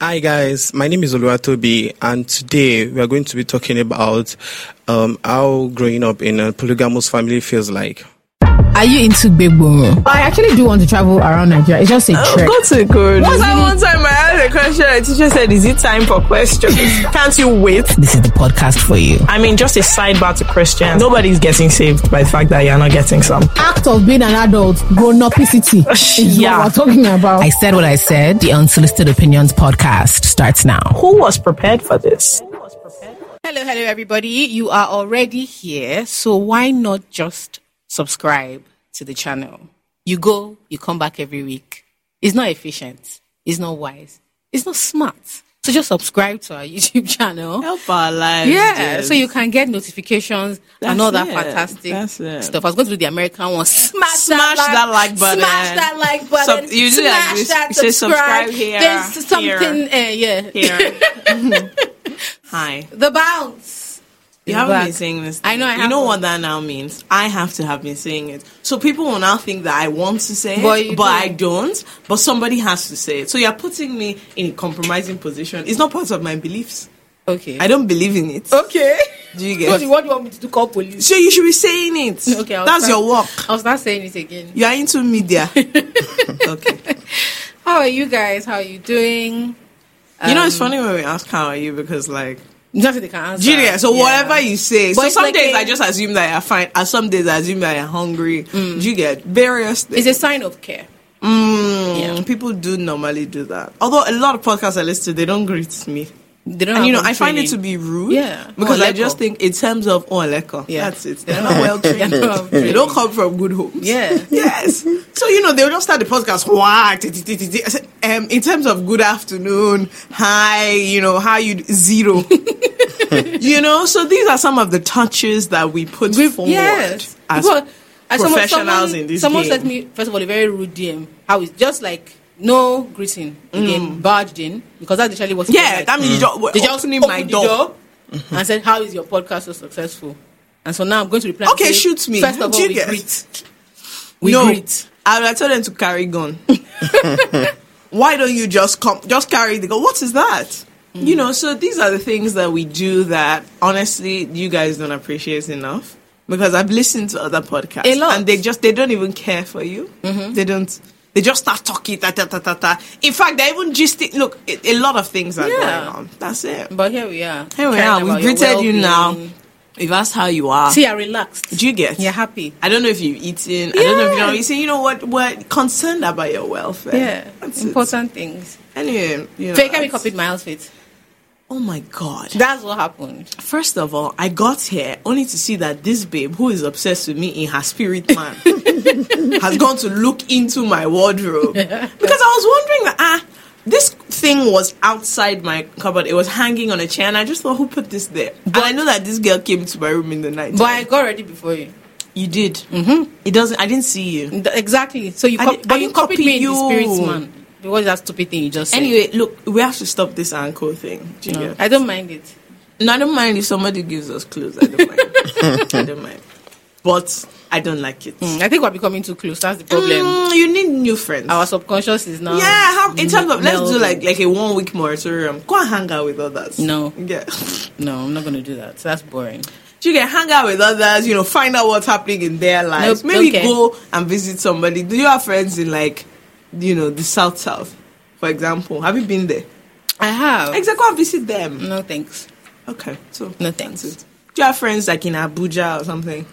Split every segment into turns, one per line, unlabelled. Hi guys, my name is Oluwatobi, and today we are going to be talking about um, how growing up in a polygamous family feels like.
Are you into big Oh, bone?
I actually do want to travel around Nigeria. It's just a trek.
Go to good. Once
Really?
I one time I asked a question, the teacher said, "Is it time for questions? Can't you wait?"
This is the podcast for you.
I mean, just a sidebar to Christians. Nobody's getting saved by the fact that you're not getting some.
Act of being an adult, grown upicity is
Yeah.
what we're talking about.
I said what I said. The Unsolicited Opinions podcast starts now.
Who was prepared for this?
Hello, hello, everybody. You are already here, so why not just subscribe to the channel? You go, you come back every week. It's not efficient, it's not wise, it's not smart. So just subscribe to our YouTube channel.
Help our lives.
Yeah, so you can get notifications and
That's
all that
it.
fantastic
That's it.
stuff. I was going to do the American one. Smash,
Smash that like button.
Smash that like button.
Sub- you do
smash
that, you
that
say
subscribe.
subscribe here,
There's
here,
something, uh, yeah.
Here. Hi.
The bounce.
You
is
haven't
back.
been saying this.
I know I
You
haven't.
know what that now means? I have to have been saying it. So people will now think that I want to say
But
it,
you
but
don't.
I don't. But somebody has to say it. So you're putting me in a compromising position. It's not part of my beliefs.
Okay.
I don't believe in it.
Okay.
Do you
Oh. What do
get?
you want me to do? Call police?
So you should be saying it.
Okay, I'll
that's
start-
your work.
I'll start saying it again.
You are into media. okay.
How are you guys? How are you doing? Um,
you know, it's funny when we ask how are you because like
Nothing they can answer.
Julia. So
Yeah.
whatever you say.
But
so
it's
some
like
days
a-
I just assume that you're fine. And some days I assume that you're hungry.
Mm.
Do you get various things?
It's a sign of care.
Mm, People do normally do that. Although a lot of podcasts I listen to, they don't greet me.
They don't
And you know,
have
I find it to
training.
be rude.
Yeah.
Because I
Oleko.
just think in terms of oh leko.
Yeah.
That's it. They're not well trained.
They're not
they don't come from good homes.
Yeah.
yes. So you know, they'll just start the podcast. Wah, ti- ti- ti- ti- ti. I said, Um, in terms of good afternoon, hi, you know, how you d- zero. you know, so these are some of the touches that we put forward.
Yes.
as-
Because- and someone-
professionals
someone,
in this
Someone
game.
sent me, first of all, a very rude DM. How it's just like no greeting again, barged in, because that's literally what it was
Mm. yeah,
like.
that means Mm-hmm. you just,
They just
opening
opened
my
the
door.
and said, How is your podcast so successful? And so now I'm going to reply. and
Okay,
say,
shoot me.
First of all, we
Juliet.
greet. We
no,
greet.
I would tell them to carry gun. Why don't you just come? Just carry the gun. What is that?
Mm.
You know. So these are the things that we do that honestly you guys don't appreciate enough because I've listened to other podcasts
A lot. Mm-hmm.
and they just they don't even care for you. They don't. They just start talking. Ta, ta, ta, ta, ta. In fact, they even just look. A, a lot of things are
Yeah.
going on. That's it.
But here we are.
Here we
Caring
are. We've
about your
greeted you now.
well-being.
We've asked how you are.
See, you're relaxed.
do you get?
You're happy.
I don't know if you've eaten. I don't know if
Yeah.
you're eating. You know what? We're concerned about your welfare.
Yeah,
That's it.
important things.
Anyway, you know,
Fake, I
that's-
copied my outfit.
Oh my god!
That's what happened.
First of all, I got here only to see that this babe, who is obsessed with me in her spirit man, has gone to look into my wardrobe because I was wondering that ah. This thing was outside my cupboard. It was hanging on a chair, and I just thought, "Who put this there?" and I know that this girl came to my room in the night.
But I got ready before you.
you did. Mm-hmm. It doesn't. I didn't see you.
Th- Exactly. So you,
I
cop-
didn't- I
but you
didn't
copied
copy
me in
you.
the spirits, man. Because that stupid thing you just said.
Anyway, look, we have to stop this ankle thing. Do you
No,
get-
I don't mind it.
No, I don't mind if somebody gives us clues. I don't mind. I don't mind. But I don't like it.
Mm, I think we're becoming too close. That's the problem.
Mm, you need new friends.
Our subconscious is now.
yeah, how, in terms of let's do
melding.
like like a one week moratorium. Go and hang out with others.
No.
Yeah.
No, I'm not going to do that. That's boring.
You can hang out with others, you know, find out what's happening in their lives.
Nope,
Maybe
don't care.
go and visit somebody. Do you have friends in like you know, the South South, for example? Have you been there?
I have.
Exactly, go and visit them.
No thanks.
Okay. So
Mm. No thanks.
Do you have friends like in Abuja or something?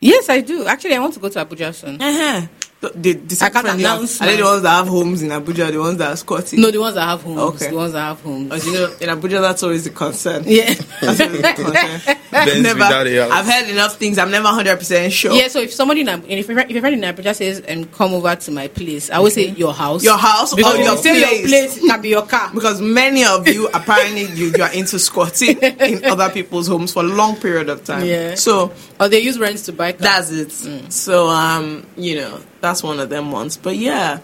Yes, I do. Actually, I want to go to Abuja soon.
Uh-huh. The, the
I can't
friendly-
announce
Are they the
mine.
ones that have homes in Abuja? The ones that are squatting?
No, the ones that have homes.
Okay.
The ones that have homes.
As you know, in Abuja, that's always the concern.
Yeah.
That's always the concern.
Benz
never,
without a house.
I've heard enough things. I'm never 100% sure.
Yeah, so if somebody in Ab- if a friend- if a friend in Abuja says and come over to my place, I would say your house.
Your house
because
or
if
your
you say
place.
your place it can be your car.
Because many of you, apparently, you, you are into squatting in other people's homes for a long period of time.
Yeah. Mm.
So
Or they use rents to buy car.
that's it. So, um, you know, that's one of them ones. But yeah.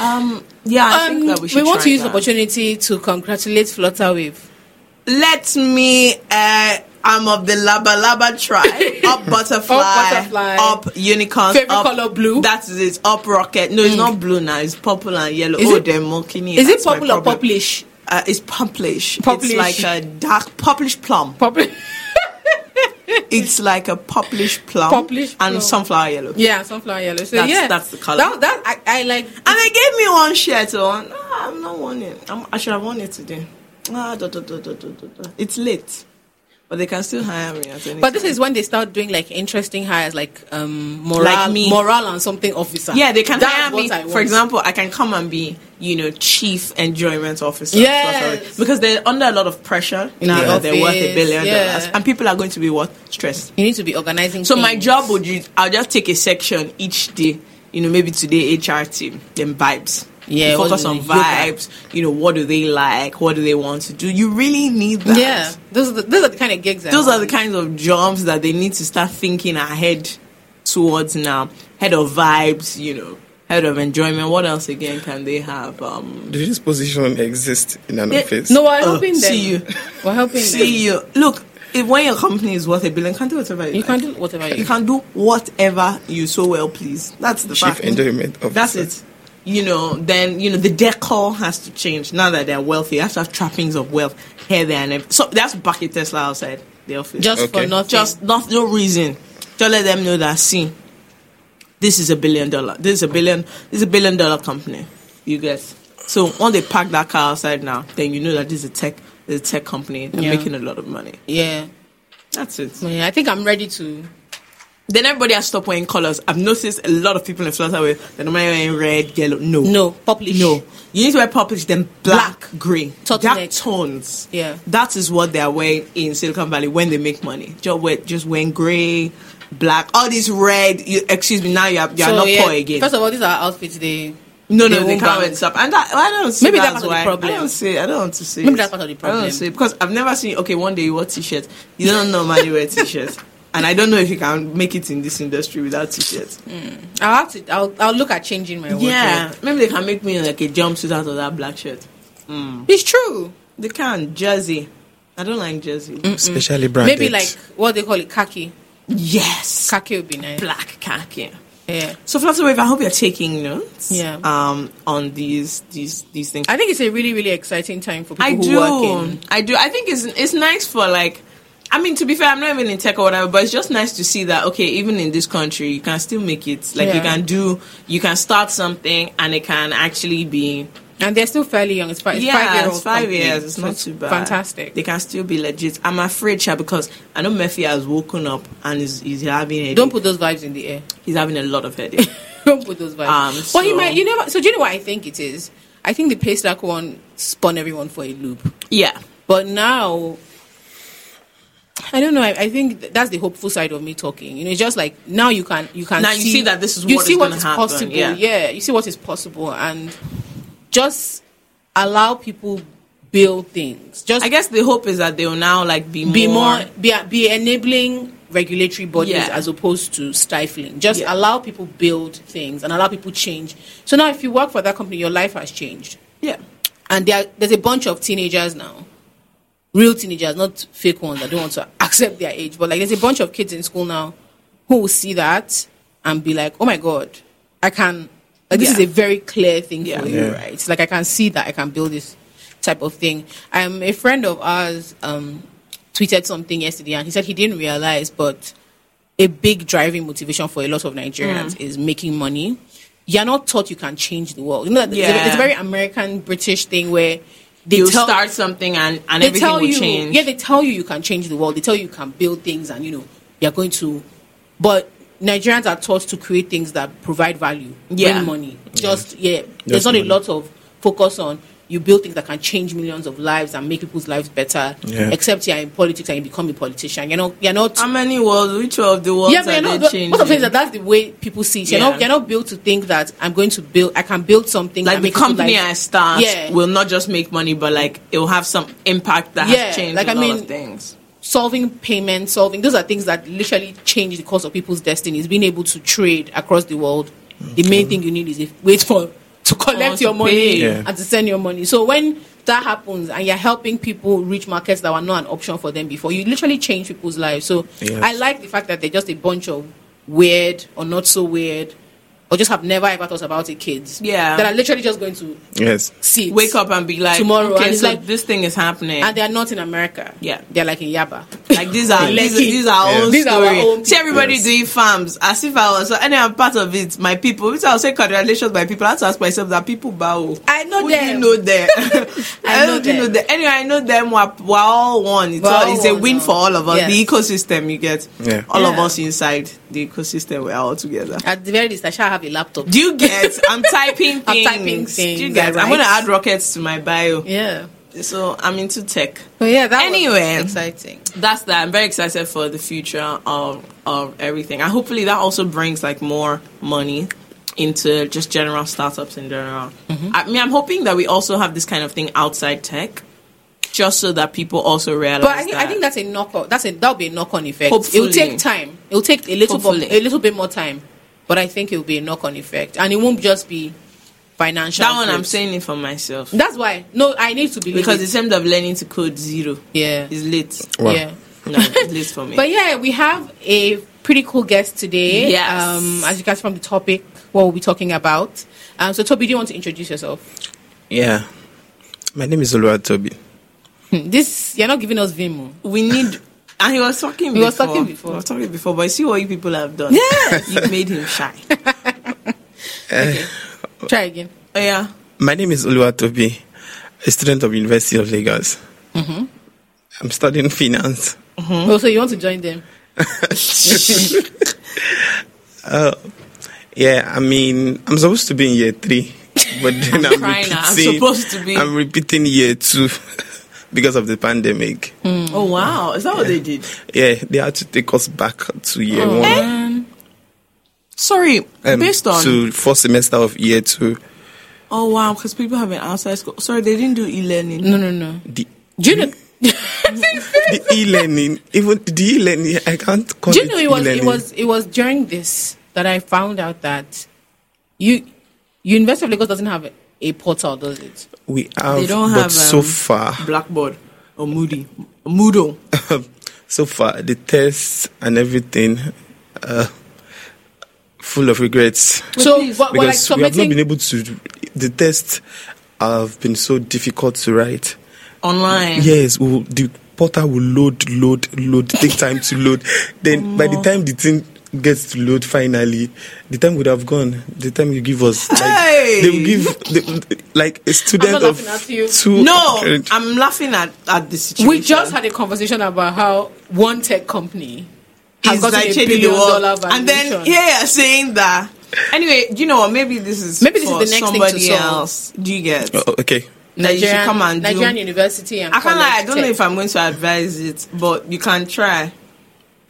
Um, yeah, I think
Um,
that we should
want
try
to use
that.
opportunity to congratulate Flutterwave.
let me uh I'm of the Laba Laba tribe. Up butterfly,
Up butterfly.
up unicorn,
Favorite
up,
color blue. Mm.
That is it. Up rocket. No, it's not blue now. It's purple and yellow.
Is
oh,
it-
they're mocking it.
Is it
That's my
popular or
problem.
publish?
Uh, it's pumplish.
Purplish.
It's like a dark purplish plum.
Probably.
It's like a purplish plum
Purplish
and
plum.
sunflower yellow.
Yeah, sunflower yellow. So
That's-
yeah,
that's the colour.
That, that I, I like.
And they gave me one shirt on. No, I'm not worn it. I'm, I should have worn it today. Ah, da, da, da, da, da, da, da. It's late. But they can still hire me at any
But this
time.
is when they start doing like interesting hires, like um moral,
Like me.
moral and something officer.
Yeah, they can
That's
hire
what
me.
I
For
want.
example, I can come and be, you know, chief enjoyment officer.
Yes.
Stuff like- Because they're under a lot of pressure.
In the
They know they're worth
office,
a billion
yeah.
dollars. And people are going to be what? Stressed.
you need to be organizing.
So my
things.
job would ju- I'll just take a section each day. You know, maybe today HR team, then vibes.
Yeah,
You
what
focus
do
on
they- yoga.
vibes. You know, what do they like? What do they want to do? You really need that.
Yeah, those are the, those are the kind of gigs. I
Those are the
want.
kinds of jobs that they need to start thinking ahead towards now. Head of vibes, you know, head of enjoyment. What else again can they have? Um,
Does this position exist in an office?
No, we're
Oh,
helping them.
see you.
We're helping
see, you. E Look, if, when your company is worth a billion, you can do whatever you,
them. You can
like.
do whatever you.
You can do whatever you so well please. That's the
Chief
fact.
enjoyment officer.
That's it. You know, then you know the decor has to change now that they're wealthy. You have to have trappings of wealth hair there and everything. So that's bucket Tesla outside the office.
Just for
Okay.
nothing.
just not no reason. Just let them know that see, this is a billion dollar. This is a billion. This is a billion dollar company. You guys. So once they park that car outside now, then you know that this is a tech, this is a tech company. They're
Yeah.
making a lot of money.
yeah.
That's it.
Yeah, I think I'm ready to.
Then everybody has stopped wearing colors. I've noticed a lot of people in Flutterwave, they're not wearing red, yellow. No.
No, purplish.
No. You need to wear purplish, then black, grey.
Turtleneck.
Dark tones.
Yeah.
That is what they're wearing in Silicon Valley when they make money. Just, wear, just wearing grey, black, all this red. You, excuse me, now you're, you're
So,
not
yeah,
poor again.
First of all, these are outfits. They
no, no, they
won't
can't wear
bounce.
this up. And that, I don't see
Maybe that's part
that's
of the
why.
problem.
I don't see I don't want to see
Maybe
it.
that's part of the
I
problem.
don't see it because I've never seen, okay, one day you wear t-shirt. You don't normally wear t-shirt. And I don't know if you can make it in this industry without t-shirts.
I'll have to. I'll, I'll look at changing my wardrobe.
Yeah, maybe they can make me like a jumpsuit out of that black shirt.
it's true.
They can jersey. I don't like jersey.
Especially branded.
mm, Maybe like what they call it, khaki.
Yes,
Khaki would be nice.
black khaki.
Yeah.
So Flutterwave, I hope you're taking notes.
Yeah.
Um, on these these these things.
I think it's a really really exciting time for people
I
who
do.
work in.
I do. I think it's it's nice for like. I mean, to be fair, I'm not even in tech or whatever, but it's just nice to see that okay, even in this country, you can still make it. Like
Yeah.
you can do, you can start something, and it can actually be
And they're still fairly young. It's five, it's five year
yeah,
old.
it's five
company.
years. It's
So
not too bad.
Fantastic.
They can still be legit. I'm afraid, Sha, because I know Murphy has woken up and is he's having a
Don't put those vibes in the air.
he's having a lot of headache.
Don't put those vibes.
Um,
but he
so-
might. You know. what- So do you know what I think it is? I think the Paystack one spun everyone for a loop.
yeah,
But now, I don't know. I, I think th- that's the hopeful side of me talking. You know, it's just like now you can you can
Now you see that this is
you
what
see
is
what
gonna
is
happen,
possible.
yeah.
you see what is possible, and just allow people build things. Just
I guess the hope is that they will now like be
be
more.
more, be, be enabling regulatory bodies
Yeah.
as opposed to stifling just
Yeah.
allow people build things and allow people change so now if you work for that company your life has changed
yeah,
and there, there's a bunch of teenagers now real teenagers not fake ones that don't want to accept their age but like there's a bunch of kids in school now who will see that and be like oh my god i can like this
Yeah.
is a very clear thing
Yeah.
for you
Yeah.
right it's like i can see that i can build this type of thing um, a friend of ours um, tweeted something yesterday and he said he didn't realize but a big driving motivation for a lot of
Mm.
Nigerians is making money. You're not taught you can change the world. You know, it's, a,
Yeah.
it's a very American British thing where they
you
tell,
start something and and
they
everything
tell
will
you,
change.
yeah, they tell you you can change the world. They tell you you can build things, and you know you're going to. But Nigerians are taught to create things that provide value,
Yeah.
bring money. Just yeah, there's not a
money.
lot of focus on you build things that can change millions of lives and make people's lives better.
Yeah.
Except you're in politics and you become a politician. You know, you're not
How many worlds? Which of the worlds
yeah, but
are
you know,
they
but
changing?
what I'm saying is that that's the way people see it. You're
Yeah.
not you're not built to think that I'm going to build. I can build something
like
that
the
makes people
company
like-
I start
Yeah.
will not just make money, but like it will have some impact that
Yeah,
has changed
like,
a
I
lot
mean,
of things.
solving payments, solving those are things that literally change the course of people's destinies. Being able to trade across the world, the main thing you need is if wait for to collect
Oh, to
your money
pay.
Yeah.
and to send your money. So when that happens and you're helping people reach markets that were not an option for them before, you literally change people's lives. So
Yes.
I like the fact that they're just a bunch of weird or not so weird or just have never ever thought about it kids
Yeah.
that are literally just going to
Yes.
see it.
Wake up and be like,
Tomorrow,
Okay,
and it's
so
like-
this thing is happening.
and they are not in America.
Yeah.
they're like in Yaba.
Like these are these, are- these are our
Yeah.
own
These are our
story.
own
See everybody
Yes.
doing farms as if I was and I'm part of it. My people, which I'll say congratulations, my people. I have to ask myself that people bow.
I know
Who Do you
them.
know them.
I know
who do you
them.
know them. Anyway, I know them. We're, we're all one. It's,
We're
all,
all
it's a
one
win
now.
for all of us. The
Yes.
ecosystem you get.
Yeah.
All of
Yeah.
us inside the ecosystem. We're all together.
At the very least, I shall have a laptop.
Do you get? I'm typing things.
I'm typing
Do you
things,
get?
I
I'm gonna
write.
add rockets to my bio.
yeah,
So I'm into tech.
but Oh, yeah. That was
Anyway.
exciting.
that's that. I'm very excited for the future of of everything, and hopefully that also brings like more money into just general startups in general.
Mm-hmm.
I mean, I'm hoping that we also have this kind of thing outside tech, just so that people also realize.
But I think,
that.
I think that's a knock on. That's a that will be a knock on effect. It
Hopefully.
will take time. It will take a little
Hopefully.
bit, a little bit more time, but I think it will be a knock on effect, and it won't just be financial.
that one I'm
growth.
saying it for myself
That's why. No, I need to believe
because
it.
in terms of learning to code zero,
yeah,
is late.
Wow.
yeah.
No, it's late for me.
But yeah, we have a pretty cool guest today.
Yes.
Um, as you guys from the topic, what we'll be talking about. Um, so Toby, do you want to introduce yourself?
Yeah. My name is Oluwatobi.
Hmm, This you're not giving us Vimo.
we need. And he was talking.
He
before.
was talking before.
He was talking before. But you see what you people have done.
Yes.
you made him shy.
Try again.
Oh, yeah.
My name is Oluwatobi, a student of University of Lagos.
Mm-hmm.
I'm studying finance.
Oh, so you want to join them?
Uh, Yeah, I mean, I'm supposed to be in year three, but then I'm,
trying
repeating.
now. I'm supposed to be-
I'm repeating year two because of the pandemic.
Oh wow! Is that what they did?
Yeah, they had to take us back to year one.
Um,
Sorry,
um,
Oh. Eh? based on
to first semester of year two.
oh wow, because people have been outside school. Sorry, they didn't do e-learning.
No, no, no.
The
Do you know?
the e-learning, even the e-learning, I can't call
Do you know it was it
e-learning.
was it was during this that I found out that you University of Lagos doesn't have a, a portal, does it?
we have,
They don't
but
have
so
um,
far,
Blackboard or Moody, Moodle.
so far the tests and everything, uh, full of regrets.
so
please.
but, but like
because we have not
submitting
been able to the tests have been so difficult to write
online.
yes we will, the portal will load load load take time to load then by the
Oh.
time the thing gets to load finally the time would have gone the time you give us like,
Hey!
they will give the, like a student
not
of
laughing at you.
two
No,
hundred-
I'm laughing at at the situation.
we just had a conversation about how one tech company has
It's
gotten
like
a
changing
billion dollar
world.
valuation.
and then here you're saying that. Anyway, do you know what? Maybe this is
Maybe this
for
is the next thing to
somebody
solve.
else. Do you get?
Oh, okay
That you should
Nigerian,
come and do-
Nigerian university and
I can't lie. I
college
don't know
tech.
if I'm going to advise it, but you can try.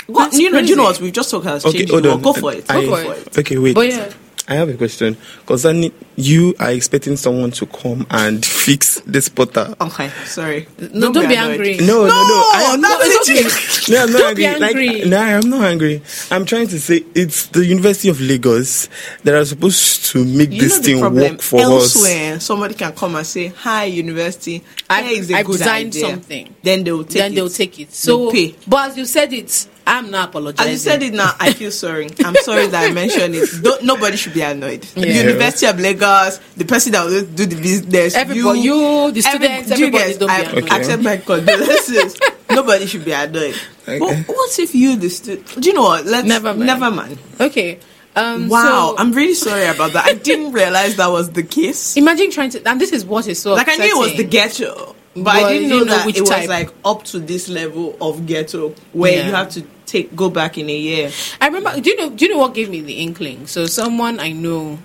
That's
you know, do you know
crazy.
what? We've just talked about
Okay,
changing
hold
the
on.
world. Go for it.
I-
Go for it.
Okay, wait.
But yeah.
I have a question. Concerning you are expecting someone to come and fix this portal.
Okay, sorry.
No, don't be angry.
No, no, no. I am
Oh, No,
not
it's
angry. No, I'm not
Don't be
angry. Like,
angry.
no, I'm not angry. I'm trying to say it's the University of Lagos that are supposed to make
You
this
know the
thing
problem.
work for us.
Elsewhere, somebody can come and say, "Hi, university,
I've-
here is a
I've
good
designed
idea."
something.
Then they will take
then
it.
they'll take it.
They'll
So,
pay.
but as you said it, I'm not apologizing.
As you said it now, I feel sorry. I'm sorry that I mentioned it. Don't, nobody should be annoyed.
Yeah.
University of Lagos, the person that will do the business,
Everybody- you, the students,
do you
everybody,
guys-
don't be
I
annoyed.
Okay.
accept my condolences. nobody should be annoyed.
Okay.
But what if you, the student? Do you know what? Let's
Never mind.
Never mind.
Okay. Um,
Wow,
so-
I'm really sorry about that. I didn't realize that was the case.
Imagine trying to, and this is what is so
Like I knew it was the
upsetting.
ghetto, but,
But
I didn't
you
know,
didn't know
that
which
it was
type.
like up to this level of ghetto where
Yeah.
you have to take go back in a year.
I remember. Do you know? Do you know what gave me the inkling? So someone I know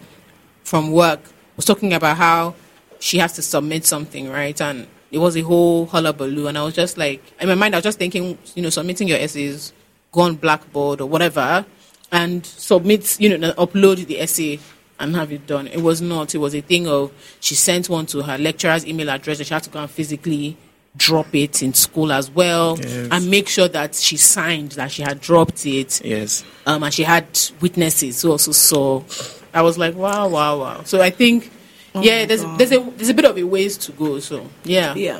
from work was talking about how she has to submit something, right? And it was a whole hullabaloo. And I was just like, in my mind, I was just thinking, you know, submitting your essays, go on Blackboard or whatever, and submit, you know, upload the essay and have it done. It was not. It was a thing of she sent one to her lecturer's email address, and she had to go and physically drop it in school as well
Yes.
and make sure that she signed that she had dropped it
Yes.
um, and she had witnesses who also saw. I was like, wow, wow, wow. So I think,
Oh
yeah, there's there's a there's a bit of a ways to go. So yeah,
Yeah,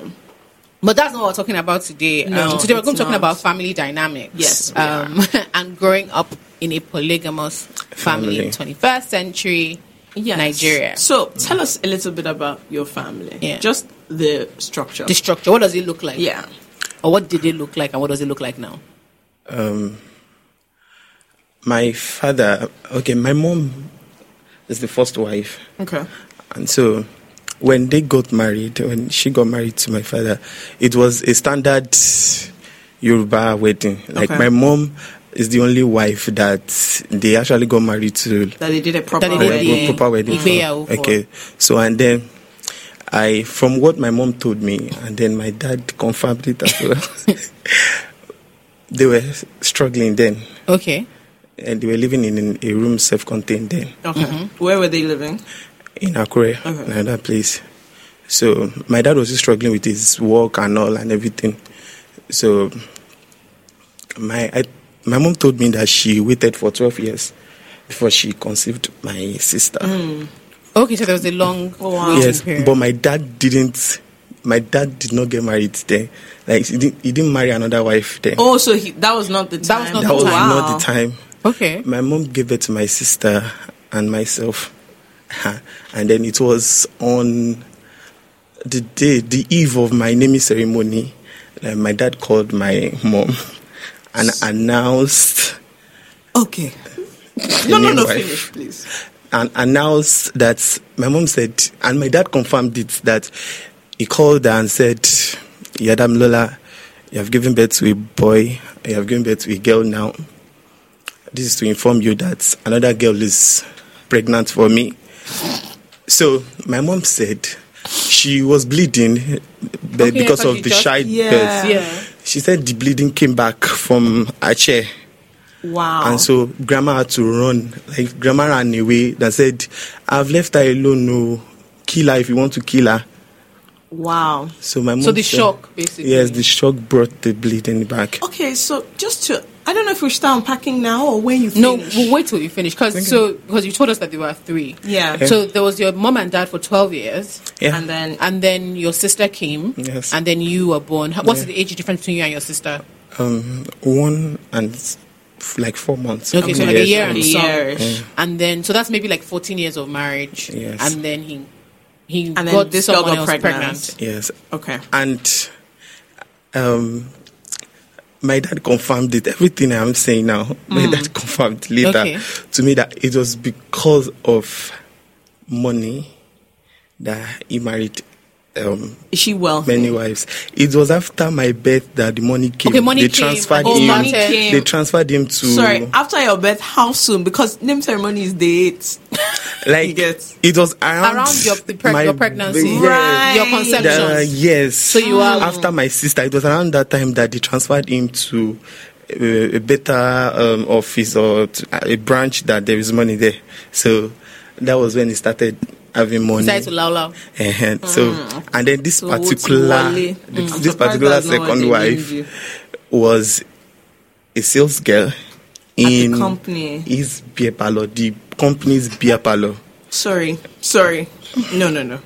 But that's not what we're talking about today.
No,
um, today we're going
it's
to talking
not.
about family dynamics.
Yes, we
um, and growing up in a polygamous family in 21st century
Yes.
Nigeria.
So tell us a little bit about your family.
Yeah.
Just the structure.
The structure, what does it look like?
yeah.
Or what did it look like and what does it look like now?
My father, okay, my mom is the first wife.
Okay.
And so when they got married, when she got married to my father, it was a standard Yoruba wedding. Like
Okay.
my mom is the only wife that they actually got married to
That they did a proper
they did
like,
wedding.
the-
go proper wedding. for-
Igbeyawo for-
okay. So and then I from what my mom told me and then my dad confirmed it as well. they were struggling then
Okay.
and they were living in a room self contained then
Okay.
Mm-hmm.
Where were they living?
in Akure,
Okay.
another place. So my dad was just struggling with his work and all and everything. So my I, my mom told me that she waited for twelve years before she conceived my sister.
Okay, so there was a long
Mm, Oh, wow.
waiting
Yes,
period.
but my dad didn't. My dad did not get married there. Like he didn't, he didn't marry another wife there.
Oh, so he, that was not the
That was
time.
not
that
the
was
wow.
not the time.
okay.
My mom gave it to my sister and myself, and then it was on the day, the eve of my naming ceremony. that my dad called my mom and announced
Okay.
the
No, no,
new
no.
wife.
Finish, please.
and announced that my mom said, and my dad confirmed it that he called her and said, Yadam Lola, you have given birth to a boy, you have given birth to a girl now. This is to inform you that another girl is pregnant for me. So my mom said she was bleeding but
Okay,
because
but
of
you
the
just-
shy
Yeah.
birth.
Yeah.
She said the bleeding came back from her chair.
Wow.
And so grandma had to run. Like grandma ran away that said, I've left her alone, no. Kill her if you want to kill her.
wow.
So my mom
So the
said-
shock, Oh, basically.
Yes, the shock brought the bleeding back.
Okay, so just to, I don't know if we should start unpacking now or when you
No,
finish.
we'll wait till you finish because so because you told us that there were three.
Yeah. Okay.
So there was your mom and dad for twelve years,
Yeah.
And then
and then your sister came.
Yes.
And then you were born. How- What's
Yeah.
the age difference between you and your sister?
um one and s- f- like four months.
Okay, so
Yes,
like a year and
A
yes.
some.
year-ish.
And then so that's maybe like fourteen years of marriage.
Yes.
And then he he
And then
got
this girl
someone
got
else
pregnant.
Yes.
Okay.
And um my dad confirmed it. Everything I'm saying now, my dad confirmed later
Hmm. Okay.
to me that it was because of money that he married um,
Is she wealthy?
many wives. It was after my birth that the money came.
Okay, money
they
came.
transferred
Oh,
him.
money
came.
They transferred him to
Sorry, after your birth, how soon? Because name ceremony is the 8th.
like
you get-
it was around
Around your- the preg-
my
your pregnancy.
ba-
Right.
Your
That-
conception.
Uh, yes. So
you are-
after my sister. It was around that time that they transferred him to a, a better um, office or to a branch that there is money there. So that was when he started having money.
Decided to lao lao.
Ehen. So and then this
So what's
particular
Wale?
this,
Mm.
this
Surprised
particular
that's not what
second
they
wife
named
was a sales girl
the
in
company.
his beer parlor, the company's beer parlor.
Sorry, sorry. No, no, no.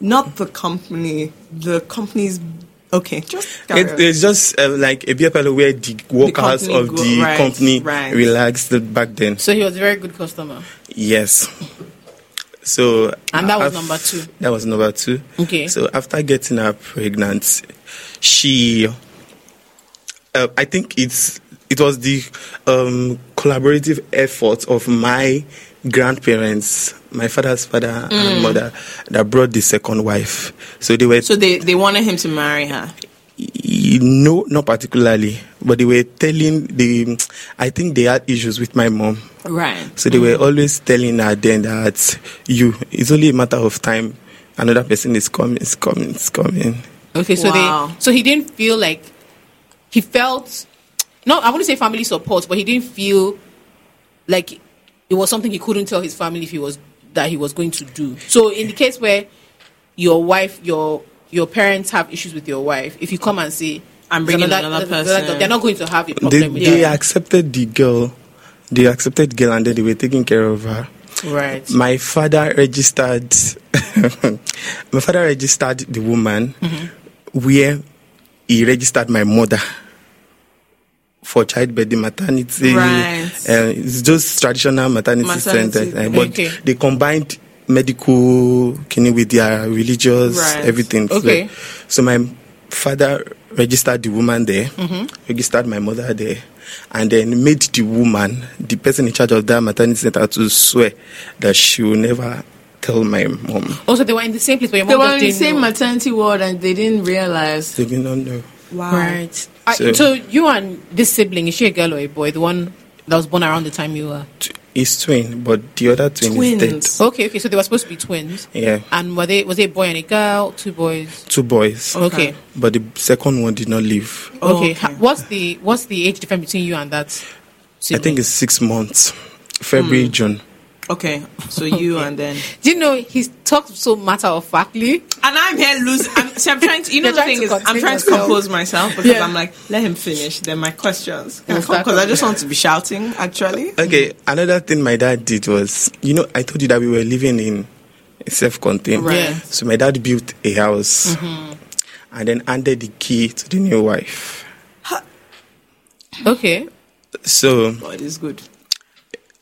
Not the company. The company's. Okay, just. carry
It,
on.
it's just uh, like a beer parlor where the workers
company
of
go-
the
right,
company
right.
relaxed back then.
So he was a very good customer.
Yes. So
And that was
af-
number two.
That was number two.
Okay.
So after getting her pregnant, she, uh, I think it's it was the um, collaborative effort of my grandparents, my father's father
Mm.
and mother, that brought the second wife. So they were
so they, they wanted him to marry her.
Y- No, not particularly, but they were telling the. I think they had issues with my mom,
Right.
so they were always telling her then that you. It's only a matter of time. Another person is coming, is coming, is coming.
Okay, so
Wow.
they so he didn't feel like he felt no, I wouldn't say family support, but he didn't feel like it was something he couldn't tell his family if he was that he was going to do. So in the case where your wife, your your parents have issues with your wife, if you come and say
I'm
"There's
bringing another person."
they're not going to have a problem
They,
with
they
that.
accepted the girl. They accepted girl, and then they were taking care of her.
Right.
My father registered. my father registered the
Mm-hmm.
woman, where he registered my mother. for childbirth, the maternity,
Right.
uh, it's just traditional maternity,
Maternity,
centers, uh, but
okay.
they combined medical kidney with their religious
Right.
everything. So-
Okay.
So, my father registered the woman there,
Mm-hmm.
registered my mother there, and then made the woman, the person in charge of that maternity center, to swear that she will never tell my mom.
Also, they were in the same place, but your
They
mom
were
just
in the
didn't
same
know.
maternity ward and they didn't realize.
They did not know.
Wow.
Right. I-
So-
so you and this sibling, is she a girl or a boy? The one that was born around the time you were.
It's twin, but the other twin is
Twins.
dead.
Okay, okay. So they were supposed to be twins.
Yeah,
And were they was it a boy and a girl? Two boys.
two boys.
Okay. Okay.
But the second one did not live.
Oh, okay.
Ha- What's the what's the age difference between you and that?
I think it's six months,
Mm.
February, June.
Okay. So you and then.
Do you know he talks so matter of factly?
And I'm here losing. I'm, so I'm trying to, you know,
You're
the
trying
thing
to
is, I'm
contain
trying to
yourself.
compose myself because
Yeah.
I'm like, let him finish. Then my questions.
We'll
Because
start
I
from
just want to be shouting, actually.
Okay, another thing my dad did was, you know, I told you that we were living in self contained.
Right. Yeah.
So my dad built a house and then handed the key to the new wife.
Okay.
So
God is good.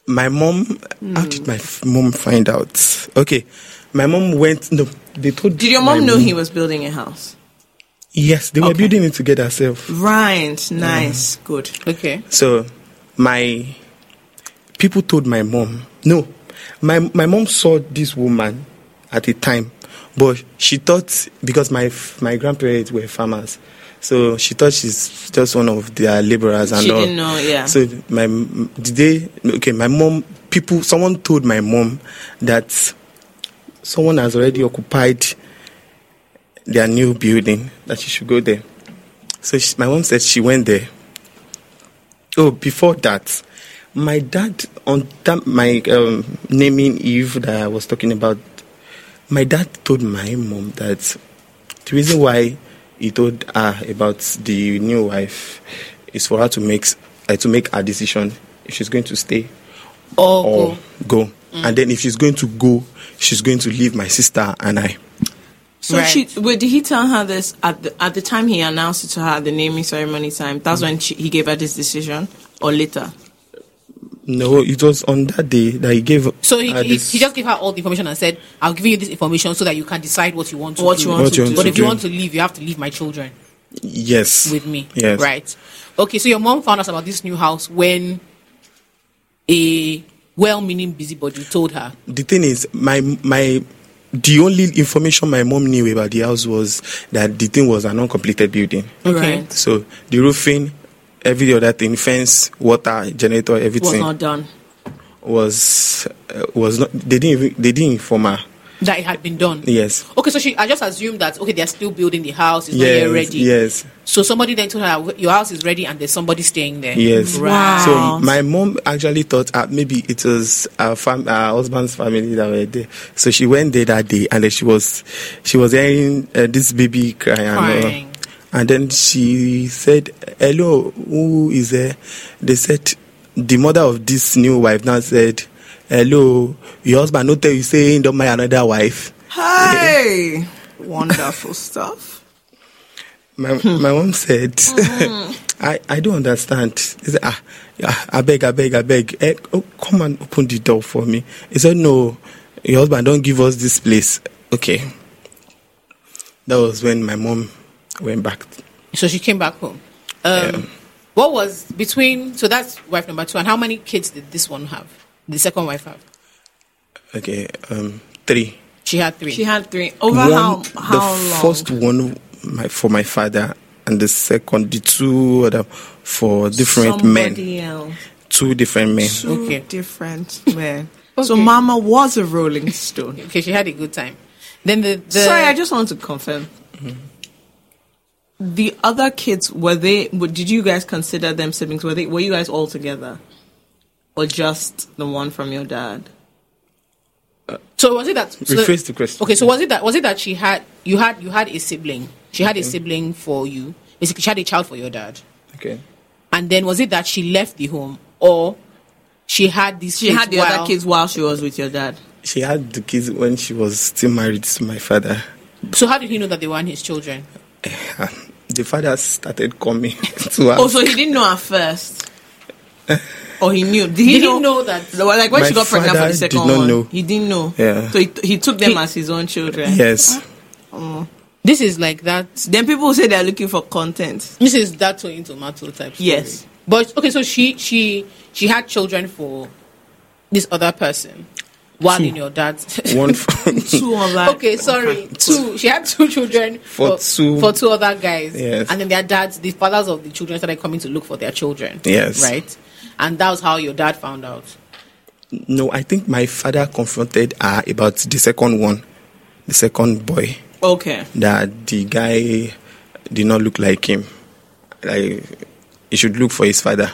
my mom, how did my f- mom find out? Okay, my mom went, no, they told
Did your
my
mom know he was building a house?
Yes, they were
Okay.
building it together self.
Right. Nice.
Mm-hmm.
Good.
Okay.
So my people told my mom. No, my my mom saw this woman at the time, but she thought because my f- my grandparents were farmers, so she thought she's just one of their laborers and
She
all.
didn't know, yeah.
So my m- the day okay, my mom people someone told my mom that someone has already occupied their new building that she should go there. So she, my mom said she went there. Oh, before that, my dad on that my um, naming Eve that I was talking about. My dad told my mom that the reason why he told her about the new wife is for her to make uh, to make a decision if she's going to stay
Or
or
go. Mm.
go. And then if she's going to go, she's going to leave my sister and I.
So
Right.
she, wait, did he tell her this at the, at the time he announced it to her at the naming ceremony time? That's when she, he gave her this decision, or later?
No, it was on that day that he gave.
So he,
her
he,
this-
he just gave her all the information and said, "I'll give you this information so that you can decide what you want to
What
do.
you want
What
to
you
do?
want
But if you
do.
want to leave, you have to leave my children
yes
with me.
Yes,
Right. Okay. So your mom found out about this new house when a well-meaning busybody told her.
The thing is, my my the only information my mom knew about the house was that the thing was an uncompleted building.
Okay.
Right.
So the roofing, every other thing, fence, water, generator,
Was
everything
not done.
was uh, was not. They didn't even, they didn't inform her.
That it had been done.
Yes.
Okay, so she I just assumed that okay they're still building the house, it's
yes.
not yet ready.
Yes.
So somebody then told her your house is ready and there's somebody staying there.
Yes.
Right.
So my mom actually thought uh, maybe it was our, fam- our husband's family that were there. So she went there that day, and then she was she was hearing uh, this baby cry. And, uh,
Crying.
and then she said, "Hello, who is there?" They said, "The mother of this new wife." Now said, "Hello, your husband no tell you say he don't marry another wife."
Hey! Wonderful stuff.
My, my mom said, I, I don't understand. He said, ah, yeah, I beg, I beg, I beg. Eh, oh, come and open the door for me. He said, No, your husband don't give us this place. Okay. That was when my mom went back.
So she came back home. Um, What was between so that's wife number two and how many kids did this one have? The second wife have?
Okay, um, three.
She had three.
She had three. Over
one,
how,
the
how long?
first one my, for my father, and the second, the two other for different men.
Somebody else.
Two different men.
Two
Okay.
different men. So
Okay.
Mama was a Rolling Stone.
okay, she had a good time. Then the, the
Sorry, I just want to confirm. The other kids were they? were- Did you guys consider them siblings? Were they? Were you guys all together, or just the one from your dad?
So was it that so
Rephrase the question.
Okay, so was it that was it that she had you had you had a sibling? She
Mm-hmm.
had a sibling for you. Basically, she had a child for your dad,
Okay.
and then was it that she left the home or she had these?
She
kids
had the
while-
other kids while she was with your dad.
She had the kids when she was still married to my father.
So how did he know that they weren't his children?
the father started coming to her.
Oh, so he didn't know at first. Or he knew. Did he,
Did he know that-
They were Like when
My
she got pregnant for
father
the
did
second
not
one,
know.
he didn't know.
Yeah.
So he, he took them as his own children. Mm.
yes.
This is like that.
Then people will say they're looking for content.
This is that Toyin Tomato type. Story.
Yes.
But okay, so she she she had children for this other person, while in your dad's
One for,
Two of that.
okay, sorry, two. She had two children
For two-
for two other guys.
Yes.
And then their dads, the fathers of the children, started coming to look for their children.
Yes.
Right. And that was how your dad found out.
no, I think my father confronted her about the second one, the second boy,
Okay.
that the guy did not look like him. Like he should look for his father.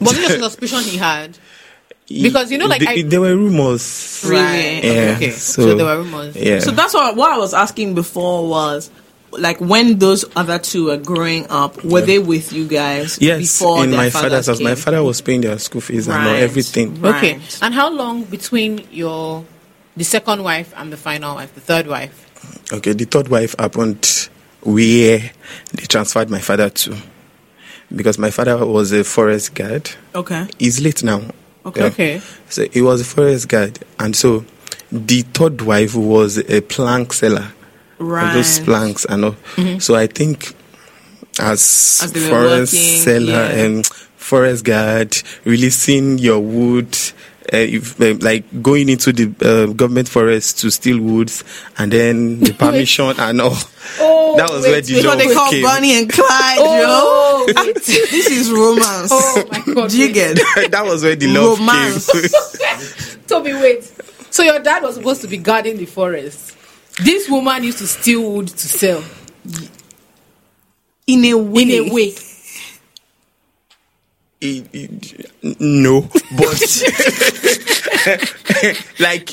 Was it just a suspicion he had?
He-
Because, you know, like,
the-
I-
there were rumors.
Really?
Yeah.
Okay. So,
So-
there were rumors.
Yeah.
So that's what what I was asking before was like when those other two were growing up, were they with you guys
yes.
before
in
their
my father's house,
came?
my father was paying their school fees and all,
Right.
everything.
Right.
Okay. And how long between your the second wife and the final wife, the third wife?
Okay, the third wife happened where they transferred my father to, because my father was a forest guard.
Okay.
He's late now.
Okay.
Okay.
So he was a forest guard, and so the third wife was a plank seller.
Right. Mm-hmm.
Those planks and all. So I think as,
As they were
forest
working,
seller
yeah.
and forest guard, releasing your wood, uh, if, um, like going into the uh, government forest to steal woods, and then the permission and all.
Oh.
Oh,
that was where the
That's what
job
they call
came.
Bonnie and Clyde, yo. this is romance.
Oh my god.
Do you get it?
that was where the love
Romance.
came.
Toby, wait. So your dad was supposed to be guarding the forest. This woman used to steal wood to sell
in a way?
in a way.
It- it- no, but like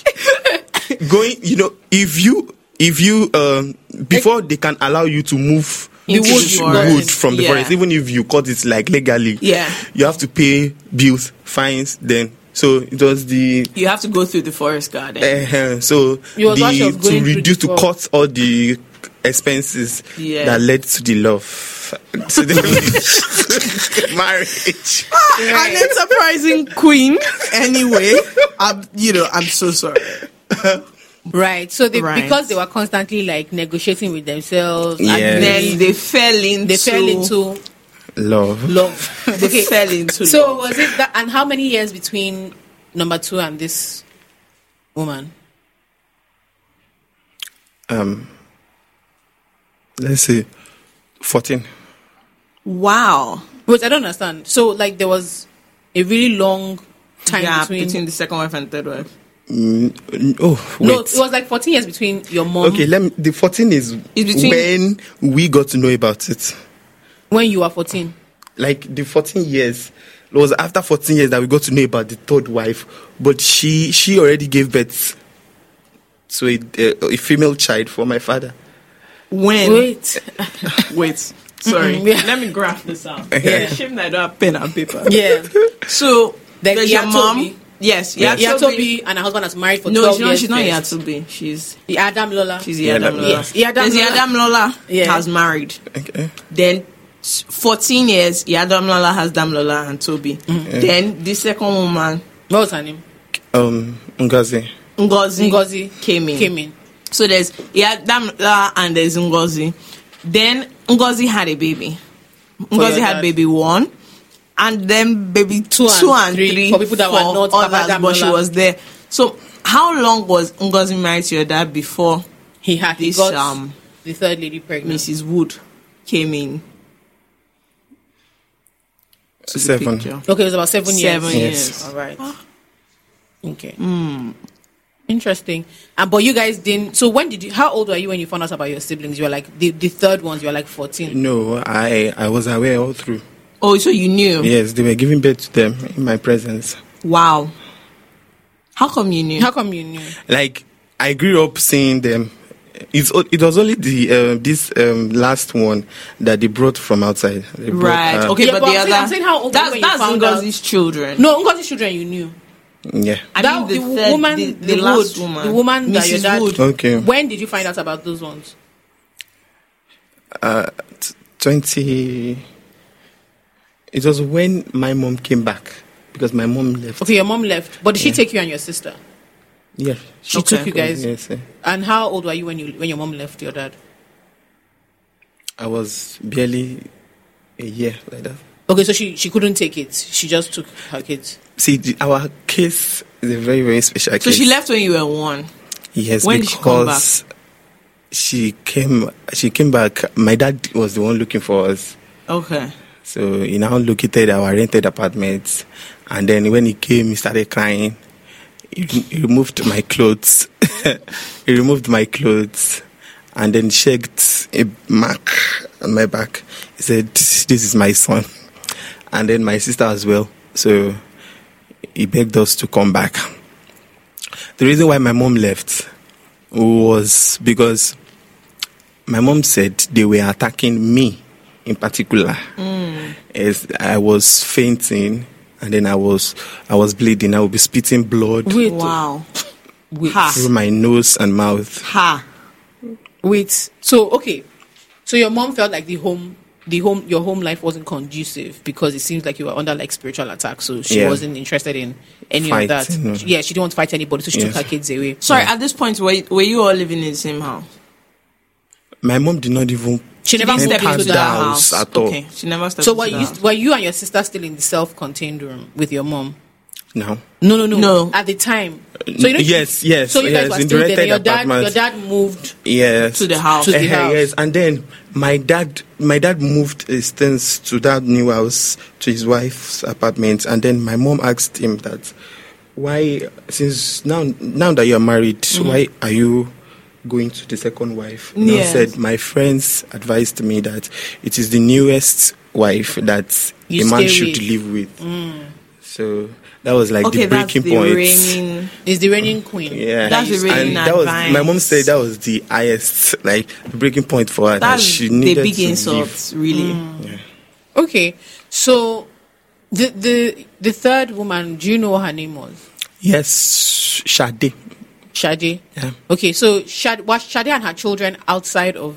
going, you know, if you if you um before they can allow you to move
The wood
sh-
from the
wood
forest.
from the
Yeah.
forest, even if you cut it like legally,
Yeah.
you have to pay bills, fines. Then so it was the.
You have to go through the forest garden.
Uh, so
You was what she was
the,
going
to
through
reduce to
before.
cut all the expenses
Yeah.
that led to the love to the marriage
An enterprising queen. Anyway, I'm, you know, I'm so sorry.
Right. So they
Right.
because they were constantly like negotiating with themselves
Yeah.
and
Then
then
they fell into.
they fell into
love
love.
They fell into.
So
love.
was it that and how many years between number two and this woman?
Um, let's say 14
wow.
But I don't understand. So like there was a really long time
Yeah,
between,
between, the second wife and third wife.
Mm, oh wait
No, it was like fourteen years between your mom
okay let me the 14 is
It's between-
when we got to know about it
when you were fourteen.
like the 14 years it was after 14 years that we got to know about the third wife but she she already gave birth to a, a, a female child for my father
When?
Wait.
Wait. Sorry.
Mm-mm, yeah.
Let me graph this out.
Yeah.
It's a shame that I don't have pen and paper.
yeah.
So
Then
there's your
Yatobi.
mom. Yes, yeah,
Yatobi and her husband has married for
No,
twelve
she's not,
years.
she's not
first.
Yatobi. She's
The Adam Lola.
she's
Yeah,
Yadam
that-
Lola.
Yeah, Yadam
There's
Lola.
Yadam Lola
Yeah.
has married.
okay
Then s- 14 years, Yadam Lola has Damlola and Toby.
Mm.
Then the second woman,
what was her name?
um Ngazi.
Ngozi,
Ngozi
came in.
Came in.
So there's Yadam Lola and there's Ngozi. Then Ngozi had a baby.
your
Ngozi had
dad.
baby one. And then baby two,
and
and
three,
three,
for people that were
for
not
others,
Adam
but she
Lola.
was there. So how long was Ngozi married to your dad before
He had he
This,
got
um,
the third lady pregnant.
Mrs. Wood came in to
Seven.
the picture.
Okay, it was about seven years.
Seven years. Hmm.
All right. Okay. Interesting. And but you guys didn't. So when did you? How old were you when you found out about your siblings? You were like the, the third ones. You were like
Mm.
fourteen.
no i i was aware all through
Oh, so you knew?
yes they were giving birth to them in my presence
Wow. How come you knew?
How come you knew?
like I grew up seeing them. It's, o- it was only the uh, this um, last one that they brought from outside. They brought,
right.
uh,
okay,
Yeah,
but,
but
the
I'm
other.
saying- I'm saying how old
that's
were you
that's
found
Ngozi's children.
No, Ngozi's children. You knew.
Yeah.
I
that
mean,
the,
third-
woman,
the,
the,
the last
Wood,
woman,
the woman
Mrs.
that your dad.
Wood.
Okay.
When did you find out about those ones?
uh, t- 20. It was when my mom came back because my mom left.
Okay, your mom left, but did she take you and your sister?
Yeah.
She
Okay.
took you guys.
Yes. eh.
And how old were you when you when your mom left your dad?
I was barely a year like that.
Okay, so she she couldn't take it. She just took her kids.
See, the, our case is a very, very special
So
case.
she left when you were one.
Yes,
When did she come
because she came, she came back. My dad was the one looking for us.
Okay.
So he now located our rented apartment, and then when he came, he started crying. He, he removed my clothes. he removed my clothes, and then checked a mark on my back. He said, "This is my son," and then my sister as well. So he begged us to come back. The reason why my mom left was because my mom said they were attacking me in particular.
Mm.
Yes, I was fainting and then I was I was bleeding. I would be spitting blood
Wait,
Wow.
wait,
through my nose and mouth.
Ha.
wait. So okay, so your mom felt like the home, the home, your home life wasn't conducive because it seems like you were under like spiritual attack. So she
Yeah.
wasn't interested in any of that.
Fighting, no.
Yeah, she didn't want to fight anybody, so she
Yes.
took her kids away.
Sorry, at this point, were, were you all living in the same house?
My mom did not even
She never
enter
moved
Stepped
into
into
the
that
house.
house.
at all.
Okay. She never stepped
So
into
were
the
you
house.
were you and your sister still in the self-contained room with your mom?
No.
No, no, no.
No.
At the time.
Uh, yes, yes,
So you
yes,
guys were
in
still there.
rented
Then your dad,
apartment.
your dad moved.
Yes.
To the house.
To the
Eh, eh,
house.
Yes. And then my dad my dad moved his things to that new house to his wife's apartment and then my mom asked him that why since now now that you're married,
Mm.
why are you going to the second wife? And I
Yes.
said my friends advised me that it is the newest wife that
You
a man
stay
should
with.
live with. So that was like
Mm. Okay,
the
that's
breaking
the
point.
reigning.
Is the reigning queen.
Yeah,
That's a really
and that was my mom
advanced.
said that was the highest like the breaking point for her. that
That's
she
the
needed
big
to
insult,
leave.
really.
Okay. So the the the third woman, do you know what her name was?
Yes, Shade.
Shadi.
Yeah.
Okay, so Shad was Shadi and her children outside of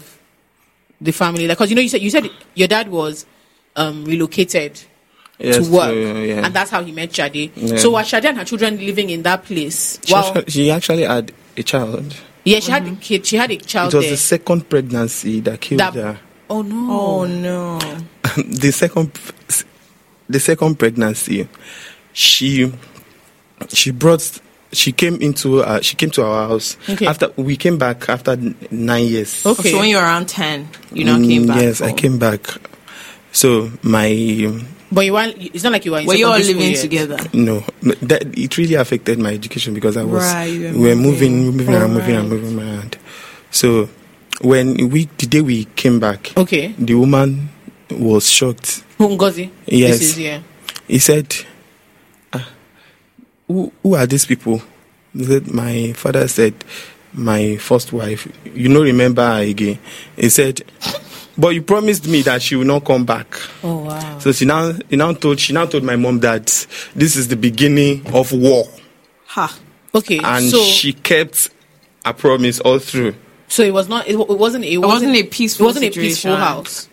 the family? Like, cause you know you said you said your dad was um relocated
Yes,
to work,
uh, yeah.
and that's how he met Shadi.
Yeah.
So was Shadi and her children living in that place?
She,
well,
actually, she actually had a child.
yeah, she had a kid. She had a child
It was
there.
the second pregnancy that killed
that-
her.
oh no!
Oh, no.
the second the second pregnancy she she brought she came into uh, she came to our house
Okay.
after we came back after n- 9 years.
Okay.
So when you were around 10, you now
Mm,
came back.
Yes, I
home.
came back. So my
But you weren't. It's not like you were. In
Were you all
secondary school
living
yet.
together?
No, m- that it really affected my education because I was
Right, you were
we were moving, moving around,
Oh,
moving around, moving around. So when we the day we came back,
Okay.
the woman was shocked.
Ngozi.
Yes.
This is, yeah.
He said, ah, who, "Who are these people?" He said, "My father said, my first wife. You know, remember her again." He said, "But you promised me that she will not come back."
Oh wow.
So she now, he now told she now told my mom that this is the beginning of war.
Ha.
Okay.
and
so
she kept a promise all through
so it was not. It, wa- it wasn't. It,
wasn't a
It
peaceful
wasn't a peaceful
situation.
house.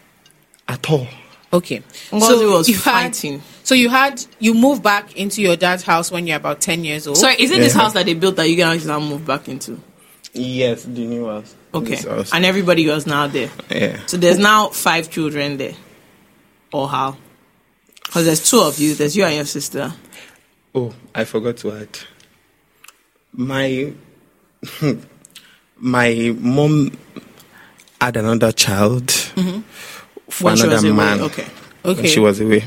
at all.
Okay.
Ngozi was
had-
fighting.
so you had you moved back into your dad's house when you're about ten years old.
So is it this
Yeah.
house that they built that you guys now move back into?
Yes, the new house.
Okay.
This house.
And everybody was now there.
yeah,
So there's now five children there. Or how? Because there's two of you. There's you and your sister.
Oh, I forgot to add. My my mom had another child for
Mm-hmm. When she
another
was away,
man.
okay.
When
Okay.
she was away.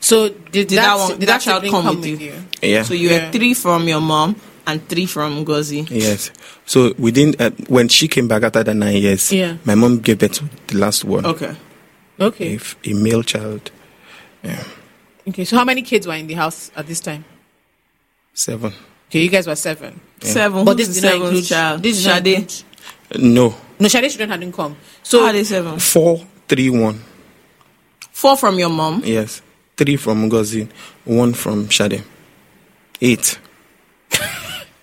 So did,
Did
that,
that one-
did
that
that,
child
sibling
come
come
with
with
you?
you?
Yeah.
So you
Yeah.
had three from your mom and three from Ngozi.
yes. So within uh, when she came back after the nine years,
Yeah.
my mom gave birth to the last one,
Okay.
Okay.
a, f- a male child,
Okay. So how many kids were in the house at this time?
seven.
Okay, you guys were seven.
Seven.
But this
Who's
did
the
not
seventh
include
child.
This did not
Shade?
include-
No,
No, Shade's children hadn't come.
How
So
are they seven?
four, three, one.
Four from your mom.
Yes. Three from Ngozi, one from Shade. Eight.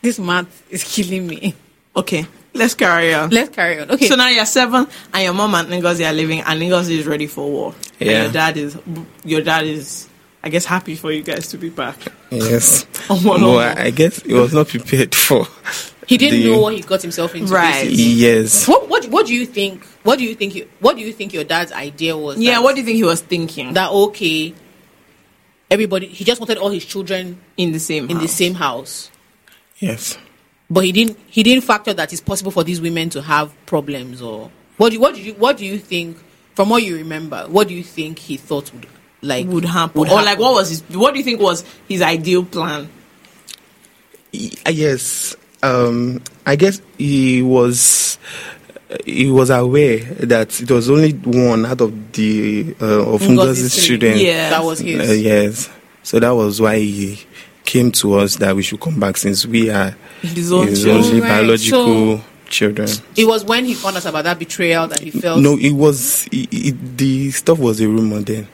this math is killing me.
Okay. Let's carry on.
Let's carry on. Okay.
So now you're seven, and your mom and Ngozi are living, and Ngozi is ready for war. And
Yeah.
your dad is, your dad is, I guess, happy for you guys to be back.
Yes.
Omo, omo.
No, I I guess he was not prepared for.
Oh, he didn't
the-
know what he got himself into.
Right.
basically.
Yes.
What what what do you think? What do you think? You, what do you think your dad's idea was?
Yeah.
that-
What do you think he was thinking?
that okay? Everybody, he just wanted all his children
in the same.
in the
house.
same house,
Yes.
but he didn't he didn't factor that it's possible for these women to have problems or what do you, what do you what do you think from what you remember? What do you think he thought would like
would happen,
would
or like what was his? What do you think was his ideal plan?
Y- Yes. Um, I guess he was he was aware that it was only one out of the uh, of
Ngozi's
Ngozi's
three.
children.
Yeah.
that was his
Uh, yes. So that was why he came to us that we should come back since we are
His own
his
children.
only
Alright,
biological children.
It was when he found out about that betrayal that he felt.
No, it was it, it, the stuff was a rumor then.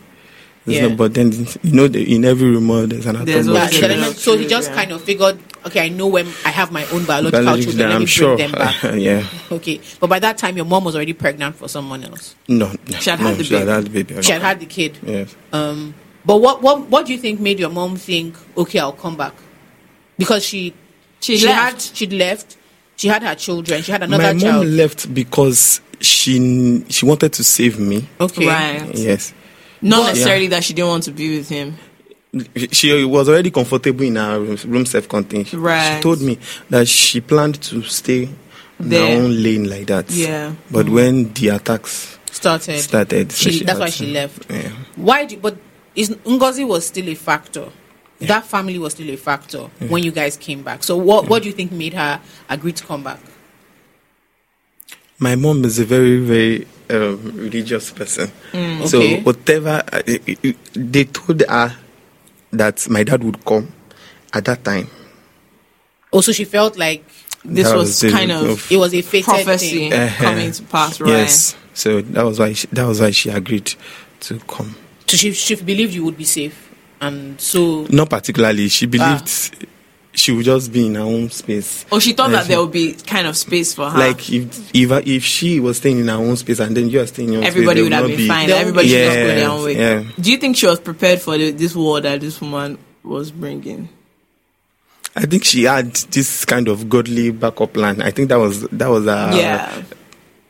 There's
Yeah.
no- but then you know, the, in every rumor there's an atom
There's
Yeah,
of
always
the
True.
truth.
element- so he just
Yeah.
kind of figured, okay, I know when I have my own biological
Biological,
children. Let me
I'm
bring
sure.
them back.
yeah.
Okay, but by that time, your mom was already pregnant for someone else.
No. no,
She had
no,
had the
she had
baby.
had the baby.
She had had the kid.
Yes.
Um, but what, what what do you think made your mom think, okay, I'll come back? Because she
She
had
left.
she'd left. She had her children. She had
My
another
mom
child.
left because she kn- she wanted to save me.
okay.
Right.
Yes.
Not
But-
necessarily that she didn't want to be with him.
She was already comfortable in her room, room self-contained. She-
Right.
She told me that she planned to stay in
There.
her own lane like that.
Yeah.
But when the attacks
Started.
started, so
She,
she
that's
had
why she
to-
left.
Yeah.
Why? Do, but is Ngozi was still a factor. That family was still a factor when you guys came back. So what what do you think made her agree to come back?
My mom is a very, very um, religious person.
Okay.
So whatever uh, i- i- they told her that my dad would come at that time.
Also, she felt like
This
That
was,
was the-
kind of
of-
it was a fated
prophecy
thing.
Uh-huh.
coming to pass. Right.
Yes. So that was why she, that was why she agreed to come.
So she she believed you would be safe, and so
Not particularly.
Ah.
She believed she would just be in her own space.
Or oh, she thought
And
that there would be kind of space for her.
Like if if if she was staying in her own space and then you are staying in your own
everybody
space,
would
there
have
not
been
be-
fine.
There
Everybody
would
should
be-
just go their own way.
Yes,
Do you think she was prepared for the, this war that this woman was bringing?
I think she had this kind of godly backup plan. I think that was that was a
yeah,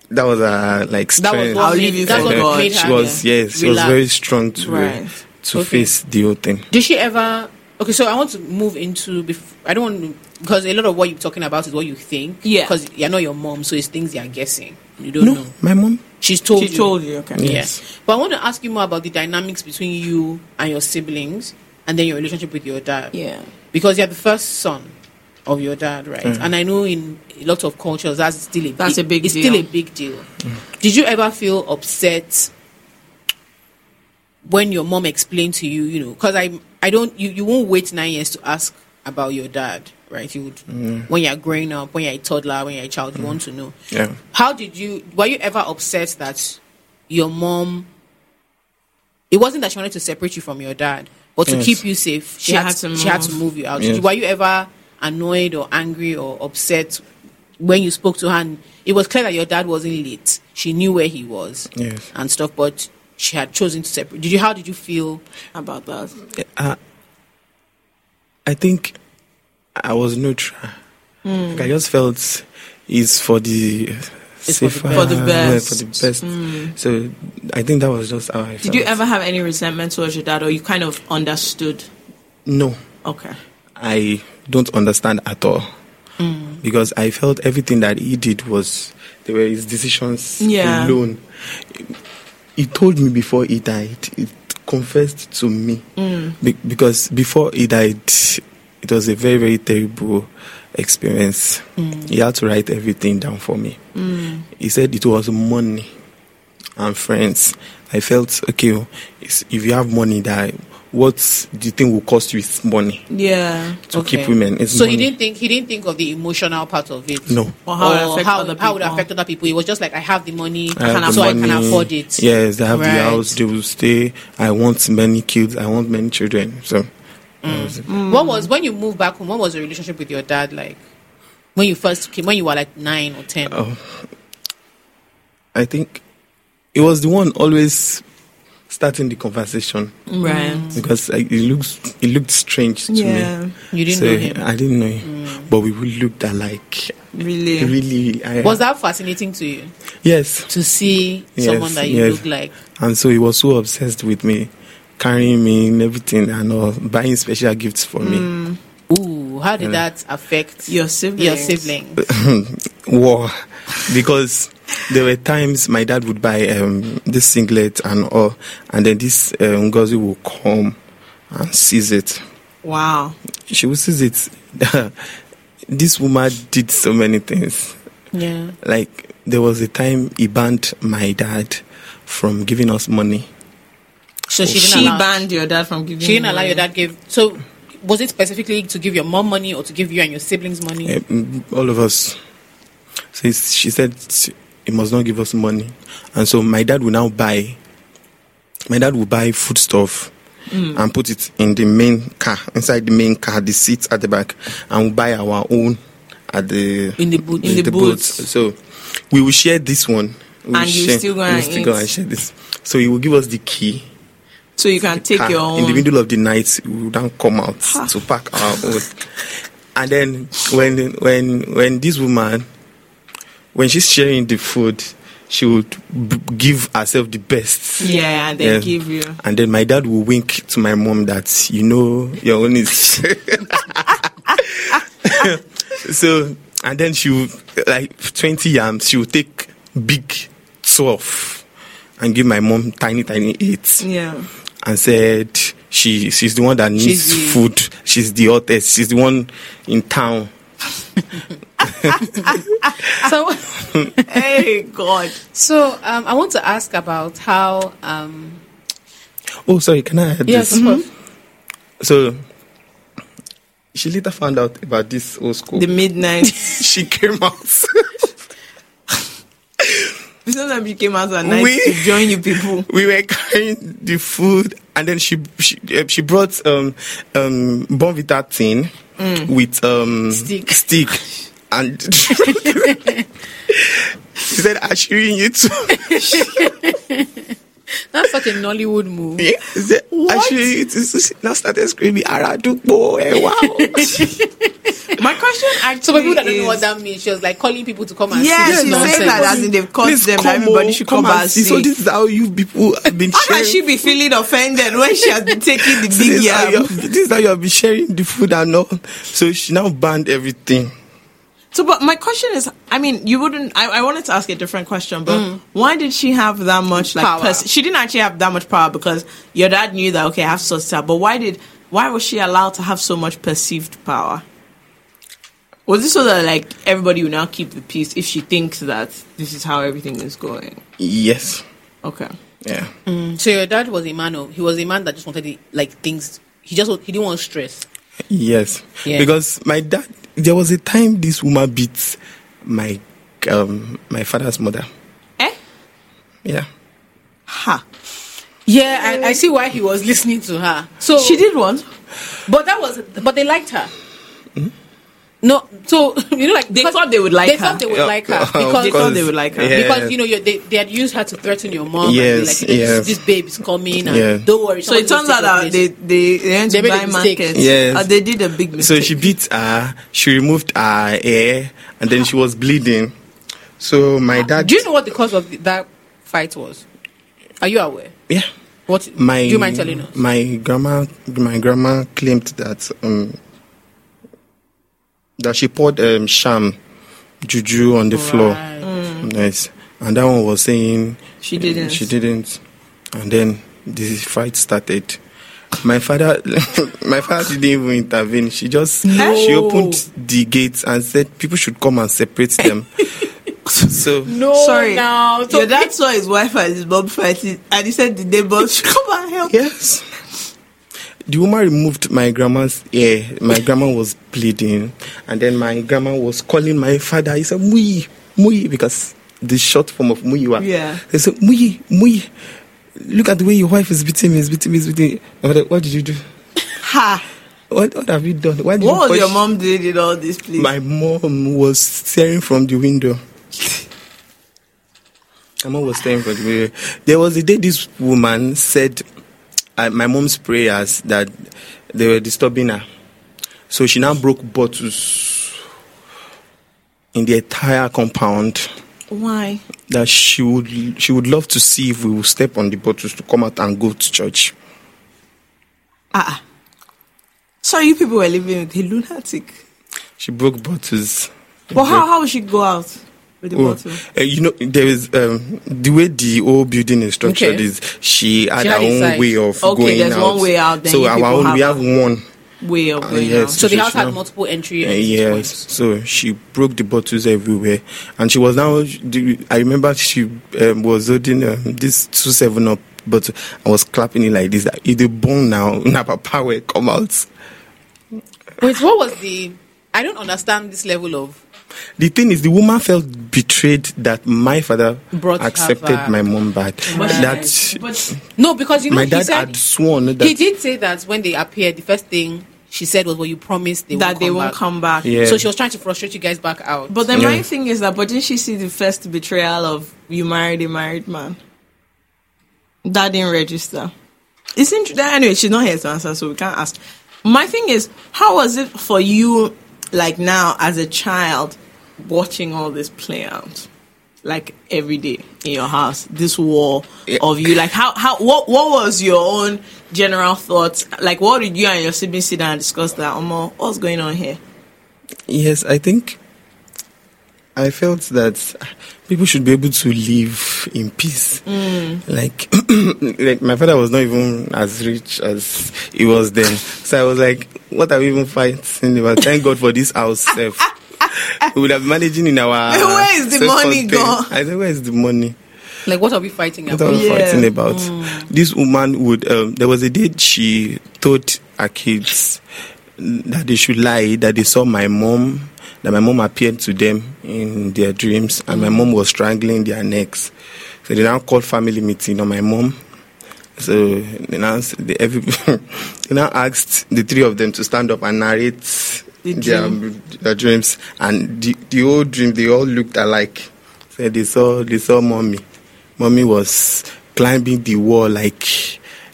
that was a like
that
strength.
was
I'll
what
leave you
made, that's
for
what
God.
made her.
she was yes, she was
relax.
very strong to
Right.
to
Okay.
face the whole thing.
Did she ever? Okay, so I want to move into. Bef- I don't want because a lot of what you're talking about is what you think.
Yeah.
Because you're not your mom, so it's things you're guessing. You don't
No,
know.
my mom.
She's told.
she
you.
told you. Okay.
Yes. But I want to ask you more about the dynamics between you and your siblings, and then your relationship with your dad.
Yeah.
Because you're the first son of your dad, right?
Mm.
And I know in a lot of cultures that's still a
That's
big,
a big
it's
deal.
still a big deal.
Mm.
Did you ever feel upset when your mom explained to you, you know, because I I don't you, you won't wait nine years to ask about your dad, right? You would
Mm.
when you're growing up, when you're a toddler, when you're a child, you want to know.
Yeah.
How did you were you ever upset that your mom it wasn't that she wanted to separate you from your dad, but to
Yes.
keep you safe, she,
She
had,
had
to
to
she had to
move.
move you out.
Yes.
Were you ever annoyed or angry or upset when you spoke to her? And it was clear that your dad wasn't late. She knew where he was
Yes.
and stuff, but she had chosen to separate. Did you? How did you feel?
About that.
Uh, I think I was neutral. Like, I just felt it's for the
for the
safer,
best. For
the
yeah,
best. Mm.
for the best. So I think that was just how I felt.
Did you ever have any resentment towards your dad, or you kind of understood?
No,
Okay.
I don't understand at all. Because I felt everything that he did was they were his decisions
Yeah.
alone. He told me before he died. It confessed to me Be- because before he died, it was a very very terrible experience. He had to write everything down for me. He said it was money and friends. I felt okay. it's- If you have money, that what do you think will cost you is money
Yeah.
to keep women. It's
so
money.
he didn't think he didn't think of the emotional part of it.
No.
Or how it
Or
affect
how,
other
how it would
people.
affect other people. It was just like I have the money,
I have the
so I can
money.
afford it.
Yes, they have
Right.
the house, they will stay. I want many kids, I want many children. So, that was it.
Mm. What was when you moved back home? What was your relationship with your dad like? When you first came, when you were like nine or ten.
Oh, I think it was the one always starting the conversation
Mm.
Right.
because like, it looks it looked strange to
Yeah.
me.
You didn't
So,
know him. Mm.
I didn't know him, but we really looked alike.
Really.
Really, I,
Was that fascinating to you
yes?
to see
Yes,
someone that you
yes.
look like?
And so he was so obsessed with me, carrying me and everything, and all, buying special gifts for
Mm.
me.
Ooh, how did that affect
Your siblings.
your sibling?
Wow! Because there were times my dad would buy um, this singlet and all, and then this um, Ngozi will come and seize it.
Wow.
She will seize it. this woman did so many things.
Yeah.
Like there was a time he banned my dad from giving us money.
So she didn't
She
allow.
banned your dad from giving.
she didn't
you
allow your
money.
dad give. So was it specifically to give your mom money or to give you and your siblings money?
Eh, mm, all of us. So it's- she said he must not give us money, and so my dad will now buy. My dad will buy foodstuff
Mm.
and put it in the main car, inside the main car, the seats at the back, and we'll buy our own at the
In the boot.
In the boot.
So we will share this one. We will
And you
share-
still go
we will
and
still go
eat.
and share this. So he will give us the key
So you can take
car.
your own.
in the middle of the night we would not come out to pack our own and then when when when this woman when she's sharing the food she would b- give herself the best
Yeah, and they
Yeah.
give you.
and then my dad will wink to my mom that you know your own is so and then she will like 20 yams she will take big 12 and give my mom tiny tiny 8
Yeah.
and said she she's the one that needs
She's the-
food. She's the hottest. She's the one in town.
So.
hey God.
So um, I want to ask about how. Um,
Oh, sorry, can I add
yes,
this?
of
Mm-hmm.
course.
So she later found out about this old school.
The midnight.
she came out.
Sometimes you came out at night
We-
to join you people.
we were carrying the food, and then she she uh, she brought um um bonvita tin with um
Mm. Stick.
stick. And she said, "Ashirin, you too."
That's such a Nollywood move.
Yeah, she said, "Ashirin, you too." So she Now started screaming, "Aradukbo, eh, wow!"
My question actually
So for people that don't know
is-
what that means, she was like calling people to come and
Yeah,
see.
she
this
said that
nonsense.
as in they've caught
Please
them.
come,
that everybody
oh,
should
come
come,
and
and
see.
see.
So this is how you people have been
How can
sharing.
she be feeling offended when she has been taking the
this,
big
is how you
yam?
have, this is how you have been sharing the food and all. So she now banned everything.
So, but my question is, I mean, you wouldn't. I, I wanted to ask a different question, but why did she have that much like?
Mm. Power.
Pers- she didn't actually have that much power because your dad knew that. Okay, I have to sort this out. But why did? Why was she allowed to have so much perceived power? Was this so that like everybody will now keep the peace if she thinks that this is how everything is going?
Yes,
Okay.
yeah.
Mm. So your dad was a man. Of, he was a man that just wanted the, like things. He just wa- he didn't want stress.
Yes,
Yeah.
because my dad. There was a time this woman beat my um, my father's mother.
Eh?
Yeah,
Ha.
Yeah, I, I see why he was listening to her. So
She did one.
but that was but they liked her.
Hmm?
No, so you know, like
They
because-
thought they would like
They
her.
thought they would
Yeah,
like her
of
because
They thought they would like her.
Yeah.
Because you know you're, they, they had used her to threaten your mom.
Yes,
and be like, you know,
yes.
this, this babe is coming. And
Yeah.
Don't worry.
So it turns
someone's
out
gonna
that they
take
they, they went
They
to
made a
buy
mistake.
markets.
Yes.
Uh, they did a big mistake.
so she beat her. She removed her hair, and then she was bleeding. So my
your place.
dad.
Do you know what the cause of the, that fight was? Are you aware?
Yeah,
What
my
do you mind telling us?
my grandma my grandma claimed that um that she poured um sham juju on the floor.
Right.
Nice, and that one was saying
She
uh,
didn't.
She didn't, and then the fight started. My father, my father didn't even intervene. She just she opened the gates and said people should come and separate them. so
No,
Sorry.
now so
Your dad saw his wife and his mom fighting, and he said the neighbors should come and help.
Yes. The woman removed my grandma's hair. My grandma was bleeding. And then my grandma was calling my father. He said, Mui, Mui, because the short form of Muiwa.
Yeah.
He said, Mui, Mui, look at the way your wife is beating me, is beating me, is beating me. My father, what did you do?
Ha!
What, what have you done? Why did you
What was
push-
your mom did in all this, please?
My mom was staring from the window. my mom was staring from the window. There was a day this woman said, uh, my mom's prayers that they were disturbing her. So she now broke bottles in the entire compound
Why?
that she would she would love to see if we will step on the bottles to come out and go to church.
Ah. ah. So you people were living with a lunatic.
She broke bottles.
But how, how would she go out with the
Oh,
bottle?
uh, you know, there is um, the way the old building is structured
Okay.
is she had
She
her
had a
own
side.
way of
Okay,
going
there's
out.
one way out, then
so
you
our
people
own, we
have-
have one.
Way of
Uh,
going
yes.
out.
So the house
Now-
had multiple entry
Uh,
exit
yes,
points.
so she broke the bottles everywhere, and she was now. the- I remember she um, was holding um, this two seven up bottle and was clapping it like this. That if they burn now, na papa will come out.
Wait, what was the? I don't understand this level of.
The thing is, the woman felt betrayed that my father
Brought her
accepted
back.
my mom back. That
But
No, because you know
my
he
dad
said
had sworn that
he did say that when they appeared, the first thing she said was, "Well, you promised they
that
won't
they
come
won't
back."
come back.
Yeah.
So she was trying to frustrate you guys back out.
But the
Yeah.
main thing is that, but didn't she see the first betrayal of you married a married man? That didn't register. It's interesting. Anyway, she's not here to answer, so we can't ask. My thing is, how was it for you, like now as a child, watching all this play out, like every day in your house, this war
Yeah.
of you? Like, how, how, what, what was your own general thoughts? Like, what did you and your siblings sit down and discuss that? Omo, what's going on here?
Yes, I think I felt that people should be able to live in peace.
Mm.
Like, like my father was not even as rich as he was then, so I was like, "What are we even fighting about?" Thank God for this ourselves. we would have been managing in our.
Where is the
self-contained.
money gone?
I said, "Where is the money?"
like, what are we fighting
What are
about?
we
Yeah.
fighting about? This woman would. Um, there was a day she told her kids that they should lie that they saw my mom, that my mom appeared to them in their dreams, and my mom was strangling their necks. So they now called family meeting on my mom. So they now, s- they, every, they now asked the three of them to stand up and narrate
The
their, their dreams, and the, the old dream they all looked alike. So they saw they saw mommy. Mommy was climbing the wall like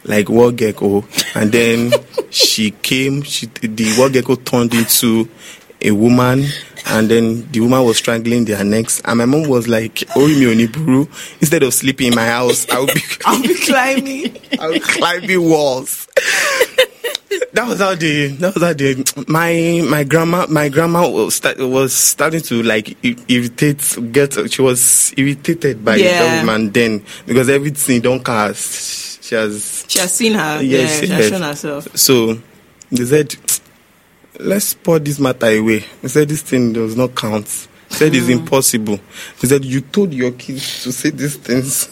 like war gecko, and then she came. She, the war gecko turned into a woman, and then the woman was strangling their necks. And my mom was like, "Orimi oniburu, instead of sleeping in my house, I'll be
I'll be climbing.
I'll climbing walls." That was how the that was how the my my grandma my grandma was, start, was starting to like i- irritate get she was irritated by
Yeah.
the woman then because everything don't cast she has
She has seen her.
Yes,
yeah, she has
yes.
shown herself.
So they said, let's pour this matter away. They said, this thing does not count. They said,
Hmm.
it's impossible. They said, you told your kids to say these things.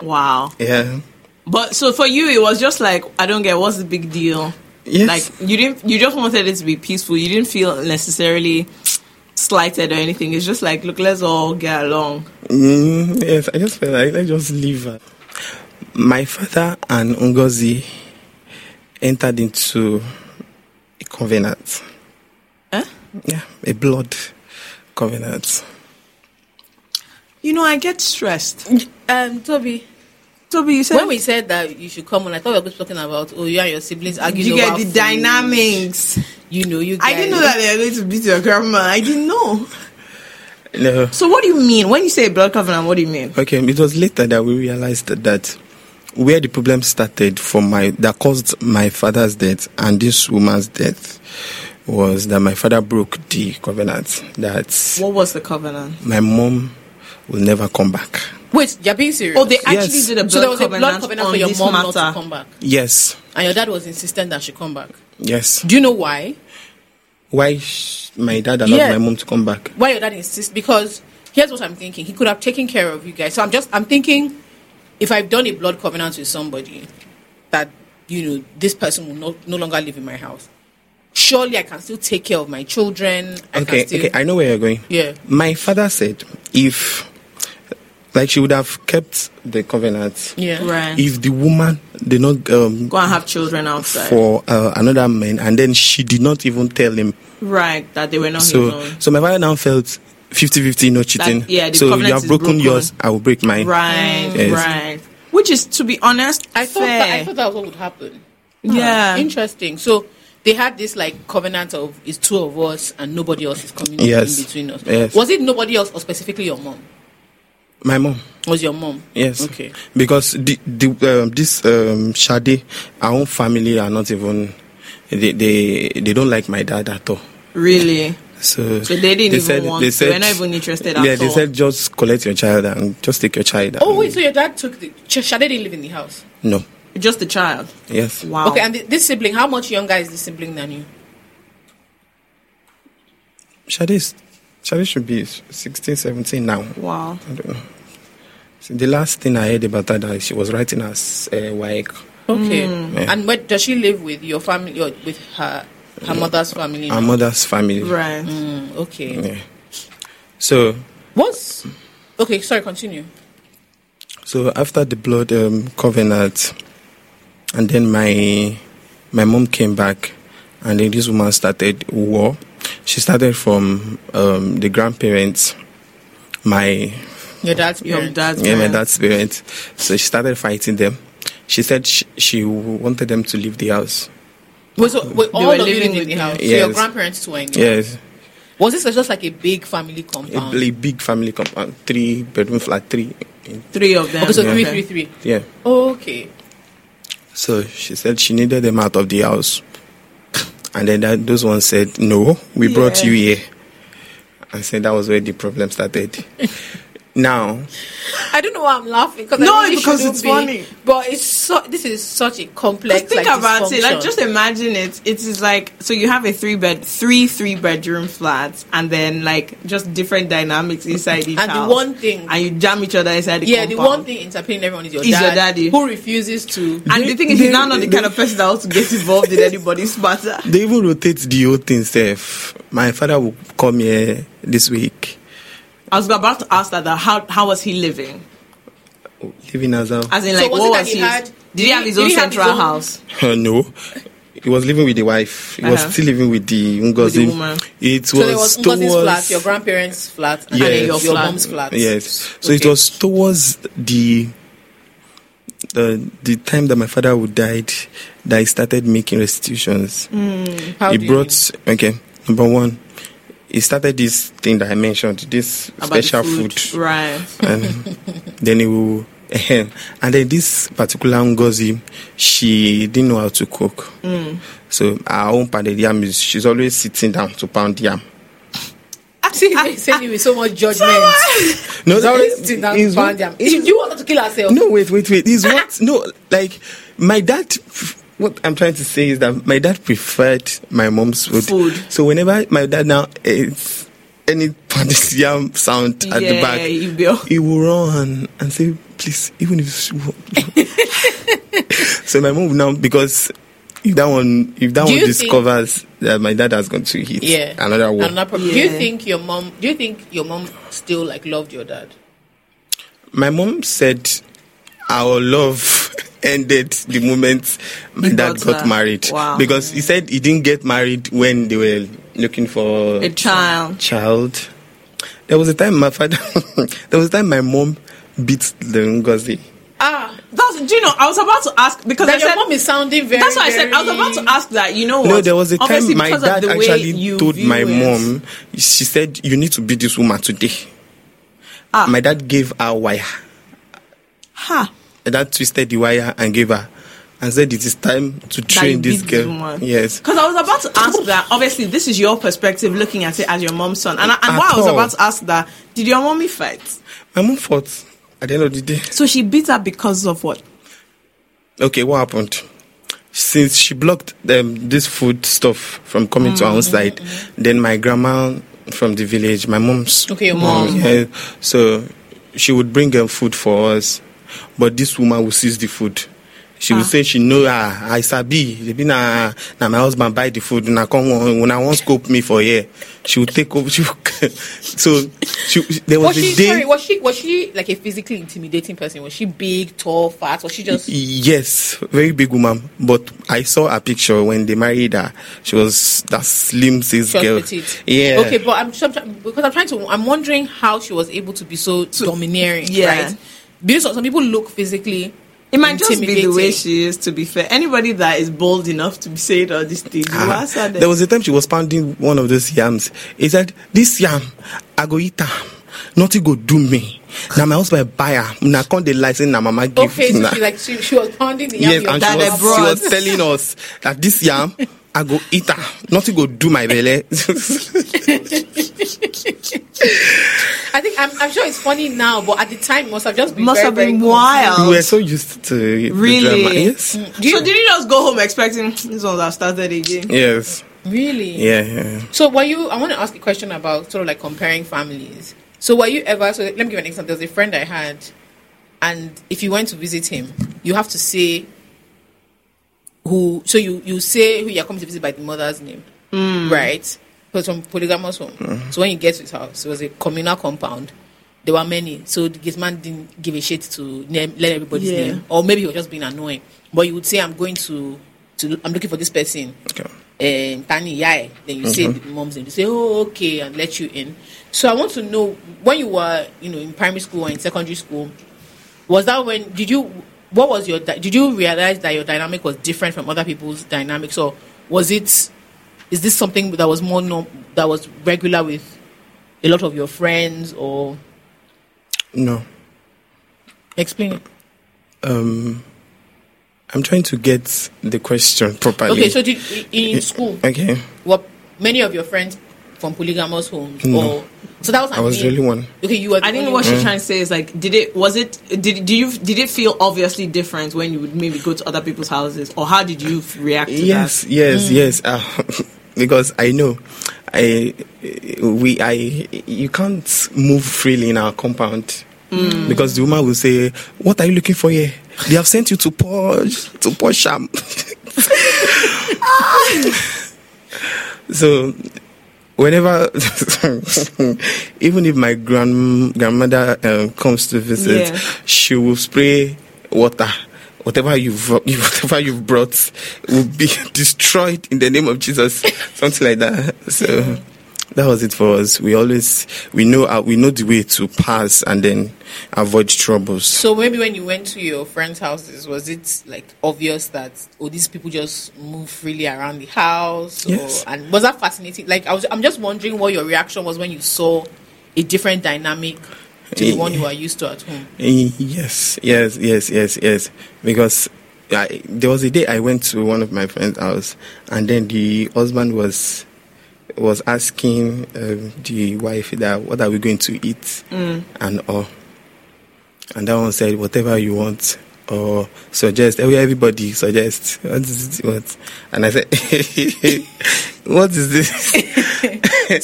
Wow.
Yeah.
But so for you, it was just like I don't get what's the big deal.
Yes.
Like you didn't. You just wanted it to be peaceful. You didn't feel necessarily slighted or anything. It's just like look, let's all get along.
Mm, yes, I just felt like, let's just leave her. My father and Ngozi entered into a covenant.
Huh?
Yeah, a blood covenant.
You know, I get stressed.
Um, Toby,
Toby, you said
when we said that you should come on, I thought we were just talking about oh, you and your siblings arguing.
you get
over
the
food.
dynamics.
You know, you. Guys.
I didn't know that they were going to beat your grandma. I didn't know.
No.
So what do you mean when you say blood covenant? What do you mean?
Okay, it was later that we realized that where the problem started for my that caused my father's death and this woman's death was that my father broke the covenant that
What was the covenant?
my mom will never come back.
Wait, you're being serious.
Oh, they actually
Yes.
did a blood
so there was a
covenant,
blood covenant
on
for your
this
mom
matter.
not to come back,
Yes,
and your dad was insistent that she come back.
yes.
Do you know why?
Why sh- my dad allowed
Yeah.
my mom to come back?
why your dad insists because here's what I'm thinking. He could have taken care of you guys. So I'm just I'm thinking if I've done a blood covenant with somebody that you know this person will no, no longer live in my house. Surely I can still take care of my children. I
okay,
can still,
okay. I know where you're going.
Yeah.
My father said if Like she would have kept the covenant.
Yeah.
Right.
If the woman did not um,
Go and have children outside.
for uh, another man, and then she did not even tell him.
Right. That they were not his
So,
own.
so my father now felt 50-50, no cheating.
yeah, the
so you
covenant
have
is
broken,
broken.
yours, I will break mine.
Right.
Yes.
Right. Which is, to be honest,
I thought
fair.
that, I thought that was what would happen.
Yeah.
Interesting. So they had this like covenant of it's two of us and nobody else is coming
Yes.
in between us.
Yes.
Was it nobody else or specifically your mom?
My mom.
Was your mom?
Yes.
Okay.
Because the, the um, this um, Shade, our own family are not even they, they they don't like my dad at all.
Really.
So,
So they didn't even want- they were not even interested
Yeah,
at
they
all.
said just collect your child and just take your child.
Oh
and-
wait, so your dad took the Ch- Shade didn't live in the house.
no,
Just a child.
yes,
Wow.
Okay, and th- this sibling, how much younger is this sibling than you?
Shade is- Shade should be 16, 17 now.
wow.
I don't know. So the last thing I heard about her that she was writing as uh, Waik.
Okay.
Yeah.
And where does she live with your family or with her her mother's family?
her
Um,
now?
mother's family.
Right.
Mm, okay.
Yeah. So
What's okay, sorry, continue.
So after the blood um, covenant, and then my my mom came back, and then this woman started war. She started from um, the grandparents, my
Your dad's
Your
parents.
dad's
yeah, my dad's
parents.
parents. So she started fighting them. She said she, she wanted them to leave the house.
Wait, so, wait, all
were
of you
living
lived in
with
the
them.
house. So your
Yes.
grandparents too were in the house.
Yes,
Was this just like a big family
a,
compound?
a big family compound, three bedroom flat, three.
Three of them.
Okay, so
Yeah.
three, three, three.
Yeah.
Okay.
So she said she needed them out of the house. And then that, those ones said, No, we brought you here. And said that was where the problem started. now,
I don't know why I'm laughing because
No,
I really
because
shouldn't
it's
be,
funny.
But it's so. This is such a complex.
Just think
like,
about it. Like,
dysfunction.
just imagine it. It is like so you have a three bed, three three bedroom flats, and then like just different dynamics inside each
And the
house.
one thing-
and you jam each other inside the
yeah. The
compound.
one thing entertaining everyone is your
Is your
dad,
daddy.
who refuses to.
And the thing is, he's now not the kind of person that wants to get involved in anybody's matter.
they even rotate the whole thing, Steph. My father will come here this week,
I was about to ask that, that how how was he living?
living as a.
As in,
So
like,
was it
what
that
was
he
his?
had-
did he have his
did
own
he have
central
his own-
house?
Uh, no. He was living with the wife. He was
Uh-huh.
still living with the Ngozi.
With the woman.
It
So there was
was
Ngozi's
towards
flat, your grandparents' flat, and
Yes.
then your, your
Flat.
mom's flat.
Yes. So it
Okay.
was towards the the the time that my father would died that he started making restitutions.
Mm. How do
he
you
brought okay, number one, he started this thing that I mentioned, this
About the
special food.
right?
And then he will and then this particular Ngozi, she didn't know how to cook.
Mm.
So our own pounded yam is she's always sitting down to pound yam.
mean? See, you saying it with so much judgment.
No, eh,
She's always
that-
sitting down
is
to
one-
pound them. If you wanted to kill herself,
No, wait, wait, wait. Is what? No, like my dad. What I'm trying to say is that my dad preferred my mom's food.
Food.
So whenever my dad now eats any pounded yam sound at the
Yeah,
back,
he will.
he will run and say, "Please, even if." she won't." so my mom now because. If that one, if that
Do
one
you think-
discovers that my dad has gone to hit
yeah,
another one,
Another problem. Do you
Yeah.
think your mom? Do you think your mom still like loved your dad?
My mom said our love ended the moment my
He
dad
got
got
that.
married.
Wow.
Because he said he didn't get married when they were looking for
A child.
child. There was a time my father there was a time my mom beat the Ngozi.
Ah,
That's do you know? I was about to ask because I
that your
said
mom is sounding very.
That's why I said I was
very-
about to ask that. You know what?
No, there was a time
Obviously,
my
because of
dad
the way
actually
you
told
view
my
it.
mom she said, You need to beat this woman today.
Ah.
My dad gave her wire.
"Ha,
And that twisted the wire and gave her and said it is time to train this girl. Yes.
Because I was about to ask that. Obviously, this is your perspective looking at it as your mom's son, and, I- and
At
why I was
all.
about to ask that. Did your mommy fight?
My mom fought at the end of the day.
So she beat her because of what?
Okay, what happened? Since she blocked um, this food stuff from coming
Mm,
to our own side, then my grandma from the village, my mom's
Okay, your mom.
yeah, so she would bring um, food for us, but this woman would seize the food. she will say she know ah i sabi they be na na my husband buy the food na come one una wan scope me for here she will take over she will, so she there was,
Was she
a day
sorry? Was she was she like a physically intimidating person? Was she big, tall, fat? Was she just
Yes, very big woman. But I saw her picture when they married her. She was that slim cis
just
girl.
petite?
Yeah.
Okay, but I'm, so I'm because I'm trying to. I'm wondering how she was able to be so domineering.
yeah.
Right? Because some people look physically.
It might just be the
intimidating.
way she is, to be fair. Anybody that is bold enough to be saying all these things, you
Ah,
ask her
there was a time she was pounding one of those yams. He said, "This yam, I go eat am. Nothing go do me. Now my husband buy her. Now come the license. Now mama give.
Okay, so
na."
she like she, she was pounding the
yes,
yam,
and
your
she
dad
was,
had
she
brought.
was telling us that this yam, I go eat am. Nothing go do my belly.
I think I'm, I'm sure it's funny now, but at the time it must have just been
must
very,
have been
very
wild.
we were so used to the
really?
drama. Yes.
Mm,
so did you just go home expecting "Hmm, this one's have started again?
Yes.
confusing. Really?
Yeah. yeah.
So were you? I want to ask a question about sort of like comparing families. So were you ever? So let me give you an example. There's a friend I had, and if you went to visit him, you have to say who. So you you say who you're coming to visit by the mother's name, right? Because from polygamous home. So when you get to his house, it was a communal compound. There were many, so the gate man didn't give a shit to name, let everybody's
Yeah.
name, or maybe he was just being annoying. But you would say, "I'm going to, to I'm looking for this person."
Okay.
um, Tani Yai, then you say
Mm-hmm.
the mom's name. They say, oh, okay, and let you in. So I want to know when you were, you know, in primary school or in secondary school, was that when did you? What was your? di- Did you realize that your dynamic was different from other people's dynamics, or was it? Is this something that was more norm, that was regular with a lot of your friends, or
No.
explain it?
Um, I'm trying to get the question properly.
Okay, so did i- in school,
Okay.
were many of your friends from polygamous homes, or so that was?
I was the only one.
Okay, you were. the
I think
only one.
what
Mm.
she's trying to say is like, did it was it did do you did it feel obviously different when you would maybe go to other people's houses or how did you react to
Yes,
Hmm.
yes, yes. Uh, because I know, I we I you can't move freely in our compound.
Hmm.
Because the woman will say, "What are you looking for here? They have sent you to poor to poor sham." so, whenever, even if my grand grandmother um, comes to visit,
Yeah.
she will spray water. Whatever you've you- whatever you've brought will be destroyed in the name of Jesus, something like that. So that was it for us. We always we know uh, we know the way to pass and then avoid troubles.
So maybe when you went to your friends' houses, was it like obvious that oh these people just move freely around the house?
Yes.
Or, and was that fascinating? Like I was, I'm just wondering what your reaction was when you saw a different dynamic to the
Yeah.
one you are used to at home.
Eh, Yes, yes, yes, yes, yes. Because I, there was a day I went to one of my friend's house, and then the husband was was asking um, the wife that what are we going to eat and all, and that one said whatever you want or suggest. Every- Everybody suggest what is what, and I said what is this?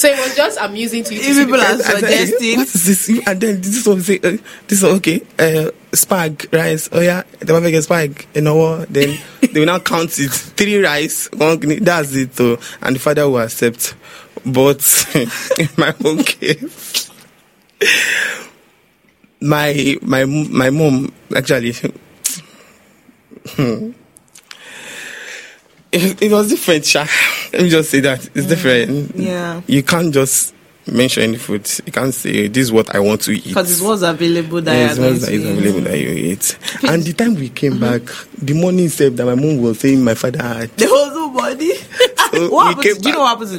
so it was just amusing to you. To
If
see
people
the
are
person-
I said,
suggesting.
What is this? You- And then this one say, uh, this one okay, uh, spag rice. Oh yeah, they want make a spag. You know what? Then they will now count it. Three rice. One, guinea- that's it. So, and the father will accept. But in my own case, my my my mom actually. hmm. It, it was different, Sha. Let me just say that it's different.
Yeah.
you can't just mention any food. You can't say this is what I want to eat.
Because it was available that
Yes,
you are
once
going
that
to
is
eat. Mm-hmm.
available that you eat. And the time we came back, the morning itself that my mom was saying my father had
The whole body.
So we
Ah, what happened?
came
to- Do
back.
you know what happened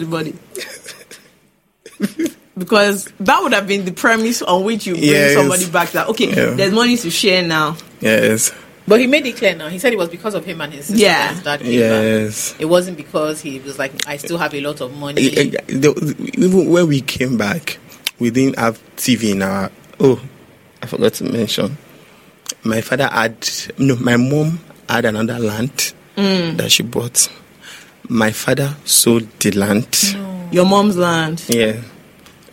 to the body? because that would have been the premise on which you bring
Yes.
somebody back. That okay,
Yeah.
there's money to share now.
Yes.
but he made it clear now. He said it was because of him and his sister
Yeah.
that his dad came back.
Yes.
It wasn't because he was like, I still have a lot of money.
Eh, eh, the- Even when we came back, we didn't have TV in our oh, I forgot to mention. My father had no my mom had another land
Mm.
that she bought. My father sold the land.
Your mom's land.
Yeah.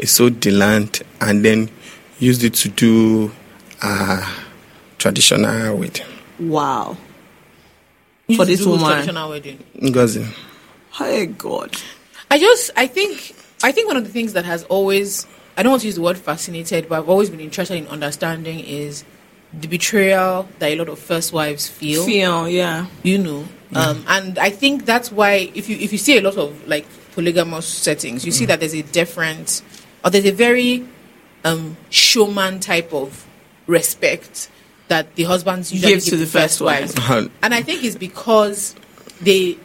He sold the land and then used it to do uh, traditional wedding.
Wow. for this woman.
Traditional wedding.
Ngozi.
Hey God.
I just, I think, I think one of the things that has always, I don't want to use the word fascinated, but I've always been interested in understanding is the betrayal that a lot of first wives feel.
Feel, yeah.
you know um, and i think that's why if you if you see a lot of like polygamous settings you see that there's a different or there's a very um, showman type of respect that the husbands usually give to the first wives
wife.
and i think it's because they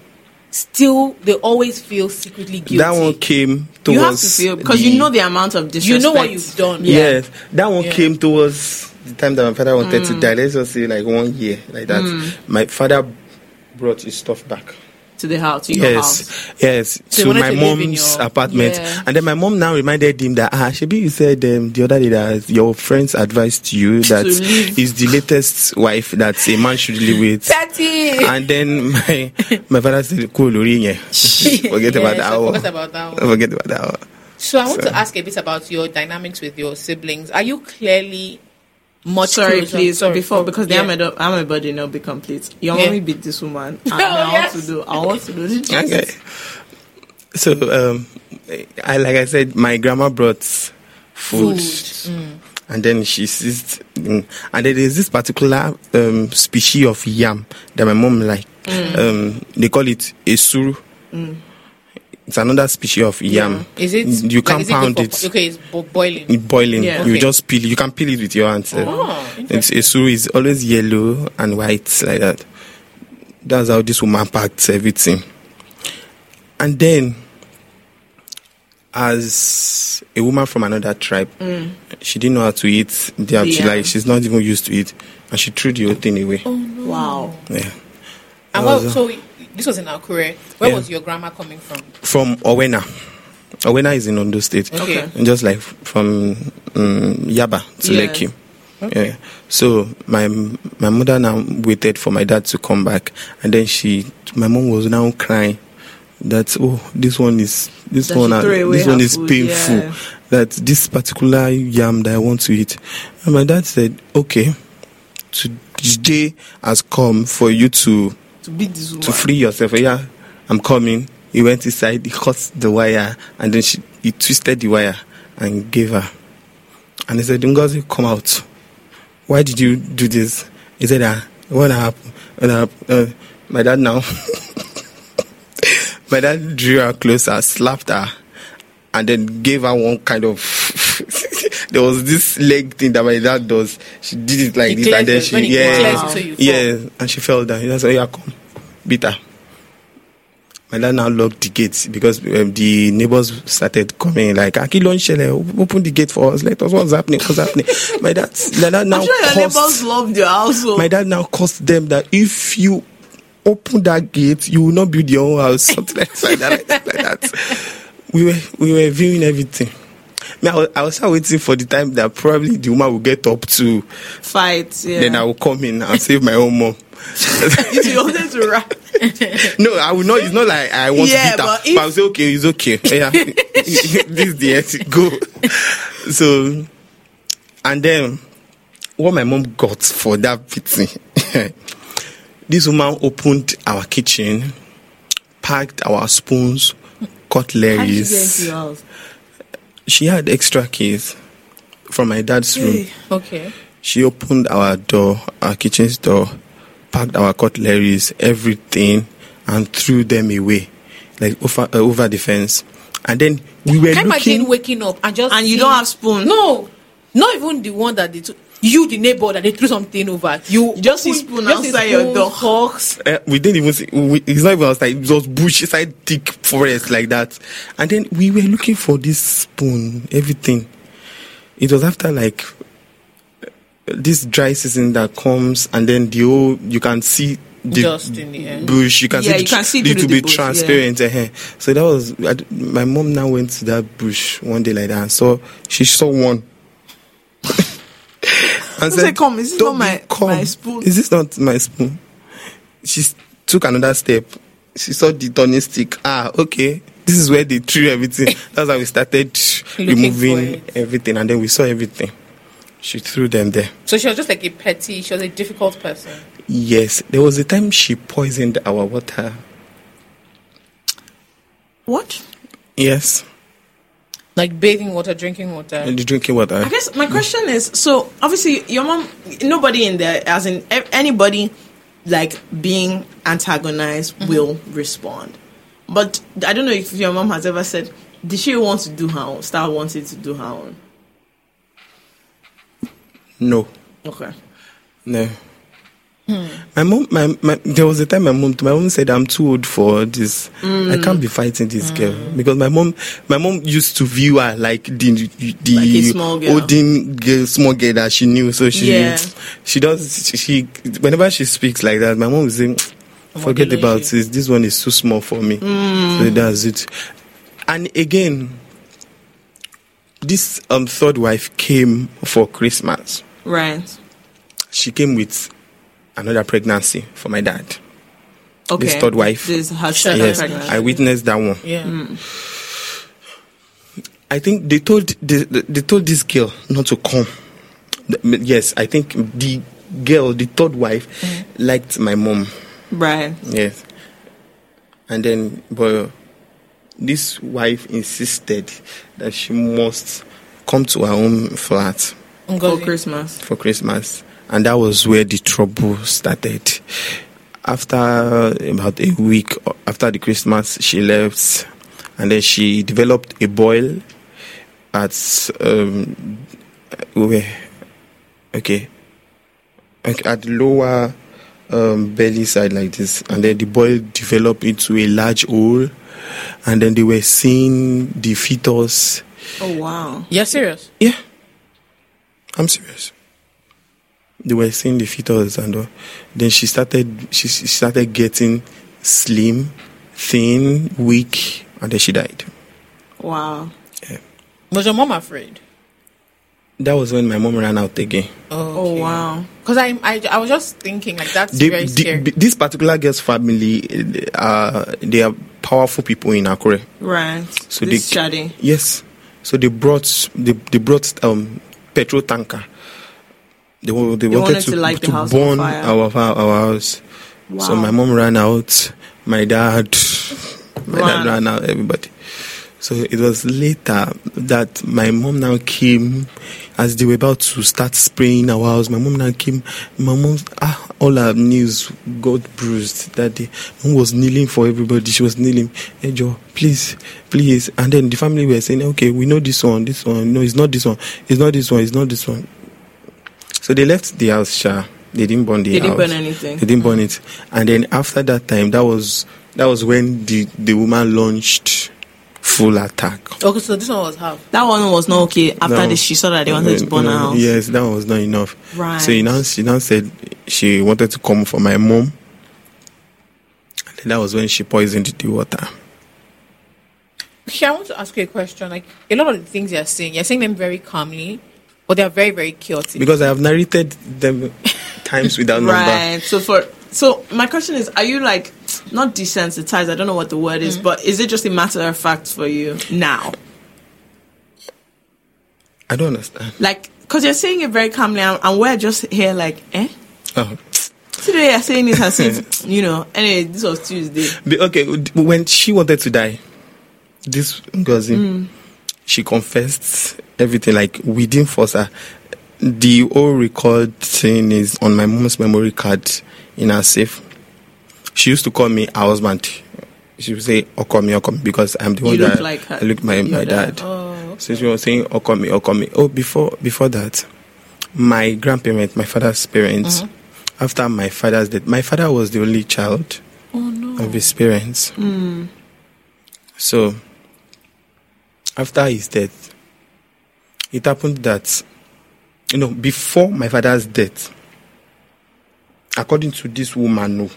still they always feel secretly guilty
That one came towards.
You have to feel because you
the-
know the amount of disrespect.
you know what you've done
Yes, that one
Yeah.
came towards the time that my father wanted
Mm.
to die. Let's just say like one year, like that. My father brought his stuff back.
to the house, to your
yes,
house.
yes,
So you
to
wanted
my
to live in
mom's
your-
apartment,
Yeah.
and then my mom now reminded him that ah, Shebi, you said um, the other day that your friends advised you that
leave.
is the latest wife that a man should live with. And then my my father said, "Cool, Orinye. forget
Yes,
about
I
that one.
forgot about that one.
Forget about that one."
So I want
So-
to ask a bit about your dynamics with your siblings. Are you clearly much
Sorry,
closer-
please.
sorry,
before, because
yeah.
the Ahmed, Ahmed body now be complete. Your
Yeah.
mommy beat this woman. And
Oh,
I
yes.
want to do. I want to do this.
Okay. So, um, I like I said, my grandma brought food,
Food, mm.
and then she seized, mm, and there is this particular um, species of yam that my mom like.
Mm.
Um, they call it esuru. It's another species of yam.
Is it
Mm, You
like,
can
is
pound
it? good
it.
for- Okay, it's bo- boiling.
It boiling.
Yeah.
You
Okay.
just peel. it. You can peel it with your hands. eh.
Oh,
it's esuru is always yellow and white like that. That's how this woman packed everything. And then, as a woman from another tribe, she didn't know how to eat. They
Yeah.
like she's not even used to it, and she threw the whole thing away.
Oh.
Wow.
Yeah.
And what,
was, uh,
so this was in Akure. Where
Yeah.
was your grandma coming from?
From Owena. Owena is in Ondo State.
Okay.
And just like from um, Yaba to
Yeah.
Lekki. Yeah. So my my mother now waited for my dad to come back, and then she, my mom was now crying that oh this one is this
That
one
she
are-
threw away
this
her
one is
food,
painful.
yeah.
That this particular yam that I want to eat, and my dad said, okay, today has come for you to
To beat this woman.
to free yourself. Yeah, I'm coming. He went inside, he cut the wire, and then she, he twisted the wire and gave her. And he said, Ngozi, come out. Why did you do this? He said, ah, what happened? What happened? Uh, my dad now. my dad drew her closer, slapped her, and then gave her one kind of. there was this leg thing that my dad does. She did it like
He
this, and
clears
then
it.
she
When he
yeah,
clears it, so you fall.
yeah, and she fell down. That's why yeah, come, beat her. My dad now locked the gates because um, the neighbors started coming like Akilon Shele, open the gate for us. Let us what's happening, what's happening. my dad, my dad now
I'm sure your neighbors
cursed,
loved your household.
my dad now cursed them that if you open that gate, you will not build your own house. Something like that, like that, like that. We were we were viewing everything. Me, I was, I was still waiting for the time that probably the woman will get up to.
Fight. Yeah.
Then I will come in and save my own mom.
you wanted to rap.
No, I will not. It's not like I want to beat
Yeah,
her.
but
But,
if-
I will say, okay, it's okay. Yeah, this is the end. Go. So, and then what my mom got for that beating, this woman opened our kitchen, packed our spoons,
How did you get into
cutleries.
your house?
She had extra keys from my dad's room.
Okay.
She opened our door, our kitchen door, packed our cutleries, everything, and threw them away, like over, uh, over the fence. And then we were looking.
Can you imagine waking up and just
And you
seeing-
don't have spoon.
No, not even the one that they took. You, the neighbor that they threw something over. You
You just see
open-
spoon
just see
outside your
spoon,
door.
forks.
Uh, we didn't even see, we, it's not even outside, it was bush, inside thick forest like that. And then we were looking for this spoon, everything. It was after like uh, this dry season that comes, and then the whole, you can see the
Dust in the air.
bush, you can
Yeah,
see,
you can see
it
through
to
the
be
bush, yeah.
transparent. eh, eh. So that was, I d my mom now went to that bush one day like that, and saw, she saw one. and
Say, "Come, is this
"Don't
not
be
my-
come.
my spoon?"
Is this not my spoon? she s- took another step. She saw the turning stick. Ah, okay. This is where they threw everything. That's how we started
Looking for
removing
it.
everything, and then we saw everything. She threw them there.
So she was just like a petty. She was a difficult person.
Yes, there was a time she poisoned our water.
What?
Yes,
Like bathing water, drinking water.
and the drinking water.
I guess my question is so obviously your mom nobody in there as in e- anybody like being antagonized will respond. But I don't know if your mom has ever said did she want to do her own start wanting to do her own?
No,
Okay.
no.
Hmm.
My mom, my, my, there was a time my mom, my mom said, "I'm too old for this.
Hmm.
I can't be fighting this girl because my mom, my mom used to view her like the the
Like a small girl.
olden girl, small girl that she knew. So she
Yeah.
she does she whenever she speaks like that, my mom will say, "Mm, "Forget
Modulation.
about this. This one is too small for me."
Hmm.
So that's it. And again, this um third wife came for Christmas
Right.
she came with another pregnancy for my dad.
Okay.
This third wife.
This her Mm. second
Yes,
Uh-huh. pregnancy.
I witnessed that one.
Yeah.
I think they told they, they told this girl not to come. The- Yes, I think the girl, the third wife, liked my mom.
Right.
Yes, and then but this wife insisted that she must come to her own flat.
For
Ngozi.
Christmas.
for Christmas, and that was where the trouble started. After about a week o- after the Christmas, she left, and then she developed a boil at um, where? Okay, okay, at the lower um, belly side like this, and then the boil developed into a large hole, and then they were seeing the fetus.
Oh wow.
You're serious?
Yeah. I'm serious. They were seeing the fetus and all. Then she started she, she started getting slim, thin, weak, and then she died.
Wow.
Was your mom afraid?
That was when my mom ran out again.
Oh wow.
Because I, I, I was just thinking, like, that's
They-
very
the-
scary.
this particular girl's family, eh, uh, they are powerful people in Akure.
Right.
So
this
they
shadi.
Yes. So they brought they, they brought um petrol tanker. They, wa- they, wanted,
wanted
to,
to light the
to
house on
burn
fire.
our fa- our house. So
Wow.
my mom ran out. My dad, my dad
Ran.
ran out. Everybody. So it was later that my mom now came, as they were about to start spraying our house. My mom now came. My mom, ah, all her knees got bruised that day. Mom was kneeling for everybody. She was kneeling. Hey, Joe, please, please. And then the family were saying, okay, we know this one, this one. No, it's not this one. It's not this one. It's not this one. So they left the house, Sha. They didn't burn the
They
house.
didn't burn anything.
They didn't burn it. And then after that time, that was that was when the the woman launched full attack.
okay, so this one was half.
That one was not okay. After
No.
this, she saw that they wanted to burn her house.
uh, Yes, that was not enough.
Right.
So you now she now said she wanted to come for my mom. And then that was when she poisoned the water.
Okay, I want to ask you a question. Like, a lot of the things you're saying, you're saying them very calmly, but they're very, very chaotic.
Because I have narrated them times without number.
Right. So for so my question is, are you like not desensitized? I don't know what the word is, but is it just a matter of fact for you now?
I don't understand.
Like, because you're saying it very calmly, and, and we're just here like, eh?
Oh.
Today you're saying it as if you know. Anyway, this was Tuesday.
Be- okay, w- when she wanted to die, this Ngozi,
Mm.
she confessed everything. Like we didn't force her. The whole record thing is on my mom's memory card in her safe. She used to call me her husband. She would say, "Oh, "Okomi, Okomi," because I'm the one
look
that
like her- Oh,
I look my
your
my
dad.
dad. So she was saying, "Okomi, Okomi." Oh, before before that, my grandparents, my father's parents,
Uh-huh.
after my father's death, my father was the only child of his parents. So, after his death, it happened that, you know, before my father's death, according to this woman, no,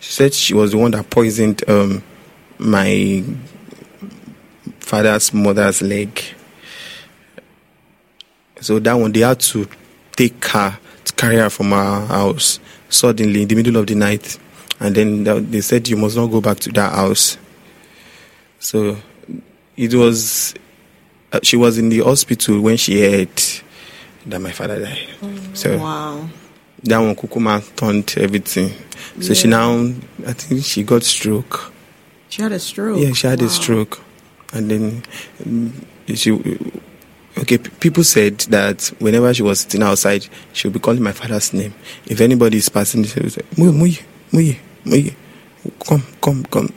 she said she was the one that poisoned um, my father's mother's leg. So that one, they had to take her to carry her from her house suddenly in the middle of the night, and then th- they said you must not go back to that house. So it was uh, she was in the hospital when she heard that my father died. So
Wow.
that one Kukuma turned everything. So she now, I think she got stroke.
She had a stroke.
Yeah, she had a stroke, and then mm, she. Okay, p- people said that whenever she was sitting outside, she would be calling my father's name. If anybody is passing, she would say, "Muyi, Muyi, Muyi, Muyi, come, come, come."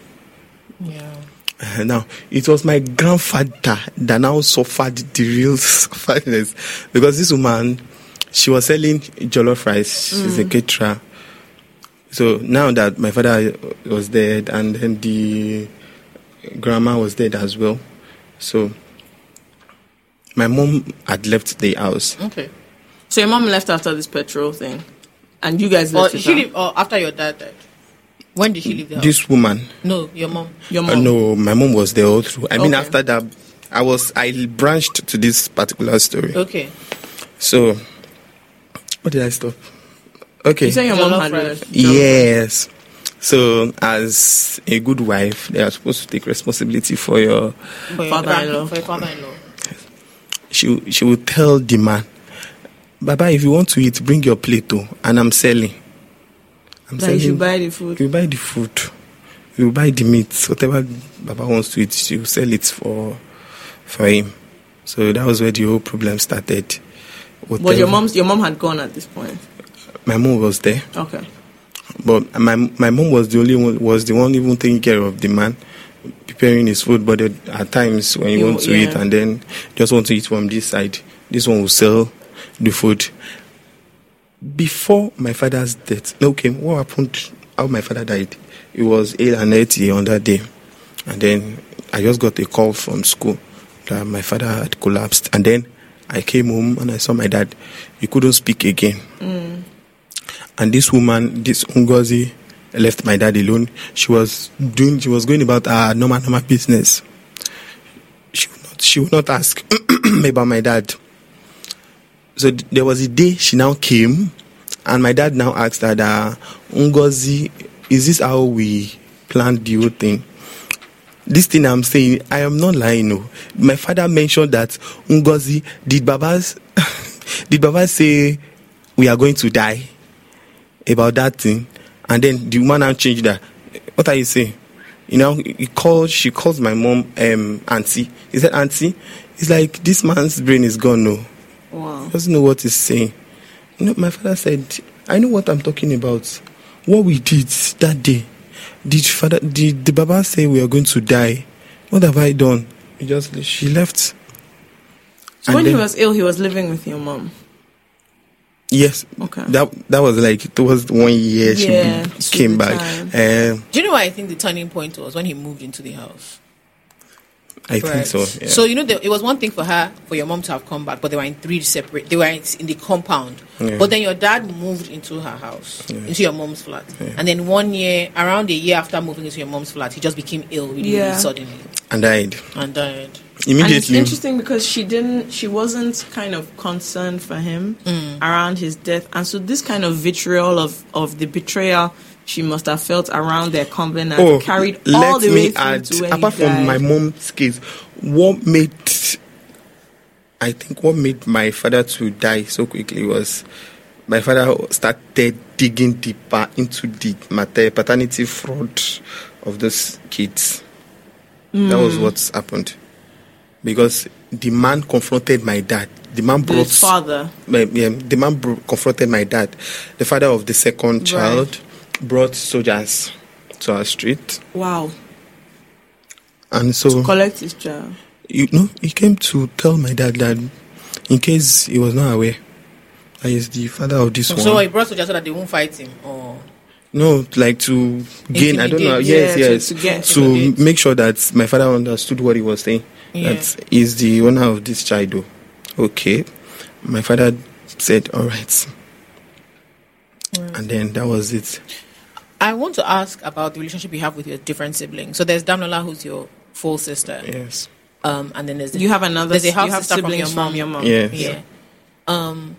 Yeah.
Uh, Now, it was my grandfather that now suffered the real suffering because this woman, she was selling jollof rice. She's a caterer. So now that my father was dead and then the grandma was dead as well, so my mom had left the house.
Okay.
So your mom left after this petrol thing, and you guys
Or
left. with
she
her.
leave, or after your dad died. When did she leave the house?
This woman,
no, your mom.
Your
uh,
mom.
no, my mom was there all through. I mean,
Okay.
after that, I was I branched to this particular story.
Okay.
So, what did I stop? Okay.
You say your mom
Jollof
had
rice.
left.
Yes. So, as a good wife, they are supposed to take responsibility for your.
For your
Father-in-law.
grand- For your father-in-law.
She she will tell the man, Baba, if you want to eat, bring your plate too, and I'm selling. I'm
That you should buy the food.
You buy the food. You buy the meat. Whatever Baba wants to eat, she will sell it for for him. So that was where the whole problem started.
But
Whatever-
your mom's your mom had gone at this point.
My mom was there.
Okay.
But my my mom was the only one was the one even taking care of the man, preparing his food. But at- at times when you,
You-
want to eat
yeah.
and then just want to eat from this side, this one will sell the food. Before my father's death, okay, what happened? How my father died? It was eight and eighty on that day, and then I just got a call from school that my father had collapsed, and then I came home and I saw my dad. He couldn't speak again and this woman, this Ungozi, left my dad alone. She was doing, she was going about her normal, normal business. She would not, she would not ask about my dad. So th- there was a day she now came, and my dad now asked her, that, Ungozi, is this how we planned the whole thing? This thing I'm saying, I am not lying. No, my father mentioned that Ungozi did Baba's, did Baba say we are going to die? about that thing and then the woman now changed that what are you saying you know he called she calls my mom um auntie he said auntie it's like this man's brain is gone no
Wow.
he doesn't know what he's saying you know my father said i know what i'm talking about what we did that day did father did the baba say we are going to die what have i done he just she left
So
And
when he
then-
was ill, he was living with your mom.
yes
Okay.
that that was like it was one year
Yeah,
she
it's
came
the
back um
Do you know why I think the turning point was when he moved into the house?
i think so yeah.
So you know, the, it was one thing for her, for your mom to have come back, but they were in three separate. They were in, in the compound.
Yeah.
But then your dad moved into her house, into your mom's flat, and then one year, around a year after moving into your mom's flat, he just became ill really, really
Yeah.
suddenly
and died
and died.
And it's
immediately.
interesting because she didn't, she wasn't kind of concerned for him
Mm.
around his death, and so this kind of vitriol of of the betrayal she must have felt around their covenant
Oh,
carried all the way through to when he
apart from
died.
my mom's case, what made I think what made my father to die so quickly was my father started digging deeper into the mater- paternity fraud of those kids. That
Hmm.
was what happened because the man confronted my dad. The man
The
brought
father.
my, yeah, the man bro- confronted my dad, the father of the second child, brought soldiers to our street,
Wow,
and so
collect his child.
you know he came to tell my dad that, in case he was not aware, I is the father of this
So he
one.
brought soldiers so that they won't fight him. Or
No, like to gain. I don't know.
Intimidate.
Yes,
Yeah, to-
Oh, yes.
to get-
to
Intimidate.
make sure that my father understood what he was saying.
Yeah.
That is the owner of this child. though. Okay, my father said, "All right," and then that was it.
I want to ask about the relationship you have with your different siblings. So there's Damnola, who's your full sister,
Yes.
um, and then there's the,
You have another.
There's a half
you have
sister from your
siblings
mom.
from your mom.
Yes.
yeah, um,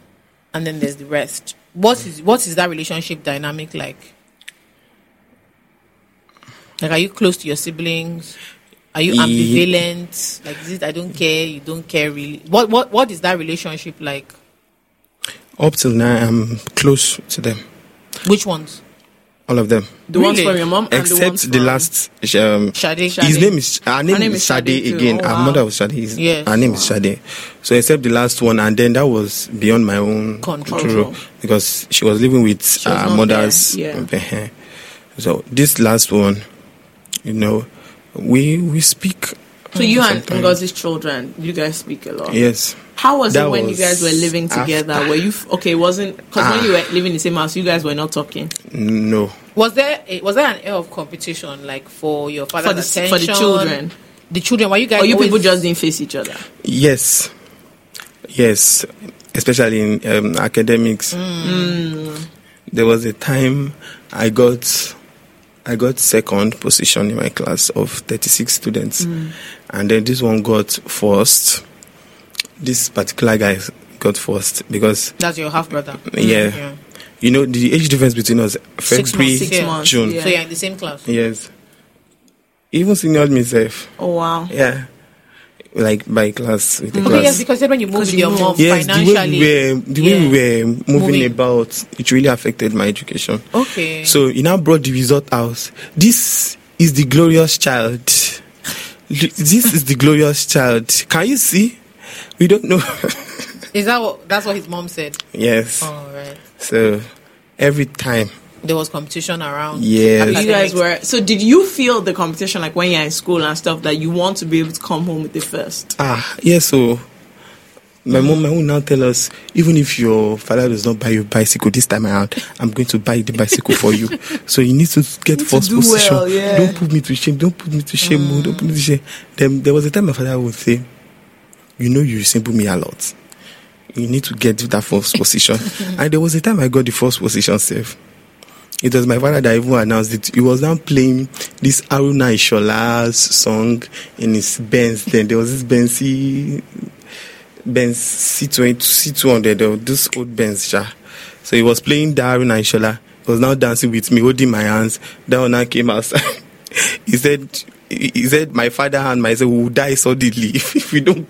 and then there's the rest. What is what is that relationship dynamic like? Like, are you close to your siblings? Are you
Ye-
ambivalent? Like, is it I don't care, you don't care really? What what what is that relationship like?
Up till now, I'm close to them,
Which ones?
all of them.
The ones
Really?
from your mom and the ones
Except the
from-
last, um,
Shade.
his
Shade.
name is her name,
name
is
is
Sade,
Sade too.
again.
Oh,
her
wow.
mother was Sade. His-
Yes.
Her name is Sade. So except the last one, and then that was beyond my own
Control.
because she was living with
was
her
not
mother's.
there, yeah.
eh, So this last one, you know, we we speak.
So you and
sometimes.
Ngozi's children, you guys speak a lot.
Yes.
How was
That
it when
was
you guys were living together?
after.
Were you f- okay? It wasn't because
Ah.
when you were living in the same house, you guys were not talking
No.
Was there a, was there an air of competition like for your father's
for the s- for the
attention?
children.
The children were you guys?
Or you
always-
people just didn't face each other.
Yes. Yes. Especially in um, academics.
Mm.
Mm. There was a time I got I got second position in my class of 36 students.
Mm.
And then this one got first. This particular guy got first because
That's your half brother.
yeah. You know the age difference between us
Six
February,
months, six Yeah.
months,
June.
yeah.
So you're in the same class.
Yes. Even senior myself.
Oh wow!
Yeah. Like by class with the
Okay,
class.
yes, Mm. because then when you moved
Because
with
you
your
moved.
mom
yes, the way
financially,
we were, the way
yeah.
we were moving,
Moving.
about, it really affected my education.
okay.
So you now brought the result out. This is the glorious child. L- This is the glorious child. Can you see? We don't know.
is that what that's what his mom said?
yes.
All right.
So every time,
There was competition around.
Yes.
You guys were so. Did you feel the competition like when you're in school and stuff that you want to be able to come home with the first?
ah, yes. So my mom, my mom now tell us, even if your father does not buy you a bicycle this time around, I'm going to buy the bicycle for you. So you need to get first
do
position.
well, yeah.
Don't put me to shame. Don't put me to shame. oh, Don't put me to shame. Then there was a time my father would say, "You know, you resemble me a lot. You need to get that first position." and there was a time I got the first position safe. It was my father that even announced it. He was now playing this Aruna Ishola's song in his Benz. Then there was this Benz C, Benz C20, C200, or this old Benz. Sha. So he was playing the Aruna Ishola. He was now dancing with me, holding my hands. That one now came outside. he said, he he said, my father and myself will die suddenly if, if we don't,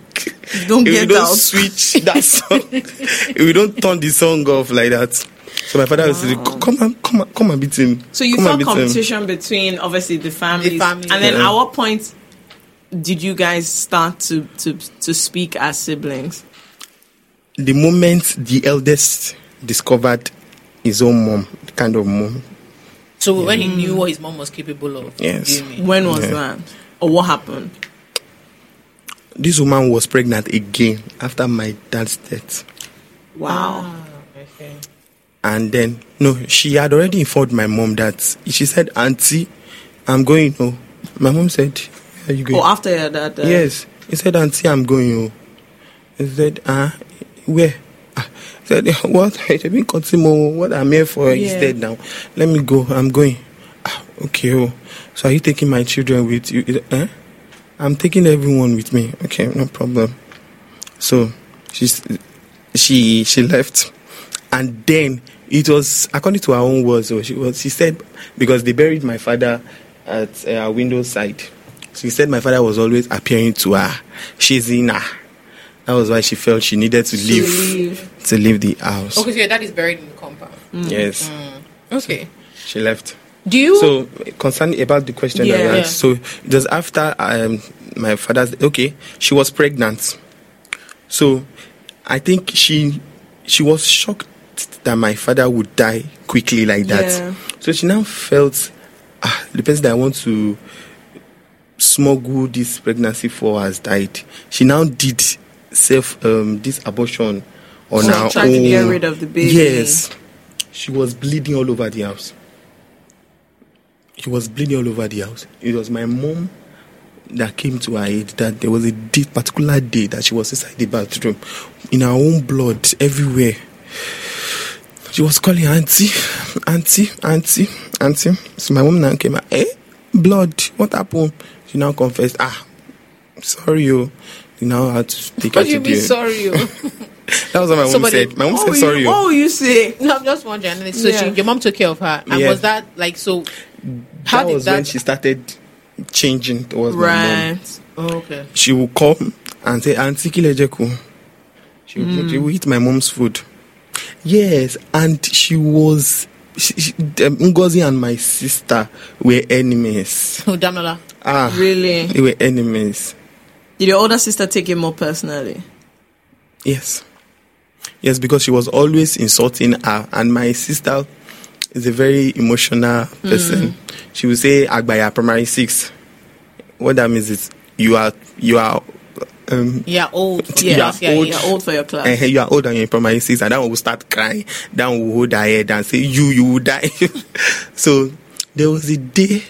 don't
if we
get
don't
out."
switch that song, if we don't turn the song off like that. So my father was like, come and come and come and beat him.
So you
come and
felt
beat him."
competition between obviously the families,
family.
and then
Yeah.
at what point did you guys start to to to speak as siblings?
the moment the eldest discovered his own mom, the kind of mom,
So when he knew what his mom was capable of,
Yes.
do you mean?
When was
Yeah.
that, or what happened?
this woman was pregnant again after my dad's death.
Wow.
Ah.
Okay.
And then, no, she had already informed my mom that she said, Auntie, I'm going. Oh, my mom said, Are you going?
Or after that, uh,
Yes. He said, Auntie, I'm going. Oh. He said, Ah, where? Ah, He said, "Eh, What? He said, "Me continue. What I'm here for is
Yeah.
dead now. Let me go. I'm going. Ah, okay. Oh. So are you taking my children with you? He said, Eh? I'm taking everyone with me. Okay, no problem. So she's, she she left, and then it was according to her own words. oh, She was she said because they buried my father at uh, her window side. She said my father was always appearing to her. She's in her. That was why she felt she needed to leave
leave.
to leave the house.
Okay, so Oh, your dad is buried in the compound.
Yes,
Okay.
she left.
Mm. Do you
So concerning about the question that you
Yeah.
asked, so it was after um, my father's okay, she was pregnant. So I think she she was shocked that my father would die quickly like that.
Yeah.
So she now felt ah, the person that I want to smuggle this pregnancy for has died. She now did self um, this abortion on
So she
her
tried to get
own.
rid of the baby.
Yes, she was bleeding all over the house. She was bleeding all over the house. It was my mom that came to her aid that there was a day, particular day that she was inside the bathroom in her own blood everywhere. She was calling auntie, auntie, auntie, auntie. So my mom now came out, eh, blood, what happened? She now confessed, ah, sorry, you. You now had to take her
what do
to
you mean
the.
sorry? oh?
That was what my mom
Somebody-
said. My mom
Oh,
said, sorry,
you,
you.
oh, you say.
no, I'm just wondering. And then, So
Yeah.
she, your mom took care of her, and
Yeah.
was that like so? How
that
did
was
that?
when she started changing towards my mom.
Right.
Oh, okay.
She would come and say, Auntie Kilejeku. She, would she would eat my mom's food. Yes, and she was. She, she, um, Ngozi and my sister were enemies.
Oh, Damola.
Ah,
Really?
They were enemies.
Did your older sister take it more personally?
Yes. Yes, because she was always insulting her. And my sister is a very emotional person. She will say, Agbaya, primary six. What that means is, you are, you are, um,
Yeah, old.
You are
Yes, yeah,
old.
yeah,
You're old for your class.
eh, you are old and you're in primary six, and that one will start crying. That one will hold her head and say, You, you will die. so there was a day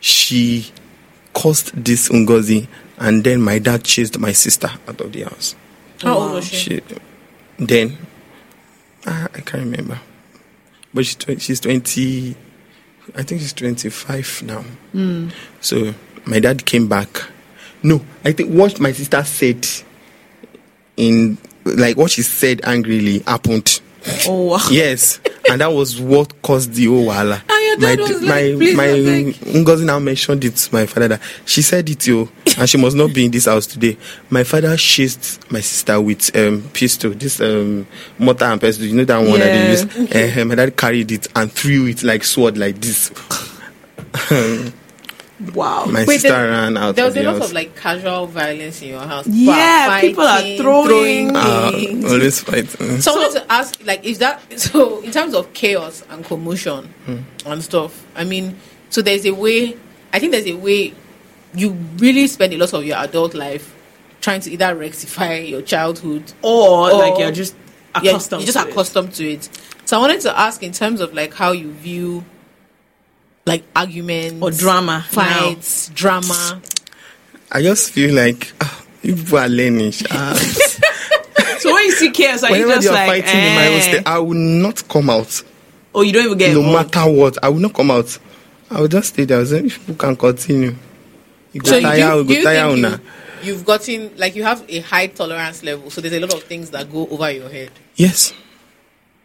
she caused this Ungozi, and then my dad chased my sister out of the house.
How old was she?
She, then, ah, I can't remember, but she, twen- she's 20, I think she's 25 now. So my dad came back. No, I think what my sister said in, like what she said angrily happened.
Oh, wow.
Yes, and that was what caused the whole wahala.
And your dad was like, "Please,
my
abeg."
Ngozi now mentioned it to my father that she said it yo, and she must not be in this house today. My father chased my sister with um pistol, this um mortar and pestle. You know that one
Yeah.
that they use. Eh, my dad carried it and threw it like sword like this.
Wow.
My
Wait,
sister
there-
ran out.
There
of
was a
the
lot
house.
of like casual violence in your house.
Yeah, people are throwing-
Ah,
things.
always fighting.
So I wanted to ask, like, is that so? In terms of chaos and commotion and stuff, I mean, so there's a way. I think there's a way you really spend a lot of your adult life trying to either rectify your childhood
Or,
Or-
like you're just
yeah,
accustomed.
you're
to
just
it.
accustomed to it. So I wanted to ask in terms of like how you view like arguments
Or drama now.
fights, drama.
I just feel like ah, you people are learnish. Ah.
So when you see chaos, are you
Whenever
just
they are
like,
fighting in my
eh?
house, they- I will not come out.
Oh, you don't even get
no
involved.
matter what, I will not come out. I will just stay there. I will say, If people can continue, you go
So you- do
tire,
you-
you
do
go
you
tire
think
una.
you, have gotten like you have a high tolerance level, so there's a lot of things that go over your head.
Yes,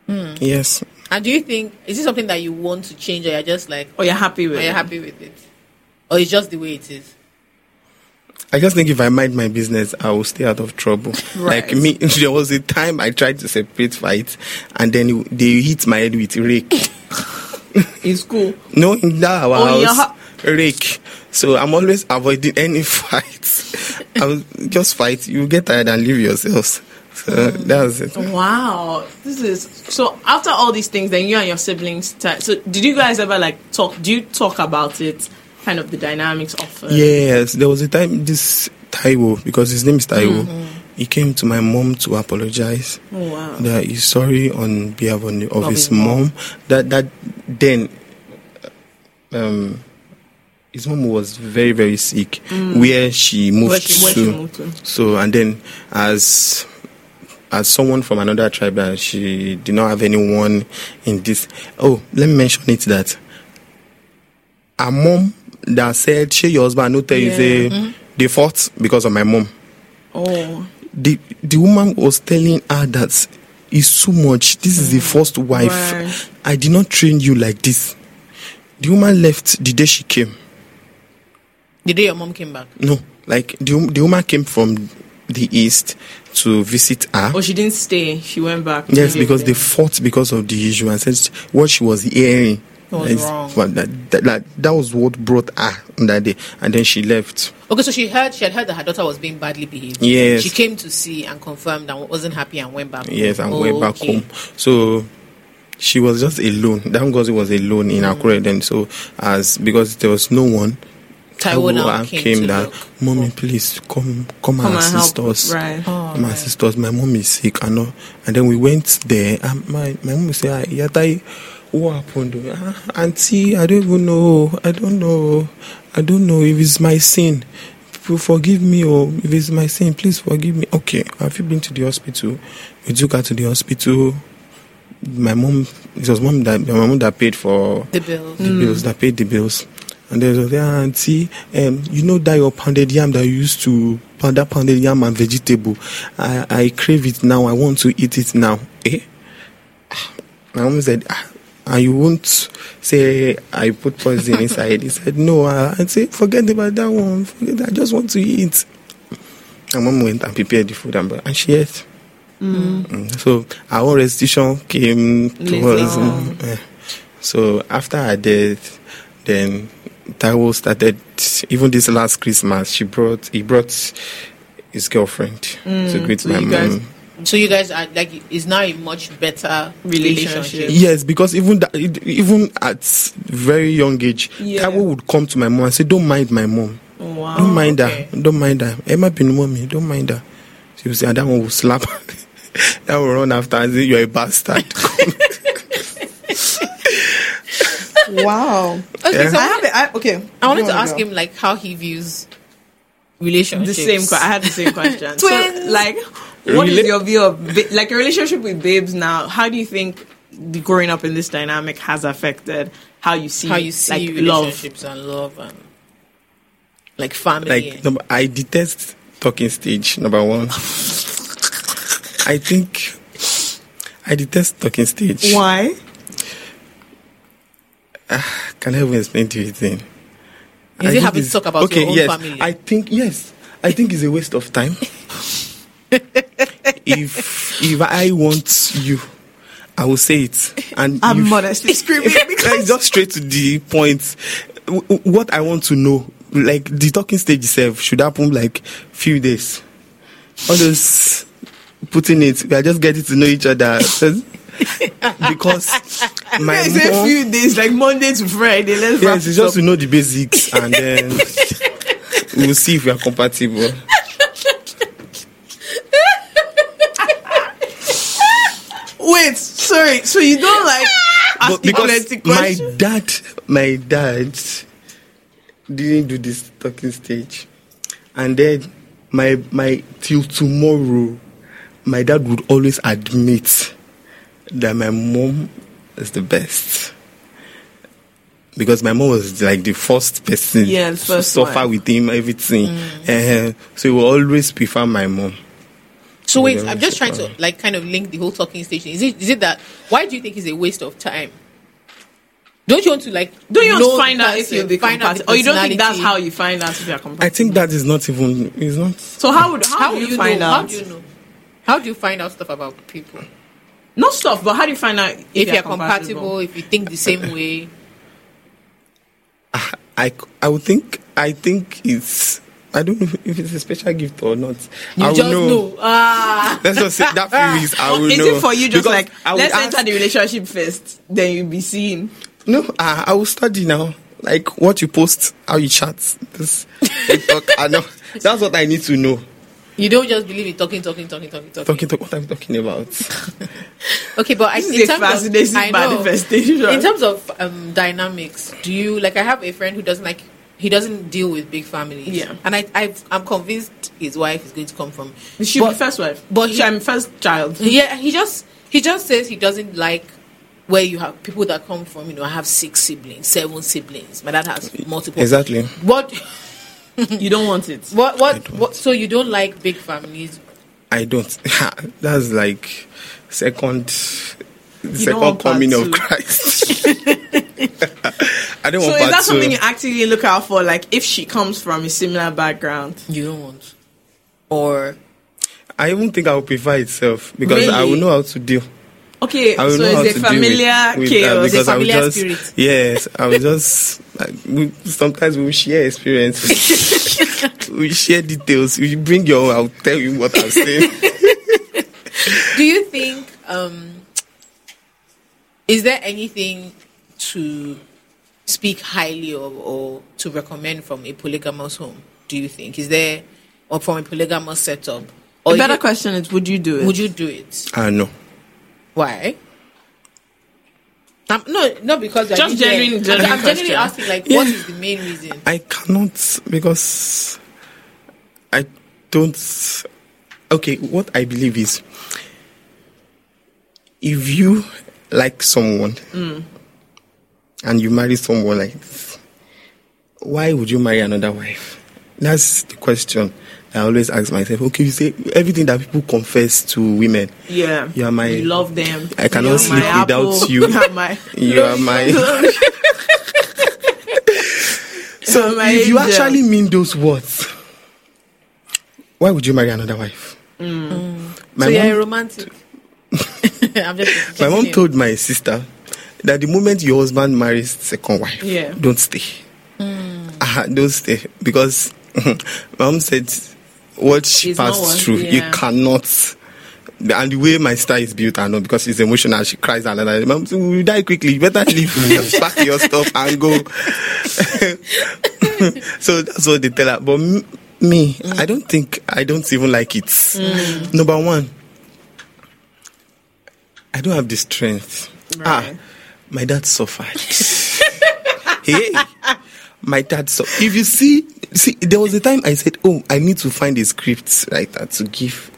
Hmm.
yes.
And do you think is this something that you want to change, or you're just like
Or you're happy with
are
it.
you happy with it, or it's just the way it is?
I just think if I mind my business, I will stay out of trouble.
Right.
Like me, there was a time I tried to separate fight, and then they hit my head with rake.
in school?
No, in that our
Oh, in your
house, rake. So I'm always avoiding any fights. I will just fight. You get tired and leave yourselves. So
Hmm.
that's it.
Oh,
Wow, this is so. After all these things, then you and your siblings. T- so, did you guys ever like talk? Do you talk about it? Kind of the dynamics of it.
Yes, there was a time this Taiwo, because his name is Taiwo,
Mm-hmm.
he came to my mom to apologize.
Oh, wow.
That he's sorry on behalf on, of, his,
his
mom.
mom.
That that then, um, his mom was very very sick, where she moved
Mm. Where she- where
to.
she moved to.
So and then as as someone from another tribe that she did not have anyone in this. Oh, let me mention it that a mom that said she your husband no tell you say they fought because of my mom.
Oh,
The the woman was telling her that it's too much. This is the first wife.
Right.
I did not train you like this. The woman left the day she came.
The day your mom came back,
No, like the the woman came from the east to visit her.
oh, she didn't stay. She went back. to
Yes,
live
because they
there.
fought because of the issue and said what she was hearing.
Was
is-
wrong.
but That, that, that, that was what brought her on that day. And then she left.
okay. So she heard she had heard that her daughter was being badly behaved.
Yes.
she came to see and confirmed and wasn't happy and went back.
Yes, and
Oh,
went back
okay.
home. So she was just alone. That Ngozi was alone in Akure
Mm.
then. So as because there was no one,
Taiwo now
uh,
came to look.
mommy, please come, come,
Come
and
and
assist
help,
us.
right.
Come and assist us. My mom is sick, I know. And then we went there. And my my mom said, ah, Yatai, what happened? Ah, auntie, I don't even know. I don't know. I don't know if it's my sin. People forgive me, or if it's my sin, please forgive me. Okay, have you been to the hospital? We took her to the hospital. My mom, it was mom that my mom that paid for
The bills.
the bills that paid the bills. And there's was yeah, auntie, um, you know that your pounded yam that you used to pound that pounded yam and vegetable. I, I crave it now. I want to eat it now. Eh? My mom said, ah, and you won't say I put poison inside. he said, no. Uh, I said, forget about that one. Forget. I just want to eat. And mom went and prepared the food and, and she ate. Mm. So our own restitution came to
Later.
us. mm, eh. So after her death, then Taiwo started. Even this last Christmas, she brought he brought his girlfriend to greet
Mm. so
my
you guys-
mom.
So you guys are like it's now a much better
Relationship.
relationship.
Yes, because even that, even at very young age,
Yeah.
Taiwo would come to my mom and say, "Don't mind my mom.
Oh, Wow.
Don't mind
Oh, okay.
her. Don't mind her. Emma been mommy. Don't mind her." She would say, and "That one will slap. that will run after and say, you're a bastard."
Wow.
Okay,
Yeah.
so
I
I,
have it. I, okay.
I wanted to
Go on,
ask
go.
him like how he views relationships.
the same. que- I had the same question.
Twins.
So, like, what is
Rela-
your view of ba- like your relationship with babes now? How do you think the growing up in this dynamic has affected how you see
how you see
like love?
relationships and love and like family.
like,
and-
number, I detest talking stage. Number one, I think I detest talking stage.
Why?
Can I even explain to you then?
Is it
think
having to
it's-
talk about
okay,
your own
yes,
family?
I think yes. I think it's a waste of time. if if I want you, I will say it. And
I'm
if-
modestly screaming
like,
because
just straight to the point. W- w- What I want to know, like the talking stage itself, should happen like few days. All those putting it, we are just getting to know each other because my
it's a
mom-
few days, like Monday to Friday. Let's wrap
Yes,
it
it's just
up.
to know the basics and then we'll see if we are compatible.
Wait, sorry. So you don't like
But because
articulating
my
questions?
dad, my dad didn't do this talking stage, and then my my till tomorrow, my dad would always admit that my mom is the best. Because my mom was like the first person
Yeah, the
to
first
suffer
one. Mm.
with him, everything. Eh, so he will always prefer my mom.
so wait,
Yeah,
I'm just trying to
um,
uh-huh.
like kind of link the whole talking stage. thing. Is it is it that why do you think it's a waste of time? Don't you want to like
Don't you want
know
to
the
find out if
person,
you'll be
find out the
compatible? Or you don't think that's
personality?
how you find out if you're
I
compatible?
think that is not even it's not
So how would how,
how
do you,
you
find
know?
out?
How do you know? How do you find out stuff about people?
Not stuff, but how do you find out if,
If,
you're
you're compatible, if you think the same way.
I, c- I would think I think it's I don't know if it's a special gift or not.
You
I will
just know. Ah,
Let's just say that few weeks I will
Is
know.
it for you just
Because
like
I would
let's
ask-
enter the relationship first, then you'll be seeing?
No, I, I will study now. Like what you post, how you chat, this TikTok. I know that's what I need to know.
you don't just believe in talking, talking, talking, talking, talking.
Talking to what I'm talking about.
Okay, but I,
This
in
is a
terms
fascinating
of, I know.
manifestation.
In terms of um, dynamics, do you like? I have a friend who doesn't like. He doesn't deal with big families.
Yeah.
and I, i I'm convinced his wife is going to come from.
She'll
but-
be first wife.
but
She-
he-
I'm first child.
Yeah, he just he just says he doesn't like where you have people that come from. You know, I have six siblings, seven siblings. My dad has multiple.
exactly.
What? Mm-hmm.
You don't want it.
What? What?
don't.
what so you don't like big families?
I don't. that's like second second
want part
coming of
two.
Christ. I don't
So
want
is
part
that something
two.
you actively look out for? Like if she comes from a similar background,
You don't want, or
I even think I would prefer itself because I
Really?
will know how to deal.
okay.
I will
So
know how to
it's a
deal with-
familiar
with that
chaos.
because I will
familiar
just
spirit.
yes, I will just like, we, sometimes we will share experiences, we share details. You bring your, own, I'll tell you what I've seen.
do you think um is there anything to speak highly of or to recommend from a polygamous home do you think is there or from a polygamous setup or
A better
you-
question is, would you do it?
would you do it
I know.
why um, no, not because I
Just
did there. I'm-
genuine- genuine
I'm, genuinely
question.
asking, like, what is the main reason?
I cannot because I don't. Okay, what I believe is if you like someone and you marry someone like this, why would you marry another wife? That's the question I always ask myself. Okay, you say everything that people confess to women.
Yeah.
You are my-
You love them.
I cannot
You are
sleep
my
without
apple.
you.
You are my.
You are my.
So my
if you
angel.
actually mean those words, why would you marry another wife? My
so
mom-
you're a romantic.
I'm just
My mom told my sister that the moment your husband marries second wife,
Yeah.
don't stay. Ah, don't stay because my mom said what she
It's not
passed
worth-
through,
yeah.
you cannot. And the way my star is built, I know because she's emotional. She cries and like, "Mom, we will die quickly. You better leave, pack your stuff and go." so that's what they tell her. But m- me,
Mm.
I don't think I don't even like it. Number one, I don't have the strength. Ah, my dad suffered. hey, my dad suffered. If you see, see, there was a time I said, "Oh, I need to find a script writer to give."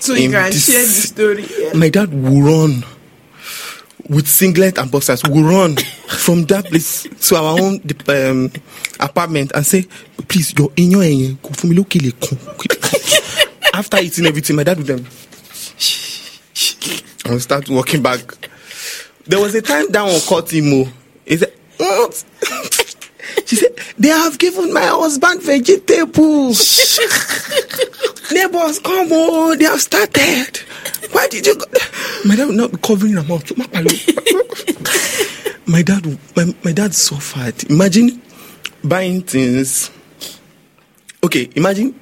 So you
him
can
this."
share the story. Yeah.
My dad will run with singlet and boxers. Will run from that place to our own um, apartment and say, "Please, your in your ear, go for me, look, kill it, go, kill it." After eating everything, my dad would then and start walking back. There was a time that one caught him. oh. He said, "What?" She said, They have given my husband vegetables. Neighbors, come on, they have started. Why did you go? My dad would not be covering her mouth. my dad my, my dad suffered. Imagine buying things. Okay, imagine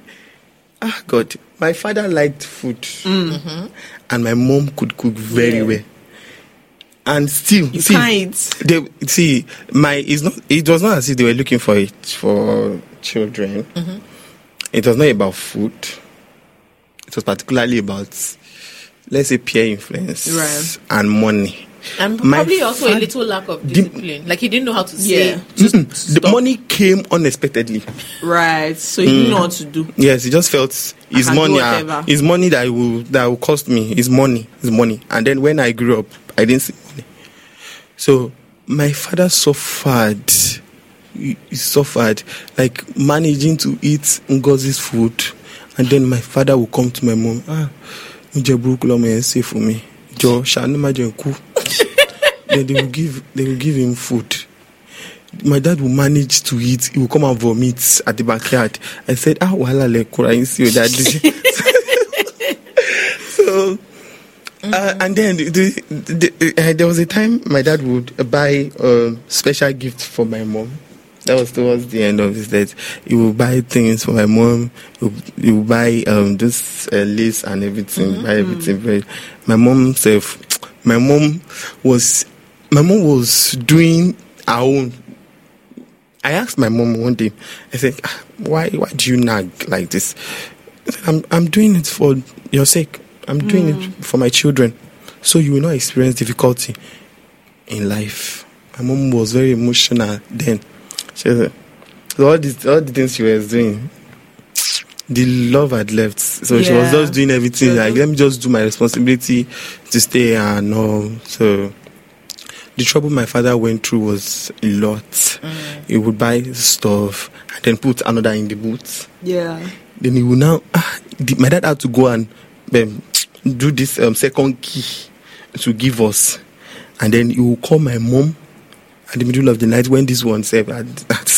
ah God, my father liked food and my mom could cook very
Mm-hmm. Yeah.
well. And still
You
see,
can't.
they see my it's not it was not as if they were looking for it for children it was not about food it was particularly about let's say peer influence
Right.
and money
And
My
probably also a
fad-
little lack of discipline. like he didn't know how to say.
Yeah.
Hmm, the money came unexpectedly
Right. So you
Mm.
know what to do.
yes it just felt it's
can do
money ah,
whatever.
it's money that will that will cost me it's money it's money and then when i grew up i didn't see money so my father suffered he he suffered like managing to eat Ngozi's food and then my father will come to my mom ah ǹjẹ́ burúkú lọ́mọ yẹn ṣe fún mi jọ ṣàánú má jẹ́ n kú." then they will give they will give him food my dad will manage to eat he will come and vomit at the backyard i said ah wahala le kura you see your dad so uh, and then the, the, the, uh, there was a time my dad would uh, buy a special gift for my mom. That was towards the end of his days. He would buy things for my mom. He would, he would buy um, this uh, lace and everything. Buy everything. very- My mom self, my mom was, my mom was doing her own. I asked my mom one day. I said, "Ah, "Why, why do you nag like this?" She said, I'm, I'm doing it for your sake. I'm doing it for my children, so you will not experience difficulty in life. My mom was very emotional then. She said, so all these, all the things she was doing, the love had left. So she was
Yeah.
just doing everything. Like, let me just do my responsibility to stay and all. So the trouble my father went through was a lot. He would buy stuff and then put another in the boot.
Yeah.
Then he would now. Ah, the, my dad had to go and um, do this um, second key to give us, and then he will call my mom at the middle of the night when this one said had, had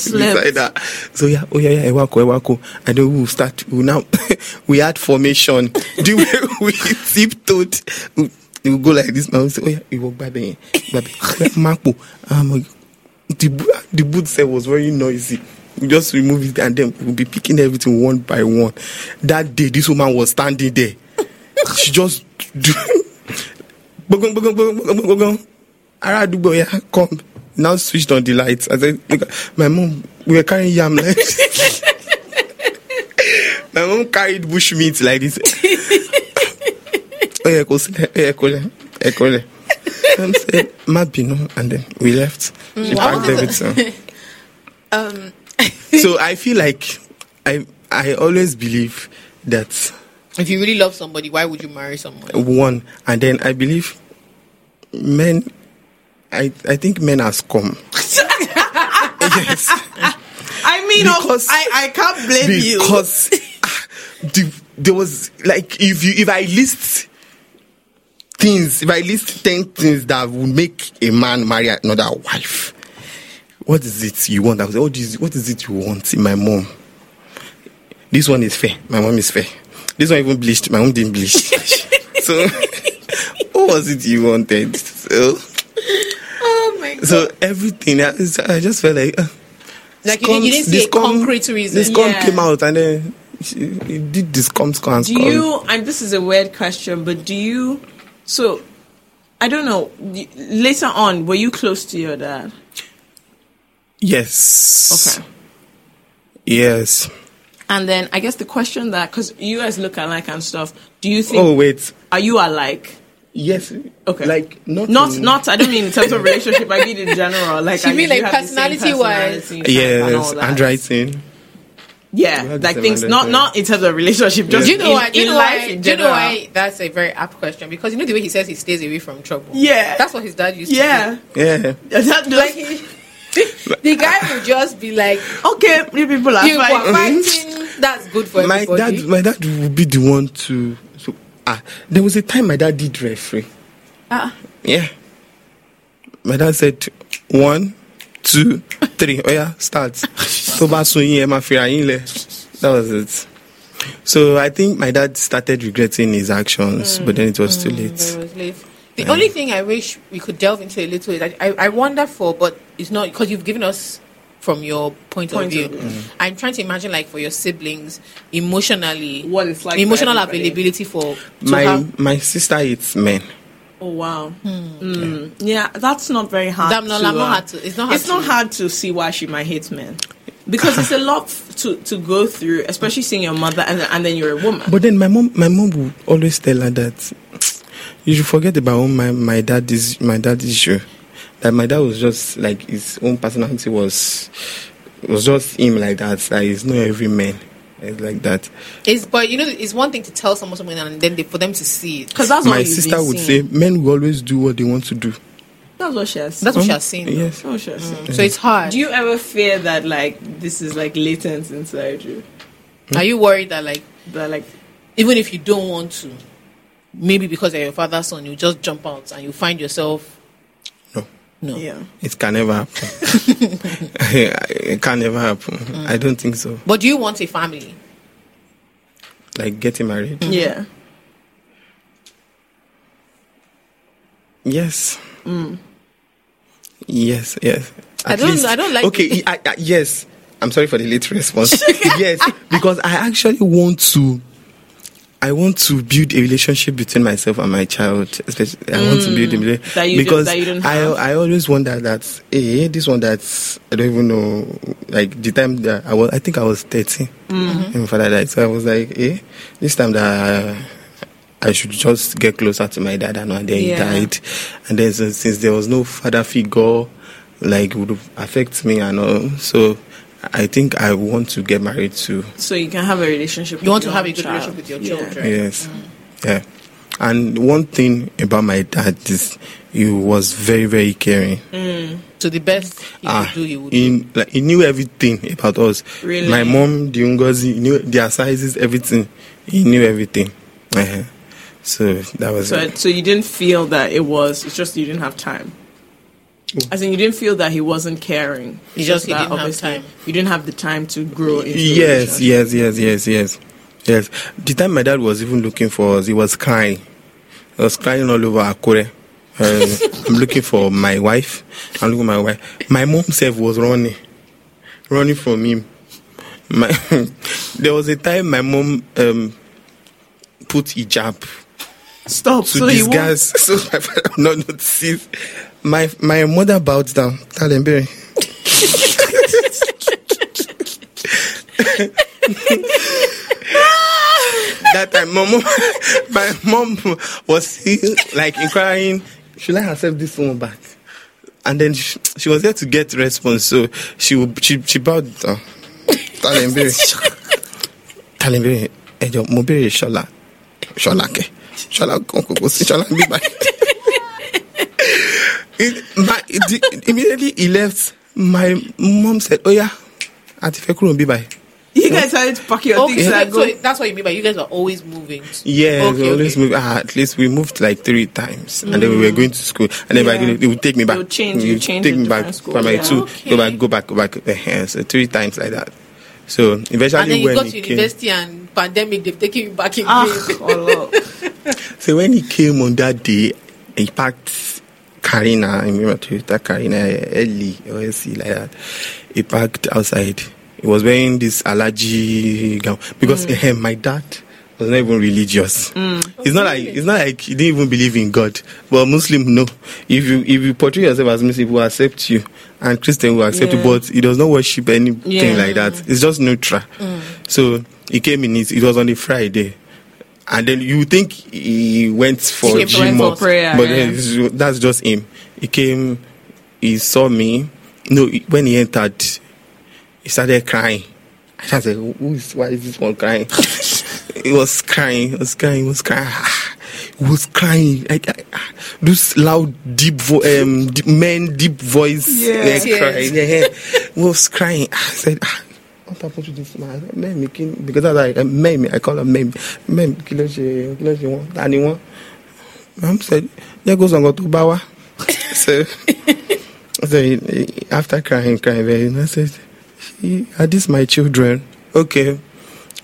slept.
beside her. So yeah, oh yeah, yeah, ewako, ewako, and then we will start. We will now we had formation. the way we tiptoed, we, we will go like this. My mom say, oh yeah, you walk by there, by there. Mapo, um, the bo- the boot set was very noisy. We just remove it and then we'll be picking everything one by one. That day, this woman was standing there. she just. Bogum, bogum, bogum, bogum, bogum. Ara Dubo, yeah, come. Now switched on the lights. I said, "Look, my mom, we were carrying yam like My mom carried bush meat like this. oh, yeah, go sit there. Oh, yeah, go there. Yeah, go there. And said, "Ma binu," and then we left. She packed everything.
Um,
so I feel like I I always believe that
If you really love somebody, why would you marry someone?
one and then i believe men i i think men has come yes
I mean,
oh,
of-
Because-
I, I can't blame you.
because ah, the, there was like if you if i list things if i list 10 things that would make a man marry another wife what is it you want I would say, what is what is it you want in my mom this one is fair my mom is fair This one even bleached. My own didn't bleach. so, what was it you wanted? So,
Oh my god.
so everything. I, I just felt like. Uh,
Like you didn't- you didn't see a concrete reason.
This cum
Yeah.
came out and then she, it did this cum scans.
Do you? And this is a weird question, but do you? So, I don't know. y- Later on, were you close to your dad?
Yes.
Okay.
Yes.
And then I guess the question that because you guys look alike and stuff. Do you think?
Oh wait.
Are you alike?
Yes.
Okay.
Like not.
Not
in-
not. I don't mean in terms of relationship. I mean in general. Like
She
I
mean
you
like
have the same
personality-wise?
personality and all
Yes.
that.
Handwriting. We
Yeah,
had the
like
same
things. Not
handwriting.
not in terms of relationship. Just
Do you know
in,
why? Do you
in
know
life
why?
in
Do you know
general.
why? That's a very apt question because you know the way he says he stays away from trouble.
Yeah.
that's what his dad used
Yeah.
to
Yeah.
That just,
do. Like he, the guy would just be like,
okay, you people are
"You are
fine.
fighting. That's good for
my
everybody."
dad. My dad would be the one to. So, ah, there was a time my dad did referee.
Ah.
Yeah. My dad said one, two, three. Oh yeah, start. So bad soon, yeah, my fear, I ain't le. That was it. So I think my dad started regretting his actions, but then it was too late.
It was late. The only thing I wish we could delve into a little is I, I, I wonder for, but it's not because you've given us from your point,
Point
of
of
view.
view.
I'm trying to imagine like for your siblings emotionally,
What it's like for
emotional
everybody.
availability for to
My
have
my sister hates men.
Oh wow.
Hmm.
Mm. Yeah, that's not very hard.
Damn, no,
to,
I'm not
uh,
hard to- it's not hard
It's not
to-
hard to see why she might hate men. Because it's a lot f- to, to go through, especially seeing your mother and, and then you're a woman.
But then my mom, my mom would always tell her that you should forget about my my dad is my dad issue. That my dad was just like his own personality was was just him like that. That he's not every man. It's like that.
It's but you know it's one thing to tell someone something and then they, for them to see it.
Because that's
my
what you've
sister
been
would
seeing.
say men will always do what they want to do.
That's what she has seen.
That's Mm.
Um,
what she has seen. though.
Yes.
That's what she has seen.
So it's hard.
Do you ever fear that, like, this is, like, latent inside you?
Are you worried that like
That, like,
even if you don't want to, maybe because you're your father's son, you just jump out and you find yourself
No.
no.
yeah.
It can never happen. it can never happen. I don't think so.
But do you want a family?
Like getting married.
Mm-hmm.
Yeah.
Yes.
Mm.
Yes, yes.
I
At
don't- I don't like
Okay,
the-
I, I, yes. I'm sorry for the late response. yes, because I actually want to. I want to build a relationship between myself and my child. Especially, I want to build a relationship
Mm. That you don't-
because
that you don't have.
I I always wonder that eh this one that's I don't even know like the time that I was I think I was 13 and my father died so I was like eh this time that I, I should just get closer to my dad and then he
Yeah.
died and then since, since there was no father figure like would affect me and all so I think I want to get married too
So you can have a relationship
You want
with
to
your
have a
own
good
child.
relationship with your
Yeah.
children.
Yes. Yeah. And one thing about my dad is he was very, very caring.
So the best he
Ah,
could do, he would. do.
he, like, he knew everything about us.
Really?
My mom, the Ungozi, he knew their sizes, everything. He knew everything. Uh-huh. So that was
So,
it.
so you didn't feel that it was. It's just you didn't have time. As in, you didn't feel that he wasn't caring.
It's
It's
just he
that
didn't have
obviously
time.
You didn't have the time to grow. Into a
Yes,
relationship.
yes, yes, yes, yes. Yes. The time my dad was even looking for us, he was crying. He was crying all over Akure. Uh, I'm looking for my wife. I'm looking for my wife. My mom self was running. Running from him. My there was a time my mom um, put hijab
Stop.
to
so
these
you won't.
guys so my father will not notice. My my mother bowed down. Talembere. that time, my mom, my mom was still like inquiring, should I accept this woman back? And then she, she was there to get response, so she would- she she bowed down. Talembere. Talembere. Ejo, mo bere Shola. Shola ke. Shola kon koko si Shola n bí báyìí. It- my- the- Immediately he left, my mom said, Oh yeah, a ti fẹ́ kúrò n bí báyìí.
You guys started to pack your
Okay,
things
so,
and
that- Oh, so
go.
it- that's what you mean by you guys are always moving.
Yeah,
Okay,
we always
okay.
move. Ah, at least we moved like three times, and then we were going to school. And then
Yeah.
by the- they would take me back.
would change- you
would
change
take
to
me back
different school,
primary
yeah.
two.
Okay.
Go back, go back, go back. eh, eh, so three times like that. So eventually,
And then you
when
got
he
to
came-
university and pandemic, they've taken you back again.
Ah, Allah.
So when he came on that day, he packed Karina, I remember Toyota Karina early, OSC like that. He packed outside. He was wearing this allergy gown because eh, my dad was not even religious. It's not like it's not like he didn't even believe in God. But Muslim, no. If you if you portray yourself as Muslim, people will accept you, and Christian will accept you. But he does not worship anything
Yeah.
like that. It's just neutral. So he came in. It, it was on a Friday and then you think he went for
He
gym
went
or
for
prayer,
but
yeah.
then it's- that's just him. He came, he saw me. No, he- when he entered, he started crying. I just said, "Who is? Why is this one crying?" he was crying. He was crying. He was crying. Ah, He was crying. I, I, ah, this loud, deep, vo- um, deep men, deep voice.
Yes.
eh, crying. Yeah, yeah. He was crying. I said. "Ah, what happened to this man? Mẹ́mi kí ni? Because that's like, mẹ́mi, I call her mẹ́mi. Mẹ́mi kí ló ṣe kí ló ṣe wọ́n? Ta ni wọ́n? Mom said, jẹ́ kó sọ̀ngàn tó bá wá. So, so he, he, after crying, crying, then I said, "She- are these my children? Okay.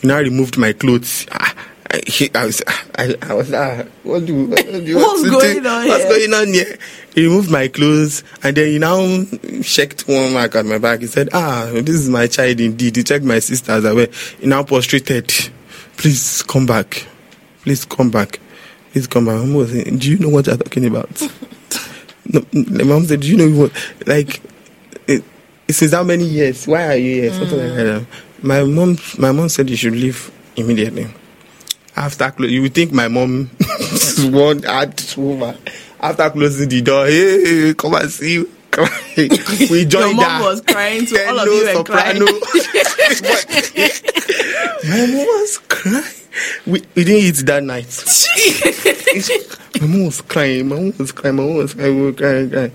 He now removed my clothes. Ah, I, he, I was, ah, I, I was, ah, what do, what do you want
What's
to
going
do?
on
What's
here?"
going on here? He removed my clothes and then he now checked one mark at my back. He said, Ah, this is my child indeed. He checked my sister as well. He now prostrated. Please come back. Please come back. Please come back. Mom was saying, Do you know what you're talking about? no, the mom said, Do you know what? Like, it, since how many years? Why are you here? Something like
Mm.
that. My mom, my mom said you should leave immediately after clo- you would think my mom one hard woman after closing the door hey come and see we
Your
joined
mom
her.
was crying too. All of
Tenor,
you were
soprano.
crying.
But- my mom was crying we, we didn't eat that night my mom was crying my mom was crying my mom was crying, we were crying, crying.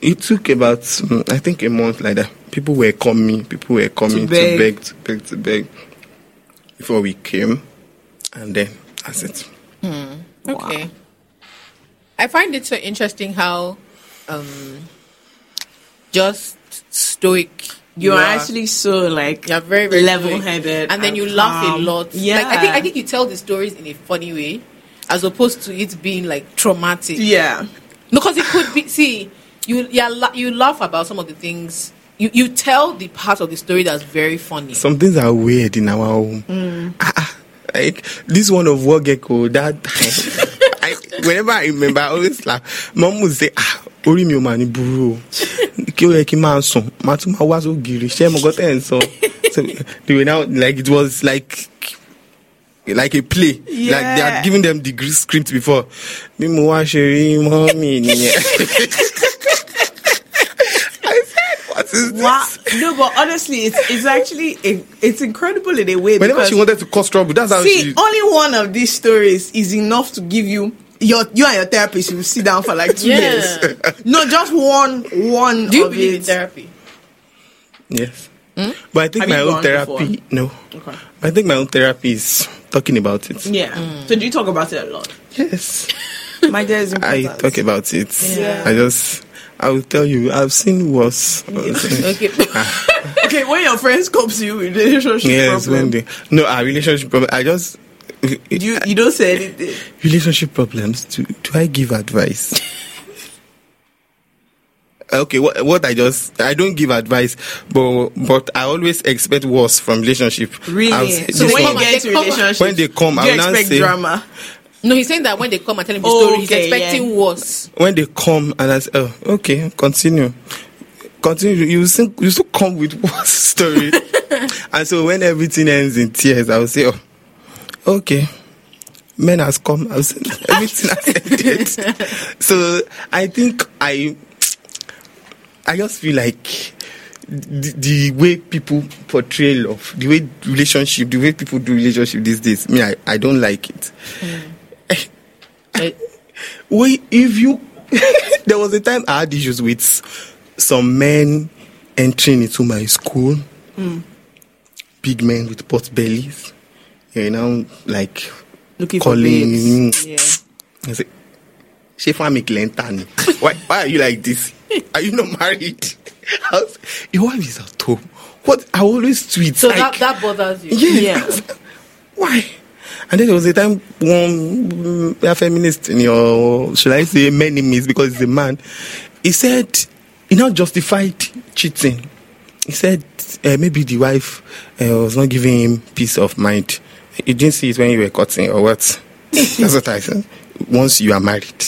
it took about mm, i think a month like that people were coming people were coming
beg.
to beg to beg to beg before we came and then that's it
Okay. I find it so interesting how um, just stoic
You are actually so like
you're very, very stoic.
level-headed,
and then you laugh
calm.
a lot.
Yeah,
like, I think I think you tell the stories in a funny way, as opposed to it being like traumatic.
yeah.
No, because it could be. See, you yeah, la- you laugh about some of the things. You you tell the part of the story that's very funny.
some things are weird in our home.
Mm.
Ah, ah, like this one of War Gecko, that I, whenever I remember, I always laugh. Mom would say, ah, orí mi ò mà ní burú o. Kí ó yẹ kí n máa sùn, màá tún máa wá sógiri, ṣé mo gbọ́ tẹ̀ ń sọ? So they were now like it was like like a play. Like they
Yeah.
had given them the gr- script before. Bí mo wá ṣe rí mọ́mì nìyẹn. I said, what is this?
Wow. No, but honestly, it's it's actually it, it's incredible in a way.
Whenever
because-
she wanted to cause trouble, that's how
see,
she.
only one of these stories is enough to give you your you and your therapist will sit down for like two
Yeah.
years. No, just one one.
Do you
of
believe in
it.
therapy?
Yes. But I think
Hmm? Have
my
you
own
gone
therapy.
before?
No.
Okay.
I think my own therapy is talking about it.
Yeah.
Mm.
So do you talk about it a lot?
Yes.
My dear is
I
important.
talk about it.
Yeah.
I just, I will tell you, I've seen worse. Ah,
Okay.
Okay, when your friends come to you with relationship
yes, when
problem,
they, no, our relationship problem. I just,
do you you don't say anything.
relationship problems. Do, do I give advice? okay, what, what I just, I don't give advice, but, but I always expect worse from relationship. I'll
Really?
say
So
this
when
one-
you get into
They come-
relationship,
when they come,
do
I
you
will now
expect
say-
drama.
no, he's saying that when they come and tell him the
Oh,
story, he's
okay,
expecting
yeah.
worse.
when they come and I say, oh, okay, continue. Continue. You still, you still come with one story. and so when everything ends in tears, I will say, oh, okay. Men has come. I've seen everything has ended. So I think I, I just feel like the, the way people portray love, the way relationship, the way people do relationship these days, me, I, I don't like it
Uh,
we if you there was a time i had issues with some men entering into my school
Hmm.
big men with pot bellies you know like
Looking for
calling
babes. Yeah.
I say, she family lantern. Why, why are you like this? Are you not married? I was, Your wife is at home. What? I always tweet.
so
like,
that, that bothers you.
Yes.
Yeah.
why? And then there was a time one mm, a feminist, in your, should I say, many means because he's a man, he said he now justified cheating. He said uh, maybe the wife uh, was not giving him peace of mind. You didn't see it when you were cutting or what? That's what I said. Once you are married,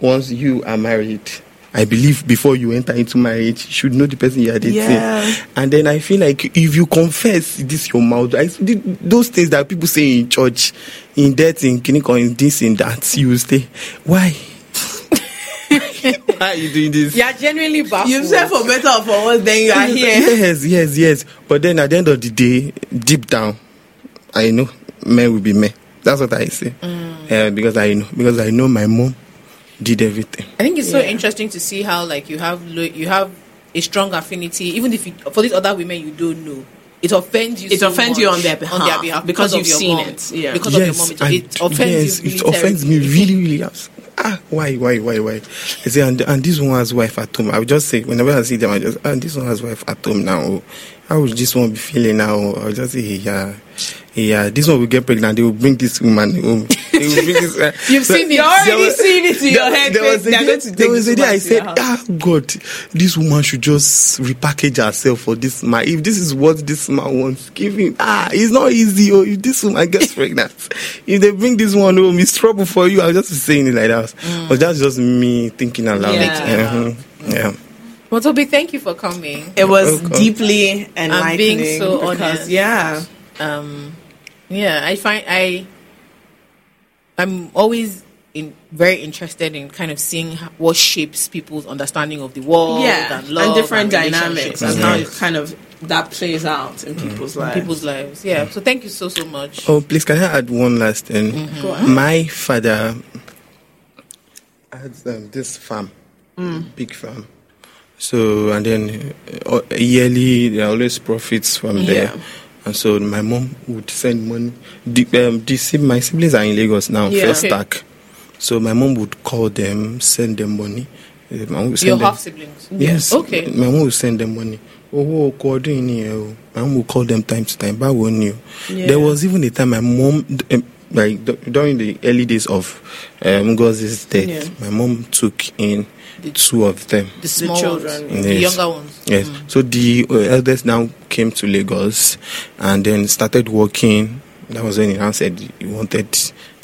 once you are married, I believe before you enter into marriage, you should know the person you are dating.
Yeah.
And then I feel like if you confess this your mouth, I, th- those things that people say in church, in that, in clinic, in this, in that, you stay. Why? Why are you doing this?
You are genuinely baffled.
You've said for better or for worse, then you are here.
Yes, yes, yes. But then at the end of the day, deep down, I know men will be men. That's what I say. Eh, because I know, because I know my mom did everything.
I think it's so interesting to see how like you have lo- you have a strong affinity, even if you, for these other women you don't know. It offends you.
It
so
offends you
much
on their behalf, because you've
of your
seen
mom.
it, yeah.
Because
yes,
of your mom, it, it
and
offends
yes,
you.
it offends me really, really. I was- Ah, why, why, why, why? I say, and, and this one has wife at home. I would just say, whenever I see them, I just, and this one has wife at home now. oh. How would this one be feeling now? I would just say, yeah, yeah, this one will get pregnant. They will bring this woman home. They will bring this, uh, You've
seen it. You're
already seen it in your head,
There was a
they are
day,
going to
there
take
was
this
a day
woman
I
to
said,
your house.
ah, God, this woman should just repackage herself for this man. If this is what this man wants, give him. Ah, it's not easy. Oh, if this woman gets pregnant, if they bring this one home, it's trouble for you. I was just saying it like that. But that's just me thinking aloud.
Yeah.
Mhm. yeah.
Well, Toby, thank you for coming.
It was
Okay.
deeply enlightening.
I'm being so honest.
Yeah.
um yeah i find i i'm always in very interested in kind of seeing h- what shapes people's understanding of the world
yeah.
and love
and different
relationships
dynamics
and
and how it kind of that plays out in
Mm.
people's lives.
people's lives yeah so thank you so so much
Oh, please, can I add one last thing?
Mm-hmm.
My father had um, this farm,
Mm.
big farm. So, and then uh, yearly, there are always profits from there. And so my mom would send money. The, um, the, si- my siblings are in Lagos now,
Yeah.
first
Okay.
stack. So my mom would call them, send them money. Uh, my mom would send
your
them-
half siblings
Yes.
Okay.
My mom will send them money. Oh, call ọdún yìí nìyẹn o. My mom will call them time to time. Báwo ni o? There was even a time my mom, um, like d- during the early days of um, Ngozi's death,
Yeah.
my mom took in two of them.
the small
children,
ones, the
Yes.
younger ones
Yes. So the uh, eldest now came to Lagos and then started working. That was when he now said he wanted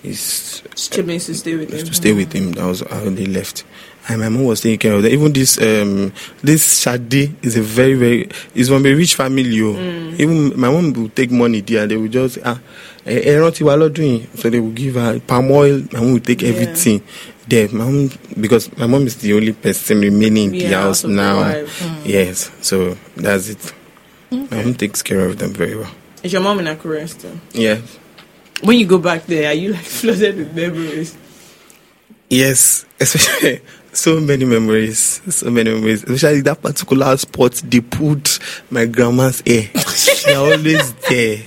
his
Siblings to stay with
was
him.
to stay with him. That was how they left. And my mom was taking care of them. Even this um this Shadi is a very very is from a rich family. oh. Even my mom will take money there. They will just ah eh, ẹran tí wàá lọ́dún yìí so they will give her palm oil. My mom will take everything there. My mom because my mom is the only person remaining in the
Yeah,
house
out of the
now.
wife.
Yes, so that's it. My mom takes care of them very well.
Is your mom in Akure still?
Yeah.
When you go back there, are you like flooded with memories?
Yes, especially so many memories, so many memories. Especially that particular spot they put my grandma's hair. They're always there.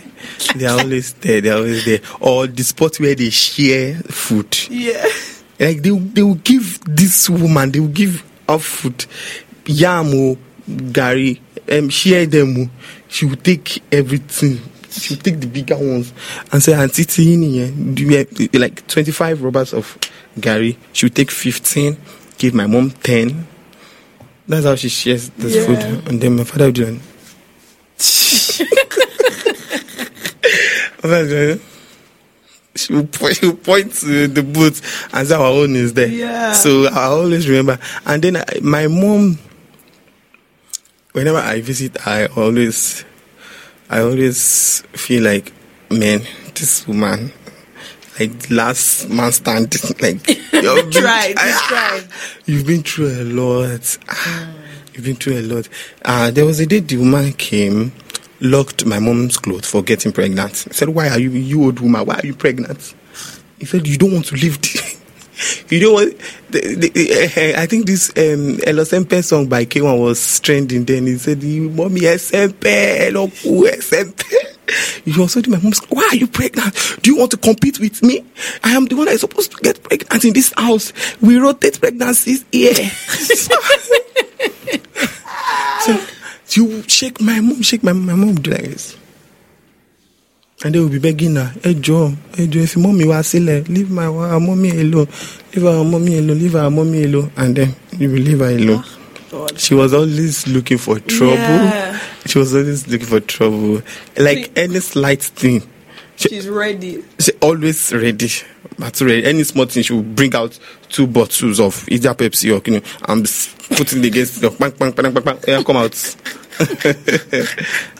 They're always there. They're always there. Or the spot where they share food.
Yeah.
Like they they will give this woman, they will give her food, yam o, gari, um, share them. o. She will take everything. She will take the bigger ones and say, Auntie Tini, like 25 rubbers of gari. She will take 15, give my mom 10. That's how she shares this food. And then my father will do it. My father will do it. She will, point, she will point to the booth and say our own is there.
Yeah.
So I always remember. And then I, my mom, whenever I visit, I always, I always feel like, man, this woman, like last man standing, like you've been-
Tried,
I-
just tried.
You've been through a lot. Ah, You've been through a lot. Uh, there was a day the woman came, locked my mom's clothes for getting pregnant. I said, Why are you, you old woman, why are you pregnant? He said, You don't want to leave. The, you don't want. The, the, eh, eh, I think this um, Elosempe song by K1 was trending then. He said, "You Mommy, Esempe, Eloku, Esempe. You also do my mom's. Why are you pregnant? Do you want to compete with me? I am the one that is supposed to get pregnant in this house. We rotate pregnancies here. So you shake my mom, shake my, my mom do like this. And they will be begging her, hey Joe, hey Joe, if mommy was still there, leave my wa- mommy alone, leave our mommy alone, leave our mommy alone, and then you will leave her alone.
God.
She was always looking for trouble.
Yeah.
She was always looking for trouble.
She-
Like any slight thing,
She's ready.
she always ready. But ready. Any small thing, she will bring out two bottles of either Pepsi or you know, and s- put it against the bang, bang, bang, bang, bang, yeah, come out.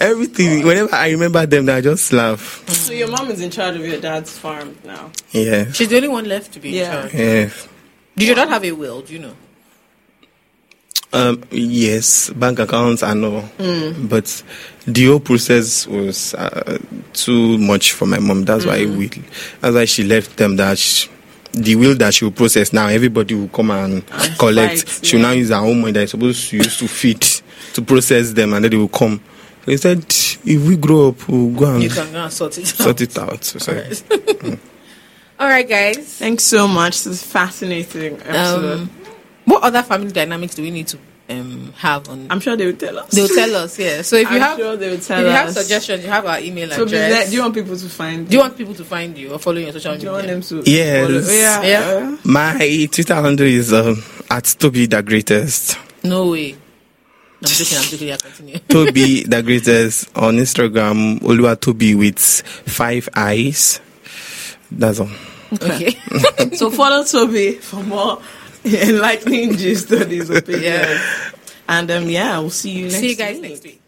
Everything. Whenever I remember them, now I just laugh.
So your mom is in charge of your dad's farm now.
Yeah.
She's the only one left to be
Yeah.
in charge.
Yeah.
Did your dad have a will? Do you know?
Um, yes, bank accounts and all, but the whole process was uh, too much for my mom. That's why we, that's why she left them. That she, the will that she will process now, everybody will come and collect.
fight,
She'll
yeah.
now use her own money that is supposed to use to feed to process them, and then they will come. They said, if we grow up, we'll go
You
and
can go and sort it out.
sort it out. So, sorry.
All right, guys.
Thanks so much. This is fascinating episode.
Um, what other family dynamics do we need to um, have on?
I'm sure they will tell us.
They'll tell us. Yeah. So if you
I'm
have,
sure they'll tell
if you have
us.
suggestions, you have our email
So be
address.
there- do you want people to find?
Do you want people to find you or follow you on social
Do you want
media?
them to?
Yes.
follow- Yeah.
Yeah.
My Twitter handle is um, at Toby the Greatest.
No way. I'm joking. I'm joking. I continue.
Toby the greatest on Instagram, Olua Toby with five eyes. That's all.
Okay.
So follow Toby for more enlightening gist on his opinion.
Yeah.
And um, yeah, we'll see you next
See you guys
week.
next week.